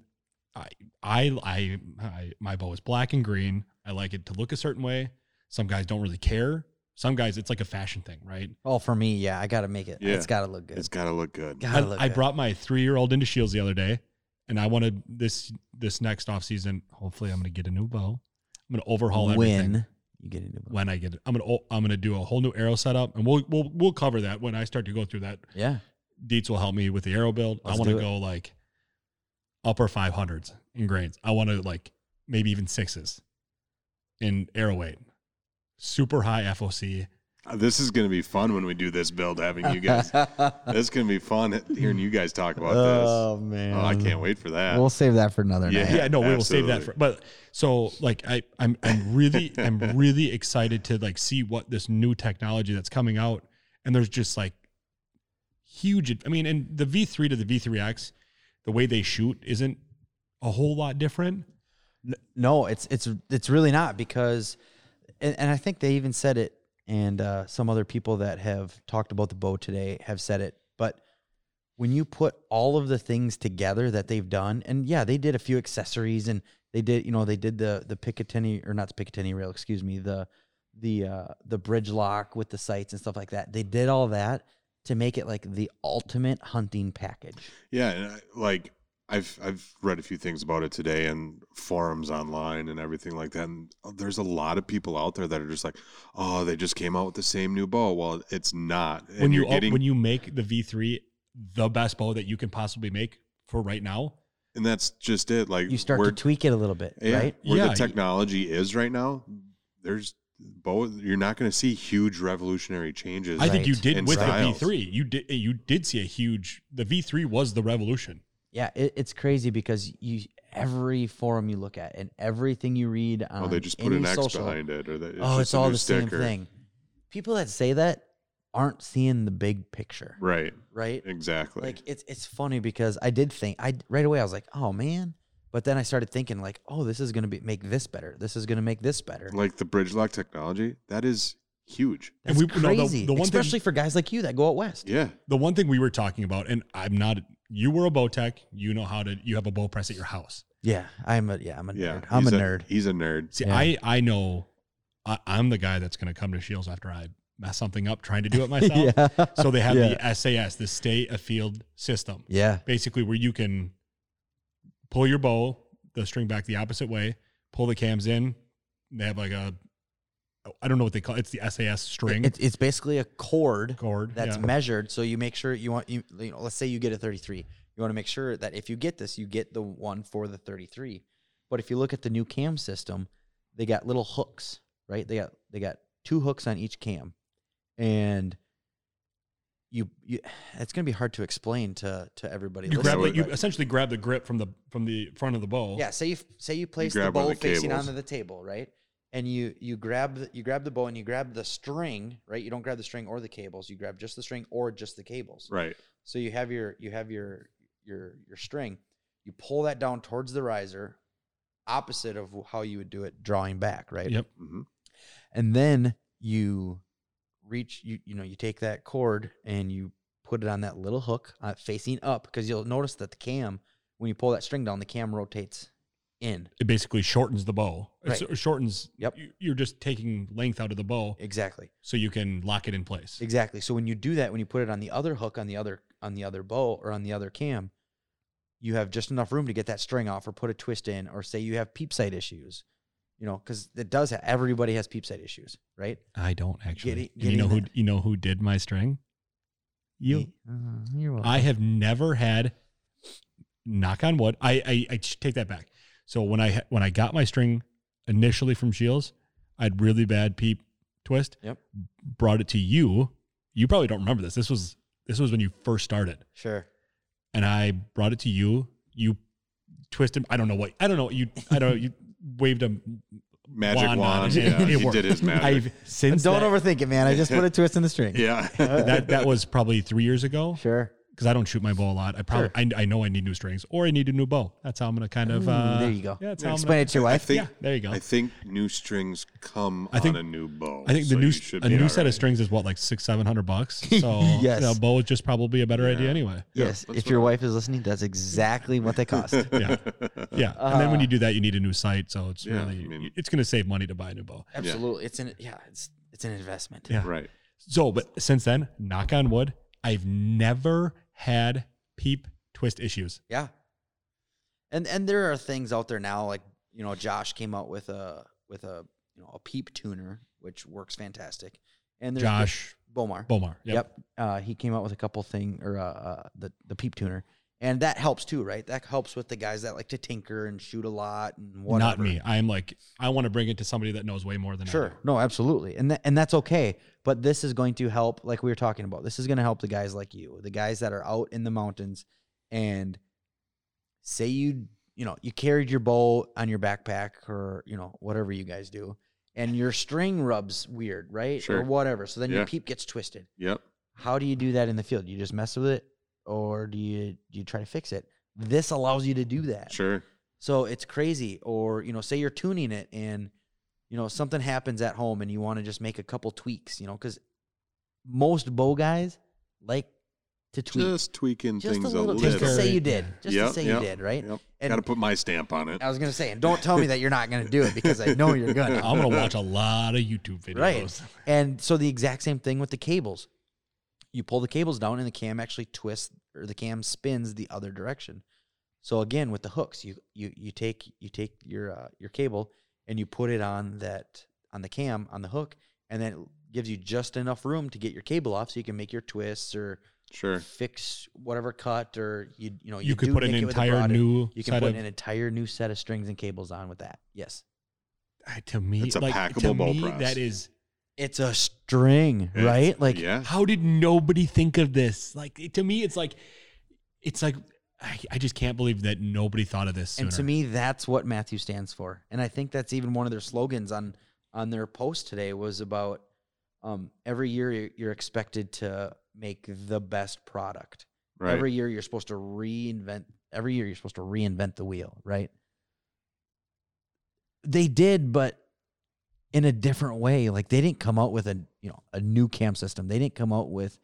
[SPEAKER 2] I, I i i my bow is black and green i like it to look a certain way some guys don't really care some guys it's like a fashion thing right
[SPEAKER 3] Oh, for me, yeah, I gotta make it.
[SPEAKER 1] Yeah.
[SPEAKER 3] It's gotta look good.
[SPEAKER 1] It's got to look good.
[SPEAKER 3] gotta
[SPEAKER 2] I,
[SPEAKER 3] look
[SPEAKER 2] I
[SPEAKER 3] good.
[SPEAKER 2] brought my three-year-old into Shields the other day, and I wanted this this next off season. Hopefully, I'm going to get a new bow. I'm going to overhaul everything.
[SPEAKER 3] when you get into
[SPEAKER 2] when I get it. I'm gonna oh, I'm gonna do a whole new arrow setup, and we'll we'll we'll cover that when I start to go through that.
[SPEAKER 3] yeah,
[SPEAKER 2] Dietz will help me with the arrow build. I
[SPEAKER 3] Let's
[SPEAKER 2] want
[SPEAKER 3] do
[SPEAKER 2] to
[SPEAKER 3] it.
[SPEAKER 2] go like upper 500s in grains. I want to like maybe even sixes in arrow weight. Super high FOC.
[SPEAKER 1] Uh, This is going to be fun when we do this build, having you guys. That's going to be fun hearing you guys talk about
[SPEAKER 3] Oh man,
[SPEAKER 1] this. Oh, I can't wait for that.
[SPEAKER 3] We'll save that for another
[SPEAKER 1] Yeah.
[SPEAKER 2] Yeah,
[SPEAKER 3] night.
[SPEAKER 2] no, we will save that
[SPEAKER 1] absolutely.
[SPEAKER 2] for. But so like I I'm I'm really I'm really excited to like see what this new technology that's coming out, and there's just like huge. ad- I mean, and the V3 to the V3X, the way they shoot isn't a whole lot different.
[SPEAKER 3] N- No, it's it's it's really not because, and, and I think they even said it, and uh, some other people that have talked about the bow today have said it. But when you put all of the things together that they've done, and yeah, they did a few accessories, and they did you know they did the the Picatinny or not the Picatinny rail, excuse me, the the uh, the bridge lock with the sights and stuff like that. They did all that to make it like the ultimate hunting package.
[SPEAKER 1] Yeah, and I, like I've I've read a few things about it today and forums online and everything like that. And uh, there's a lot of people out there that are just like, oh, they just came out with the same new bow. Well, it's not. And
[SPEAKER 2] when you
[SPEAKER 1] you're
[SPEAKER 2] up-
[SPEAKER 1] getting,
[SPEAKER 2] when you make the V3 the best bow that you can possibly make for right now.
[SPEAKER 1] and that's just it. Like
[SPEAKER 3] You start
[SPEAKER 1] where-
[SPEAKER 3] to tweak it a little bit,
[SPEAKER 1] yeah,
[SPEAKER 3] right?
[SPEAKER 1] Where
[SPEAKER 2] Yeah.
[SPEAKER 1] the technology is right now, there's bow. You're not going to see huge revolutionary changes.
[SPEAKER 2] I think you
[SPEAKER 3] Right.
[SPEAKER 2] did
[SPEAKER 1] And
[SPEAKER 2] with
[SPEAKER 1] styles.
[SPEAKER 2] the V3. You did you did see a huge. The V3 was the revolution.
[SPEAKER 3] Yeah, it, it's crazy because you every forum you look at and everything you read on
[SPEAKER 1] oh, they just put
[SPEAKER 3] any
[SPEAKER 1] an X
[SPEAKER 3] social,
[SPEAKER 1] behind it, or they, it's
[SPEAKER 3] oh,
[SPEAKER 1] just
[SPEAKER 3] it's
[SPEAKER 1] a
[SPEAKER 3] all
[SPEAKER 1] new
[SPEAKER 3] the
[SPEAKER 1] sticker.
[SPEAKER 3] same thing. People that say that aren't seeing the big picture,
[SPEAKER 1] Right.
[SPEAKER 3] right?
[SPEAKER 1] Exactly.
[SPEAKER 3] Like it's it's funny because I did think I right away I was like, oh man, but then I started thinking like, oh, this is gonna be make this better. This is gonna make this better.
[SPEAKER 1] like the bridge lock technology that is huge
[SPEAKER 2] And
[SPEAKER 3] That's
[SPEAKER 2] we- no, the-
[SPEAKER 3] crazy,
[SPEAKER 2] the one thing-
[SPEAKER 3] especially for guys like you that go out west.
[SPEAKER 1] yeah
[SPEAKER 2] the one thing we were talking about, and I'm not. You were a bow tech. You know how to. You have a bow press at your house.
[SPEAKER 3] Yeah, I'm a yeah, I'm a
[SPEAKER 1] yeah
[SPEAKER 3] nerd. I'm a
[SPEAKER 1] he's
[SPEAKER 3] nerd.
[SPEAKER 1] he's a nerd
[SPEAKER 2] See,
[SPEAKER 3] Yeah.
[SPEAKER 2] I I know. I, I'm the guy that's going to come to Shields after I mess something up trying to do it myself.
[SPEAKER 3] yeah,
[SPEAKER 2] So they have
[SPEAKER 3] Yeah.
[SPEAKER 2] the SAS, the State Afield System,
[SPEAKER 3] yeah,
[SPEAKER 2] basically where you can pull your bow, the string back the opposite way, pull the cams in. They have like a, I don't know what they call it. It's the SAS string
[SPEAKER 3] It's it's basically a cord
[SPEAKER 2] cord.
[SPEAKER 3] that's
[SPEAKER 2] yeah.
[SPEAKER 3] measured. So you make sure you want you, you know, let's say you get a 33. You want to make sure that if you get this, you get the one for the 33. But if you look at the new cam system, they got little hooks, right? They got they got two hooks on each cam. And you you it's going to be hard to explain to to everybody.
[SPEAKER 2] you
[SPEAKER 1] Yeah,
[SPEAKER 2] grab
[SPEAKER 1] what-
[SPEAKER 2] the,
[SPEAKER 3] listening,
[SPEAKER 2] you
[SPEAKER 3] but-
[SPEAKER 2] essentially grab the grip from the from the front of the bow.
[SPEAKER 3] yeah, say you f- say you place the
[SPEAKER 1] grab one of
[SPEAKER 3] bow
[SPEAKER 1] the
[SPEAKER 3] facing
[SPEAKER 1] cables.
[SPEAKER 3] onto the table, right? And you you grab the, you grab the bow and you grab the string, right? You don't grab the string or the cables. You grab just the string or just the cables.
[SPEAKER 1] right
[SPEAKER 3] So you have your you have your your your string. You pull that down towards the riser, opposite of how you would do it drawing back, right?
[SPEAKER 2] Yep.
[SPEAKER 1] Mhm.
[SPEAKER 3] And then you reach you you know you take that cord and you put it on that little hook uh, facing up because you'll notice that the cam when you pull that string down the cam rotates in
[SPEAKER 2] It basically shortens the bow. It's-
[SPEAKER 3] Right.
[SPEAKER 2] It shortens.
[SPEAKER 3] Yep.
[SPEAKER 2] you- You're just taking length out of the bow
[SPEAKER 3] exactly
[SPEAKER 2] so you can lock it in place.
[SPEAKER 3] Exactly. So when you do that, when you put it on the other hook on the other on the other bow or on the other cam, you have just enough room to get that string off or put a twist in, or say you have peep sight issues, you know, because it does. Ha- everybody has peep sight issues, right?
[SPEAKER 2] I don't actually.
[SPEAKER 3] Getting-
[SPEAKER 2] And you know
[SPEAKER 3] getting
[SPEAKER 2] who
[SPEAKER 3] that-
[SPEAKER 2] you know who did my string? You. Mm-hmm,
[SPEAKER 3] Uh, you're welcome.
[SPEAKER 2] I have never had. Knock on wood. I I, I ch- take that back. So when I ha- when I got my string initially from Shields, I had really bad peep twist.
[SPEAKER 3] Yep.
[SPEAKER 2] Brought it to you. You probably don't remember this. This was this was when you first started.
[SPEAKER 3] sure.
[SPEAKER 2] and I brought it to you. You twisted. I don't know what. I don't know. You. I don't. know, You waved a.
[SPEAKER 1] magic
[SPEAKER 2] Wand
[SPEAKER 1] wand,
[SPEAKER 2] on it.
[SPEAKER 1] yeah
[SPEAKER 2] It
[SPEAKER 1] he
[SPEAKER 2] worked.
[SPEAKER 1] did his magic
[SPEAKER 2] I've since
[SPEAKER 3] Don't
[SPEAKER 2] that,
[SPEAKER 3] overthink it, man. I just put a twist in the string.
[SPEAKER 1] yeah
[SPEAKER 2] that. That was probably three years ago
[SPEAKER 3] Sure.
[SPEAKER 2] because I don't shoot my bow a lot. I probably. I, I know I need new strings or I need a new bow. That's how I'm gonna kind of.
[SPEAKER 3] Ooh,
[SPEAKER 2] Uh,
[SPEAKER 3] Mm, there you go.
[SPEAKER 2] Yeah, that's how I'm
[SPEAKER 3] Explain
[SPEAKER 2] gonna,
[SPEAKER 3] it to your
[SPEAKER 1] i
[SPEAKER 3] wife.
[SPEAKER 1] think
[SPEAKER 2] yeah, there you go. I
[SPEAKER 1] i
[SPEAKER 2] think,
[SPEAKER 1] think new strings come
[SPEAKER 2] I think-
[SPEAKER 1] on a new bow
[SPEAKER 2] the
[SPEAKER 1] so
[SPEAKER 2] new
[SPEAKER 1] you
[SPEAKER 2] s-
[SPEAKER 1] should
[SPEAKER 2] a
[SPEAKER 1] be
[SPEAKER 2] new
[SPEAKER 1] all
[SPEAKER 2] set
[SPEAKER 1] right.
[SPEAKER 2] of strings is what like six seven hundred bucks. So
[SPEAKER 3] Yes.
[SPEAKER 2] the bow is just probably a better idea
[SPEAKER 1] Yeah.
[SPEAKER 2] anyway.
[SPEAKER 1] Yeah,
[SPEAKER 3] yes.
[SPEAKER 1] that's
[SPEAKER 3] If your
[SPEAKER 1] what I-
[SPEAKER 3] wife is listening, that's exactly what they cost.
[SPEAKER 2] Yeah. Yeah, and then when
[SPEAKER 3] Uh,
[SPEAKER 2] you do that, you need a new sight. So it's
[SPEAKER 1] Yeah, I
[SPEAKER 2] really
[SPEAKER 1] mean-
[SPEAKER 2] it's gonna save money to buy a new bow.
[SPEAKER 3] Absolutely. It's an yeah. It's it's an investment.
[SPEAKER 2] Yeah.
[SPEAKER 1] right
[SPEAKER 2] So, but since then, knock on wood, I've never had peep twist issues.
[SPEAKER 3] Yeah. And and there are things out there now, like you know, Josh came out with a with a you know a peep tuner, which works fantastic. And there's
[SPEAKER 2] Josh
[SPEAKER 3] Bomar.
[SPEAKER 2] Bomar. Yep.
[SPEAKER 3] Yep. Uh, he came out with a couple thing or uh, uh, the the peep tuner, and that helps too, right? That helps with the guys that like to tinker and shoot a lot and whatever.
[SPEAKER 2] Not me. I'm like, I want to bring it to somebody that knows way more than I
[SPEAKER 3] Sure.
[SPEAKER 2] do.
[SPEAKER 3] No, absolutely. And that and that's okay. But this is going to help, like we were talking about, this is going to help the guys like you, the guys that are out in the mountains and say you, you know, you carried your bow on your backpack or, you know, whatever you guys do, and your string rubs weird, right? Or
[SPEAKER 1] Sure.
[SPEAKER 3] whatever. So then your
[SPEAKER 1] Yeah.
[SPEAKER 3] peep gets twisted.
[SPEAKER 1] yep
[SPEAKER 3] How do you do that in the field? You just mess with it or do you do you try to fix it? This allows you to do that.
[SPEAKER 1] sure
[SPEAKER 3] So it's crazy. Or, you know, say you're tuning it and, you know, something happens at home and you want to just make a couple tweaks, you know, because most bow guys like to tweak. Just,
[SPEAKER 1] just tweaking
[SPEAKER 3] a
[SPEAKER 1] things
[SPEAKER 3] little, just to
[SPEAKER 2] little.
[SPEAKER 3] say you did. Just
[SPEAKER 1] Yep,
[SPEAKER 3] to say
[SPEAKER 1] yep,
[SPEAKER 3] you did, right?
[SPEAKER 1] Yep.
[SPEAKER 3] And-
[SPEAKER 1] Got to put my stamp on it.
[SPEAKER 3] I was going to say, and don't tell me that you're not going to do it because I know you're going to.
[SPEAKER 2] I'm gonna watch a lot of YouTube videos.
[SPEAKER 3] Right. And so the exact same thing with the cables. You pull the cables down and the cam actually twists or the cam spins the other direction. So again with the hooks, you you you take you take your uh, your cable and you put it on that on the cam on the hook and then it gives you just enough room to get your cable off so you can make your twists or
[SPEAKER 1] Sure.
[SPEAKER 3] fix whatever cut or you you know
[SPEAKER 2] You,
[SPEAKER 3] Oh, you,
[SPEAKER 2] could
[SPEAKER 3] do
[SPEAKER 2] put an
[SPEAKER 3] make it with a
[SPEAKER 2] entire
[SPEAKER 3] broader-
[SPEAKER 2] new
[SPEAKER 3] you can
[SPEAKER 2] set
[SPEAKER 3] put
[SPEAKER 2] of
[SPEAKER 3] an entire new set of strings and cables on with that. Yes.
[SPEAKER 2] I- to me.
[SPEAKER 1] It's a
[SPEAKER 2] like, to
[SPEAKER 1] packable bow
[SPEAKER 2] me,
[SPEAKER 1] press.
[SPEAKER 2] That is
[SPEAKER 3] It's a string,
[SPEAKER 1] It's-
[SPEAKER 3] right? Like
[SPEAKER 1] yeah.
[SPEAKER 2] how did nobody think of this? Like it- to me, it's like it's like I, I just can't believe that nobody thought of this. Sooner.
[SPEAKER 3] And to me, that's what Matthew stands for. And I think that's even one of their slogans on on their post today was about um, every year you're- you're expected to make the best product.
[SPEAKER 1] right?
[SPEAKER 3] Every year you're supposed to reinvent. Every year you're supposed to reinvent the wheel, right? They did, but in a different way. Like they didn't come out with a you know a new cam system. They didn't come out with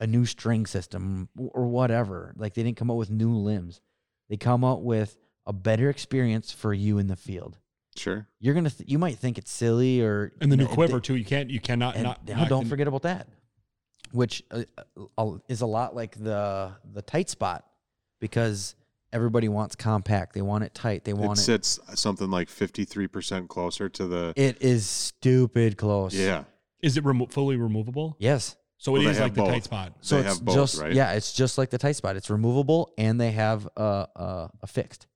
[SPEAKER 3] a new string system or whatever. Like they didn't come out with new limbs. They come out with a better experience for you in the field.
[SPEAKER 1] sure.
[SPEAKER 3] You're gonna th- you might think it's silly or
[SPEAKER 2] and the
[SPEAKER 3] you
[SPEAKER 2] new
[SPEAKER 3] know, it-
[SPEAKER 2] quiver too. You can't. You cannot.
[SPEAKER 3] and
[SPEAKER 2] not,
[SPEAKER 3] now
[SPEAKER 2] not
[SPEAKER 3] don't
[SPEAKER 2] con-
[SPEAKER 3] forget about that, which uh, uh, is a lot like the the tight spot because everybody wants compact. They want it tight. They
[SPEAKER 1] It
[SPEAKER 3] want it.
[SPEAKER 1] sits something like fifty three percent closer to the
[SPEAKER 3] It is stupid close.
[SPEAKER 1] yeah.
[SPEAKER 2] Is it remo- fully removable?
[SPEAKER 3] Yes.
[SPEAKER 2] So
[SPEAKER 1] Well,
[SPEAKER 2] it
[SPEAKER 1] they
[SPEAKER 2] is
[SPEAKER 1] have
[SPEAKER 2] like the tight
[SPEAKER 1] both.
[SPEAKER 2] spot.
[SPEAKER 3] So
[SPEAKER 1] They
[SPEAKER 3] it's
[SPEAKER 1] have both,
[SPEAKER 3] just
[SPEAKER 1] right?
[SPEAKER 3] yeah, it's just like the tight spot. It's removable and they have a a, a fixed.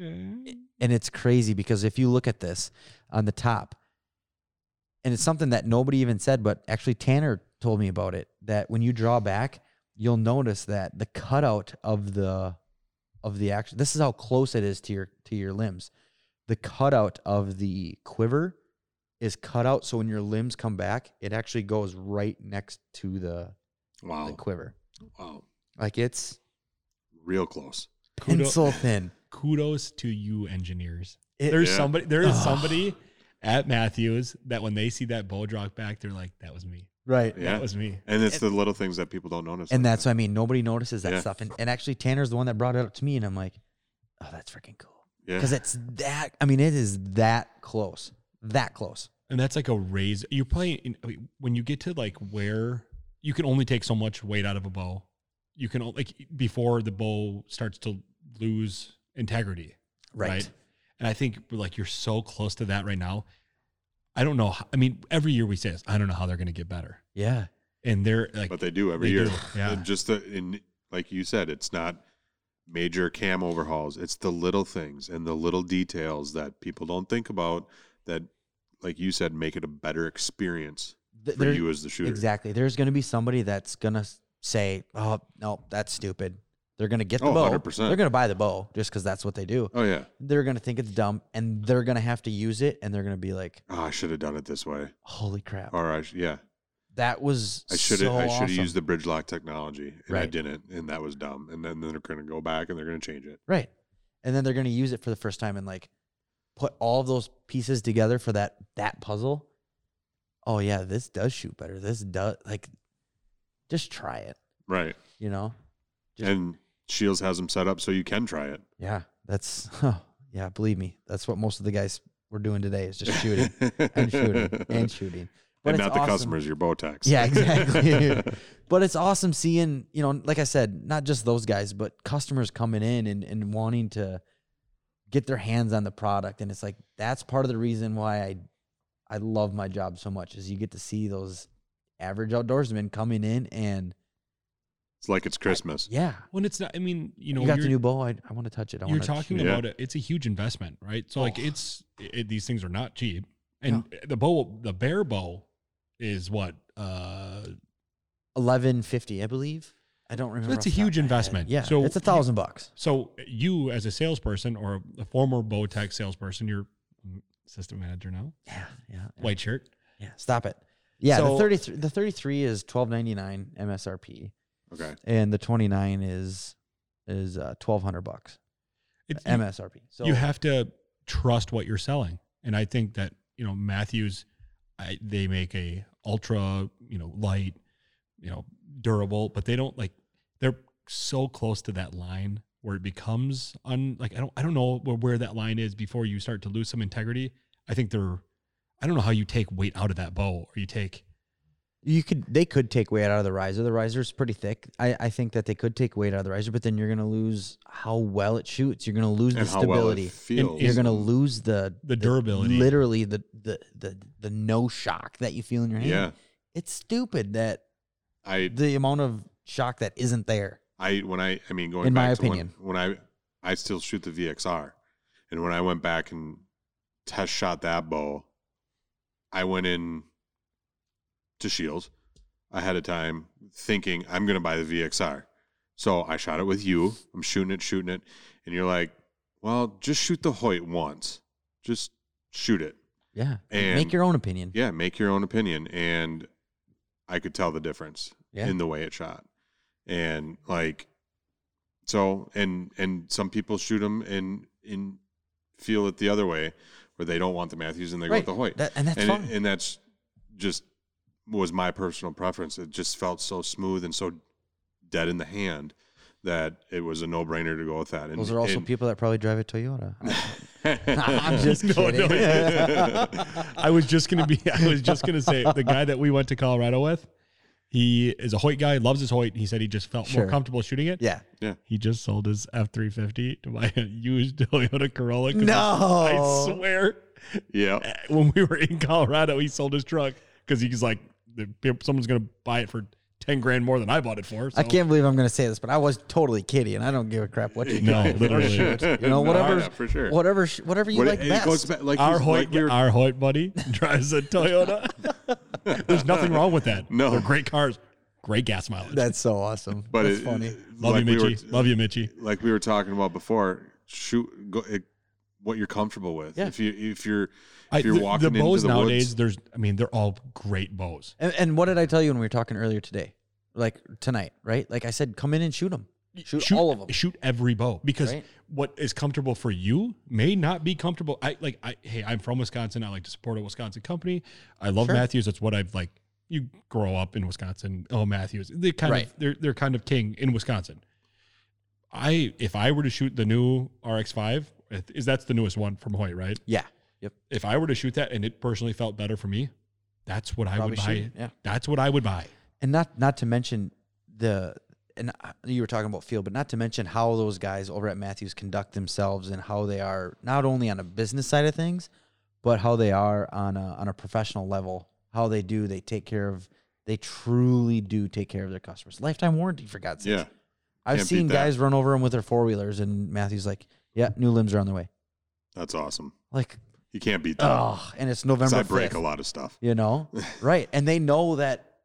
[SPEAKER 2] Okay.
[SPEAKER 3] and it's crazy because if you look at this on the top, and it's something that nobody even said, but actually Tanner told me about it that when you draw back, you'll notice that the cutout of the of the action this is how close it is to your to your limbs. The cutout of the quiver is cut out so when your limbs come back, it actually goes right next to the, the
[SPEAKER 1] Wow.
[SPEAKER 3] quiver.
[SPEAKER 1] Wow.
[SPEAKER 3] Like it's
[SPEAKER 1] Real close.
[SPEAKER 3] pencil thin.
[SPEAKER 2] kudos to you engineers.
[SPEAKER 3] It-
[SPEAKER 2] There's
[SPEAKER 1] Yeah.
[SPEAKER 2] somebody there is
[SPEAKER 3] Ugh.
[SPEAKER 2] somebody at Matthews that when they see that bow drop back, they're like, that was me.
[SPEAKER 3] right.
[SPEAKER 1] Yeah.
[SPEAKER 2] That was me.
[SPEAKER 1] And it's the little things that people don't notice.
[SPEAKER 3] And
[SPEAKER 1] like
[SPEAKER 3] that's
[SPEAKER 1] that.
[SPEAKER 3] what I mean. Nobody notices that
[SPEAKER 1] Yeah.
[SPEAKER 3] stuff. And, and actually, Tanner's the one that brought it up to me. And I'm like, oh, that's freaking cool.
[SPEAKER 1] yeah.
[SPEAKER 3] Because it's that, I mean, it is that close. That close.
[SPEAKER 2] And that's like a razor. You're playing in, I mean, when you get to like where you can only take so much weight out of a bow. You can o- like before the bow starts to lose integrity.
[SPEAKER 3] Right.
[SPEAKER 2] And I think like you're so close to that right now. I don't know. How, I mean, every year we say this. I don't know how they're going to get better.
[SPEAKER 3] Yeah.
[SPEAKER 2] And they're like,
[SPEAKER 1] but they do every
[SPEAKER 2] they
[SPEAKER 1] year.
[SPEAKER 2] do. Yeah.
[SPEAKER 1] And just the in like you said, it's not major cam overhauls. It's the little things and the little details that people don't think about that like you said, make it a better experience
[SPEAKER 3] Th-
[SPEAKER 1] for
[SPEAKER 3] there-
[SPEAKER 1] you as the shooter.
[SPEAKER 3] exactly. There's going to be somebody that's going to say, oh, no, that's stupid. They're going to get the
[SPEAKER 1] Oh,
[SPEAKER 3] bow.
[SPEAKER 1] 100%.
[SPEAKER 3] They're going to buy the bow just because that's what they do.
[SPEAKER 1] Oh yeah.
[SPEAKER 3] They're going to think it's dumb and they're going to have to use it. And they're going to be like,
[SPEAKER 1] Oh, I should have done it this way.
[SPEAKER 3] holy crap.
[SPEAKER 1] Or I sh- yeah.
[SPEAKER 3] That was
[SPEAKER 1] I should have
[SPEAKER 3] so
[SPEAKER 1] I should have
[SPEAKER 3] awesome.
[SPEAKER 1] used the bridge lock technology and I
[SPEAKER 3] Right.
[SPEAKER 1] didn't and that was dumb. And then they're going to go back and they're going to change it.
[SPEAKER 3] Right. And then they're going to use it for the first time and like put all of those pieces together for that that puzzle. Oh yeah, this does shoot better. This does like just try it,
[SPEAKER 1] Right.
[SPEAKER 3] you know? Just-
[SPEAKER 1] and Shields has them set up so you can try it.
[SPEAKER 3] Yeah. That's oh, yeah, believe me. That's what most of the guys were doing today is just shooting and shooting and shooting. But
[SPEAKER 1] and
[SPEAKER 3] it's
[SPEAKER 1] not the
[SPEAKER 3] awesome.
[SPEAKER 1] customers, your Botox.
[SPEAKER 3] Yeah, exactly. But it's awesome seeing, you know, like I said, not just those guys, but customers coming in and, and wanting to get their hands on the product. And it's like that's part of the reason why I I love my job so much is you get to see those average outdoorsmen coming in and
[SPEAKER 1] it's like it's Christmas.
[SPEAKER 3] yeah.
[SPEAKER 2] when it's not, I mean, you know,
[SPEAKER 3] You got
[SPEAKER 2] you're-
[SPEAKER 3] the new bow. I, I want to touch it. I
[SPEAKER 2] you're
[SPEAKER 3] wanna
[SPEAKER 2] talking
[SPEAKER 3] shoot it.
[SPEAKER 1] Yeah.
[SPEAKER 2] about it. It's a huge investment, right? So like
[SPEAKER 3] Oh.
[SPEAKER 2] it's it, these things are not cheap, and the bow, the bear bow, is what. uh
[SPEAKER 3] eleven fifty, I believe. I don't remember.
[SPEAKER 2] that's
[SPEAKER 3] off
[SPEAKER 2] a
[SPEAKER 3] the top
[SPEAKER 2] huge
[SPEAKER 3] of my head.
[SPEAKER 2] investment.
[SPEAKER 3] Yeah,
[SPEAKER 2] So
[SPEAKER 3] it's a
[SPEAKER 2] you-
[SPEAKER 3] thousand bucks.
[SPEAKER 2] So you, as a salesperson or a former bow tech salesperson, you're assistant manager now,
[SPEAKER 3] Yeah, yeah. yeah.
[SPEAKER 2] white shirt.
[SPEAKER 3] Yeah, stop it. Yeah,
[SPEAKER 2] So-
[SPEAKER 3] the thirty three the thirty three is twelve ninety nine MSRP,
[SPEAKER 1] Okay.
[SPEAKER 3] and the twenty nine is is uh, twelve hundred bucks
[SPEAKER 2] It's, you-
[SPEAKER 3] MSRP. So
[SPEAKER 2] you have to trust what you're selling and i think that you know matthews I, they make a ultra you know light you know durable but they don't like they're so close to that line where it becomes un like i don't i don't know where, where that line is before you start to lose some integrity i think they're i don't know how you take weight out of that bow or you take
[SPEAKER 3] you could they could take weight out of the riser. The riser's pretty thick. I, I think that they could take weight out of the riser, but then you're gonna lose how well it shoots. You're gonna lose
[SPEAKER 1] And
[SPEAKER 3] the
[SPEAKER 1] how well it
[SPEAKER 3] stability.
[SPEAKER 1] feels.
[SPEAKER 3] you're gonna lose the
[SPEAKER 2] The durability.
[SPEAKER 3] Literally the, the the the no shock that you feel in your hand.
[SPEAKER 1] Yeah.
[SPEAKER 3] It's stupid that
[SPEAKER 1] I
[SPEAKER 3] the amount of shock that isn't there.
[SPEAKER 1] I when I I mean going
[SPEAKER 3] In
[SPEAKER 1] back
[SPEAKER 3] my
[SPEAKER 1] to when-
[SPEAKER 3] opinion.
[SPEAKER 1] when, I I still shoot the VXR, and when I went back and test shot that bow, I went in E to Shields ahead of time thinking I'm going to buy the VXR, So I shot it with you. I'm shooting it, shooting it, and you're like, "Well, just shoot the Hoyt once. Just shoot it."
[SPEAKER 3] Yeah.
[SPEAKER 1] And-
[SPEAKER 3] Make your own opinion.
[SPEAKER 1] Yeah, make your own opinion. And I could tell the difference
[SPEAKER 3] Yeah.
[SPEAKER 1] in the way it shot. And like, so and and some people shoot them and and feel it the other way, where they don't want the Matthews and they want
[SPEAKER 3] Right.
[SPEAKER 1] the Hoyt.
[SPEAKER 3] That- and that's
[SPEAKER 1] and
[SPEAKER 3] fun.
[SPEAKER 1] and that's just was my personal preference. It just felt so smooth and so dead in the hand that it was a no brainer to go with that. And,
[SPEAKER 3] Those are also
[SPEAKER 1] and-
[SPEAKER 3] people that probably drive a Toyota. I'm just
[SPEAKER 2] No, no,
[SPEAKER 3] kidding.
[SPEAKER 2] I was just gonna be. I was just gonna say the guy that we went to Colorado with. He is a Hoyt guy. Loves his Hoyt. He said he just felt
[SPEAKER 3] Sure.
[SPEAKER 2] more comfortable shooting it.
[SPEAKER 3] yeah.
[SPEAKER 2] He just sold his F three fifty to buy a used Toyota Corolla. 'cause I
[SPEAKER 3] No.
[SPEAKER 2] swear,
[SPEAKER 1] yeah.
[SPEAKER 2] when we were in Colorado, he sold his truck because he's like, the- someone's gonna buy it for ten grand more than I bought it for. So.
[SPEAKER 3] I can't believe I'm going to say this, but I was totally kidding, and I don't give a crap what you
[SPEAKER 2] No,
[SPEAKER 3] call it.
[SPEAKER 2] literally.
[SPEAKER 3] You know,
[SPEAKER 1] No,
[SPEAKER 3] whatever,
[SPEAKER 1] yeah, for sure.
[SPEAKER 3] whatever, sh- whatever you
[SPEAKER 1] What-
[SPEAKER 3] like
[SPEAKER 1] it
[SPEAKER 3] best.
[SPEAKER 1] goes back- like
[SPEAKER 2] Our
[SPEAKER 1] he's-
[SPEAKER 2] Hoyt,
[SPEAKER 1] like we were-
[SPEAKER 2] our Hoyt buddy drives a Toyota. There's nothing wrong with that.
[SPEAKER 1] No.
[SPEAKER 2] they're great cars, great gas mileage.
[SPEAKER 3] That's so awesome.
[SPEAKER 1] but
[SPEAKER 3] That's
[SPEAKER 1] it-
[SPEAKER 3] funny.
[SPEAKER 2] Love
[SPEAKER 1] like
[SPEAKER 2] you,
[SPEAKER 1] we were-
[SPEAKER 2] Mitchie. Love you, Mitchie.
[SPEAKER 1] like we were talking about before, shoot go, it, what you're comfortable with.
[SPEAKER 3] Yeah.
[SPEAKER 1] If you if you're if
[SPEAKER 2] I,
[SPEAKER 1] you're
[SPEAKER 2] the,
[SPEAKER 1] walking
[SPEAKER 2] the
[SPEAKER 1] into
[SPEAKER 2] bows
[SPEAKER 1] the
[SPEAKER 2] nowadays,
[SPEAKER 1] woods,
[SPEAKER 2] there's, I mean, they're all great bows.
[SPEAKER 3] And, and what did I tell you when we were talking earlier today? Like tonight, right? Like I said, come in and shoot them. Shoot, all of them.
[SPEAKER 2] Shoot every bow because
[SPEAKER 3] Right.
[SPEAKER 2] what is comfortable for you may not be comfortable. I like, I hey, I'm from Wisconsin. I like to support a Wisconsin company. I love
[SPEAKER 3] Sure.
[SPEAKER 2] Matthews. That's what I've like. You grow up in Wisconsin. Oh, Matthews. They kind
[SPEAKER 3] Right.
[SPEAKER 2] of they're they're kind of king in Wisconsin. I if I were to shoot the new RX5, it- is that's the newest one from Hoyt, right?
[SPEAKER 3] Yeah.
[SPEAKER 2] If I were to shoot that and it personally felt better for me, that's what I
[SPEAKER 3] Probably
[SPEAKER 2] would buy.
[SPEAKER 3] shoot.
[SPEAKER 2] it.
[SPEAKER 3] Yeah.
[SPEAKER 2] That's what I would buy.
[SPEAKER 3] and not not to mention the and I- you were talking about field, but not to mention how those guys over at Matthews conduct themselves and how they are not only on a business side of things, but how they are on a on a professional level. How they do, they take care of, they truly do take care of their customers. Lifetime warranty, for God's sake.
[SPEAKER 1] yeah,
[SPEAKER 3] I've
[SPEAKER 1] can't beat
[SPEAKER 3] seen
[SPEAKER 1] that.
[SPEAKER 3] guys run over them with their four wheelers, and Matthews like, yeah, new limbs are on the way.
[SPEAKER 1] that's awesome.
[SPEAKER 3] Like,
[SPEAKER 1] You can't beat that.
[SPEAKER 3] oh, and it's
[SPEAKER 1] 'cause
[SPEAKER 3] November.
[SPEAKER 1] I break
[SPEAKER 3] 5th.
[SPEAKER 1] a lot of stuff.
[SPEAKER 3] You know? right. And they know that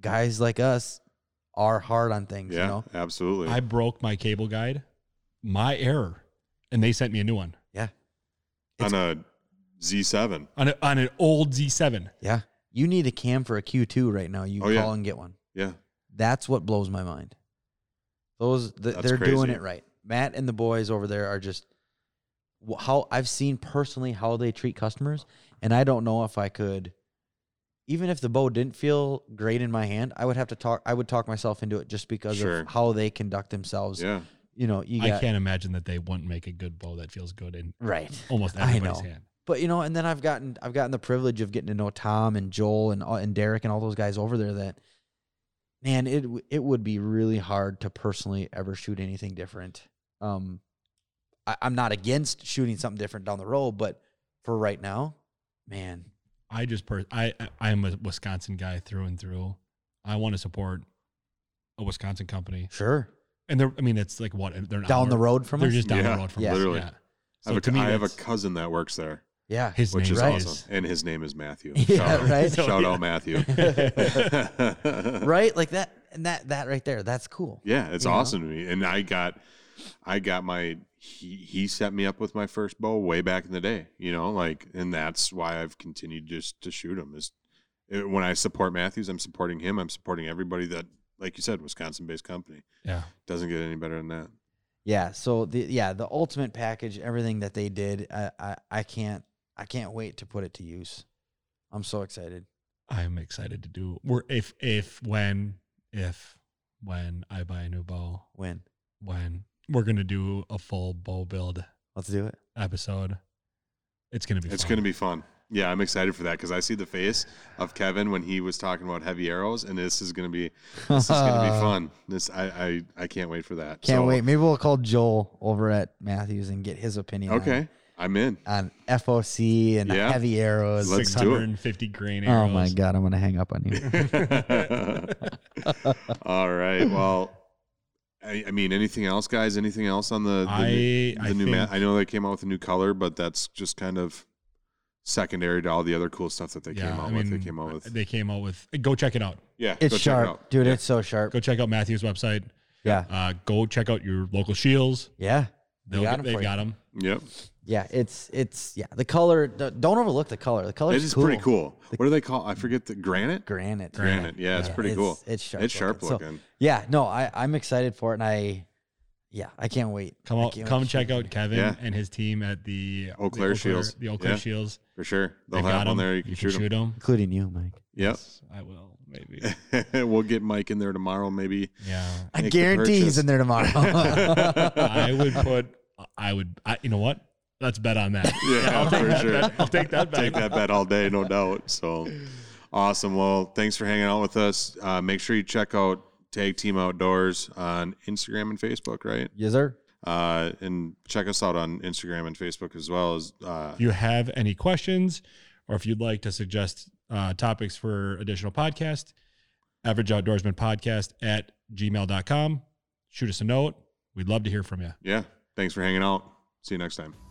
[SPEAKER 3] guys like us are hard on things,
[SPEAKER 1] Yeah,
[SPEAKER 3] you know?
[SPEAKER 1] absolutely.
[SPEAKER 2] I broke my cable guide, my error, and they sent me a new one
[SPEAKER 3] Yeah.
[SPEAKER 1] on a Z7.
[SPEAKER 2] on, a, on an old Z7.
[SPEAKER 3] Yeah. You need a cam for a Q2 right now. You
[SPEAKER 1] Oh,
[SPEAKER 3] call
[SPEAKER 1] yeah.
[SPEAKER 3] and get one.
[SPEAKER 1] Yeah,
[SPEAKER 3] That's what blows my mind. Those th-
[SPEAKER 1] That's
[SPEAKER 3] they're doing
[SPEAKER 1] crazy.
[SPEAKER 3] it right. Matt and the boys over there are just wh- how I've seen personally how they treat customers, and I don't know if I could. Even if the bow didn't feel great in my hand, I would have to talk. I would talk myself into it just because
[SPEAKER 1] Sure.
[SPEAKER 3] of how they conduct themselves.
[SPEAKER 1] yeah.
[SPEAKER 3] You know, you
[SPEAKER 2] I
[SPEAKER 3] got
[SPEAKER 2] can't imagine that they wouldn't make a good bow that feels good in
[SPEAKER 3] right.
[SPEAKER 2] almost
[SPEAKER 3] I
[SPEAKER 2] everybody's
[SPEAKER 3] know.
[SPEAKER 2] hand.
[SPEAKER 3] But you know, and then I've gotten I've gotten the privilege of getting to know Tom and Joel and all- and Derek and all those guys over there. That man, it w- it would be really hard to personally ever shoot anything different. Um, I, I'm not against shooting something different down the road, but for right now, man,
[SPEAKER 2] I just per I I- I am a Wisconsin guy through and through. I want to support a Wisconsin company,
[SPEAKER 3] sure,
[SPEAKER 2] and they're I mean it's like what they're not
[SPEAKER 3] down the road from
[SPEAKER 2] They're
[SPEAKER 3] us,
[SPEAKER 2] just down
[SPEAKER 1] Yeah,
[SPEAKER 2] the road from
[SPEAKER 3] yeah.
[SPEAKER 2] us.
[SPEAKER 1] literally.
[SPEAKER 2] Yeah.
[SPEAKER 1] I have, a, I have a
[SPEAKER 2] that's-
[SPEAKER 1] cousin that works there,
[SPEAKER 3] yeah,
[SPEAKER 2] his
[SPEAKER 1] which
[SPEAKER 2] name
[SPEAKER 1] is
[SPEAKER 3] right.
[SPEAKER 1] awesome, and his name is Matthew.
[SPEAKER 3] Yeah,
[SPEAKER 1] Shout out,
[SPEAKER 3] right?
[SPEAKER 1] Shout
[SPEAKER 2] Yeah.
[SPEAKER 1] out Matthew.
[SPEAKER 3] right, like that and that that right there, that's cool.
[SPEAKER 1] Yeah, it's
[SPEAKER 3] You know?
[SPEAKER 1] awesome to me. And I got, I got my he he set me up with my first bow way back in the day. You know, like, and that's why I've continued just to shoot him. Is it, when I support Matthews, I'm supporting him. I'm supporting everybody that, like you said, Wisconsin-based company
[SPEAKER 2] Yeah.
[SPEAKER 1] doesn't get any better than that.
[SPEAKER 3] Yeah. So the yeah the ultimate package, everything that they did, I I, I can't I can't wait to put it to use. I'm so excited.
[SPEAKER 2] I'm excited to do. We're if if when if when I buy a new bow,
[SPEAKER 3] When
[SPEAKER 2] when we're gonna do a full bow build
[SPEAKER 3] let's do it.
[SPEAKER 2] episode. It's gonna be.
[SPEAKER 1] It's
[SPEAKER 2] fun.
[SPEAKER 1] going to be fun. Yeah, I'm excited for that because I see the face of Kevin when he was talking about heavy arrows, and this is going to be this is going to be fun. This I, I I can't wait for that.
[SPEAKER 3] Can't
[SPEAKER 1] So,
[SPEAKER 3] wait. Maybe we'll call Joel over at Matthews and get his opinion. on-
[SPEAKER 1] Okay, I'm in.
[SPEAKER 3] On, FOC and
[SPEAKER 1] Yeah.
[SPEAKER 3] heavy arrows.
[SPEAKER 1] Let's do it.
[SPEAKER 2] 650 grain
[SPEAKER 3] oh
[SPEAKER 2] arrows.
[SPEAKER 3] my god, I'm gonna hang up on you.
[SPEAKER 1] All right. Well, I, I mean, anything else, guys? Anything else on the the new,
[SPEAKER 2] I
[SPEAKER 1] the
[SPEAKER 2] I
[SPEAKER 1] new
[SPEAKER 2] think
[SPEAKER 1] ma- I know they came out with a new color, but that's just kind of secondary to all the other cool stuff that they
[SPEAKER 2] yeah,
[SPEAKER 1] came out
[SPEAKER 2] I
[SPEAKER 1] with. They
[SPEAKER 2] mean, uh,
[SPEAKER 1] came out with
[SPEAKER 2] They came out with. Go check it out.
[SPEAKER 1] yeah.
[SPEAKER 3] It's
[SPEAKER 1] go check it
[SPEAKER 3] sharp,
[SPEAKER 1] out.
[SPEAKER 3] dude.
[SPEAKER 1] Yeah.
[SPEAKER 3] It's so sharp.
[SPEAKER 2] Go check out Matthew's website.
[SPEAKER 3] Yeah.
[SPEAKER 2] Uh, go check out your local shields.
[SPEAKER 3] Yeah. They
[SPEAKER 2] They'll
[SPEAKER 3] got
[SPEAKER 2] get-
[SPEAKER 3] 'em
[SPEAKER 2] they've
[SPEAKER 3] for you.
[SPEAKER 2] got them.
[SPEAKER 1] Yep.
[SPEAKER 3] Yeah. It's, it's, yeah. The color, d- don't overlook the color. The color
[SPEAKER 1] It is
[SPEAKER 3] is cool.
[SPEAKER 1] pretty cool. What do they call? I forget the granite.
[SPEAKER 3] Granite.
[SPEAKER 1] Granite. Yeah, it's pretty cool.
[SPEAKER 3] It's sharp.
[SPEAKER 1] It's sharp
[SPEAKER 3] looking. So,
[SPEAKER 1] looking.
[SPEAKER 3] yeah. No, I, I'm excited for it. And I, yeah, I can't wait.
[SPEAKER 2] Come
[SPEAKER 3] I
[SPEAKER 2] out,
[SPEAKER 3] can't wait
[SPEAKER 2] come
[SPEAKER 3] to
[SPEAKER 2] check
[SPEAKER 3] shoot it.
[SPEAKER 2] out Kevin
[SPEAKER 1] Yeah.
[SPEAKER 2] and his team at the
[SPEAKER 1] Eau
[SPEAKER 2] the
[SPEAKER 1] Claire Shields.
[SPEAKER 2] The Eau Claire
[SPEAKER 1] Yeah.
[SPEAKER 2] Shields.
[SPEAKER 1] for sure. They'll
[SPEAKER 2] They
[SPEAKER 1] have
[SPEAKER 2] got
[SPEAKER 1] one
[SPEAKER 2] 'em.
[SPEAKER 1] there. You can shoot 'em.
[SPEAKER 2] shoot them.
[SPEAKER 3] Including you, Mike.
[SPEAKER 1] Yep.
[SPEAKER 2] I will maybe.
[SPEAKER 1] we'll get Mike in there tomorrow, maybe.
[SPEAKER 2] yeah.
[SPEAKER 3] I
[SPEAKER 1] Make the
[SPEAKER 3] guarantee he's
[SPEAKER 1] purchase.
[SPEAKER 3] in there tomorrow.
[SPEAKER 2] I would put. I would. I, you know what? Let's bet on that.
[SPEAKER 1] Yeah,
[SPEAKER 2] I'll take
[SPEAKER 1] for
[SPEAKER 2] that
[SPEAKER 1] sure.
[SPEAKER 2] bet. I'll take that bet.
[SPEAKER 1] Take that bet all day, no doubt. So awesome. Well, thanks for hanging out with us. Uh, make sure you check out Tag Team Outdoors on Instagram and Facebook, right?
[SPEAKER 3] yes, sir.
[SPEAKER 1] Uh, and check us out on Instagram and Facebook as well as uh,
[SPEAKER 2] If you have any questions, or if you'd like to suggest uh, topics for additional podcast, average outdoorsman podcast at gmail.com. Shoot us a note. We'd love to hear from you.
[SPEAKER 1] yeah. Thanks for hanging out. See you next time.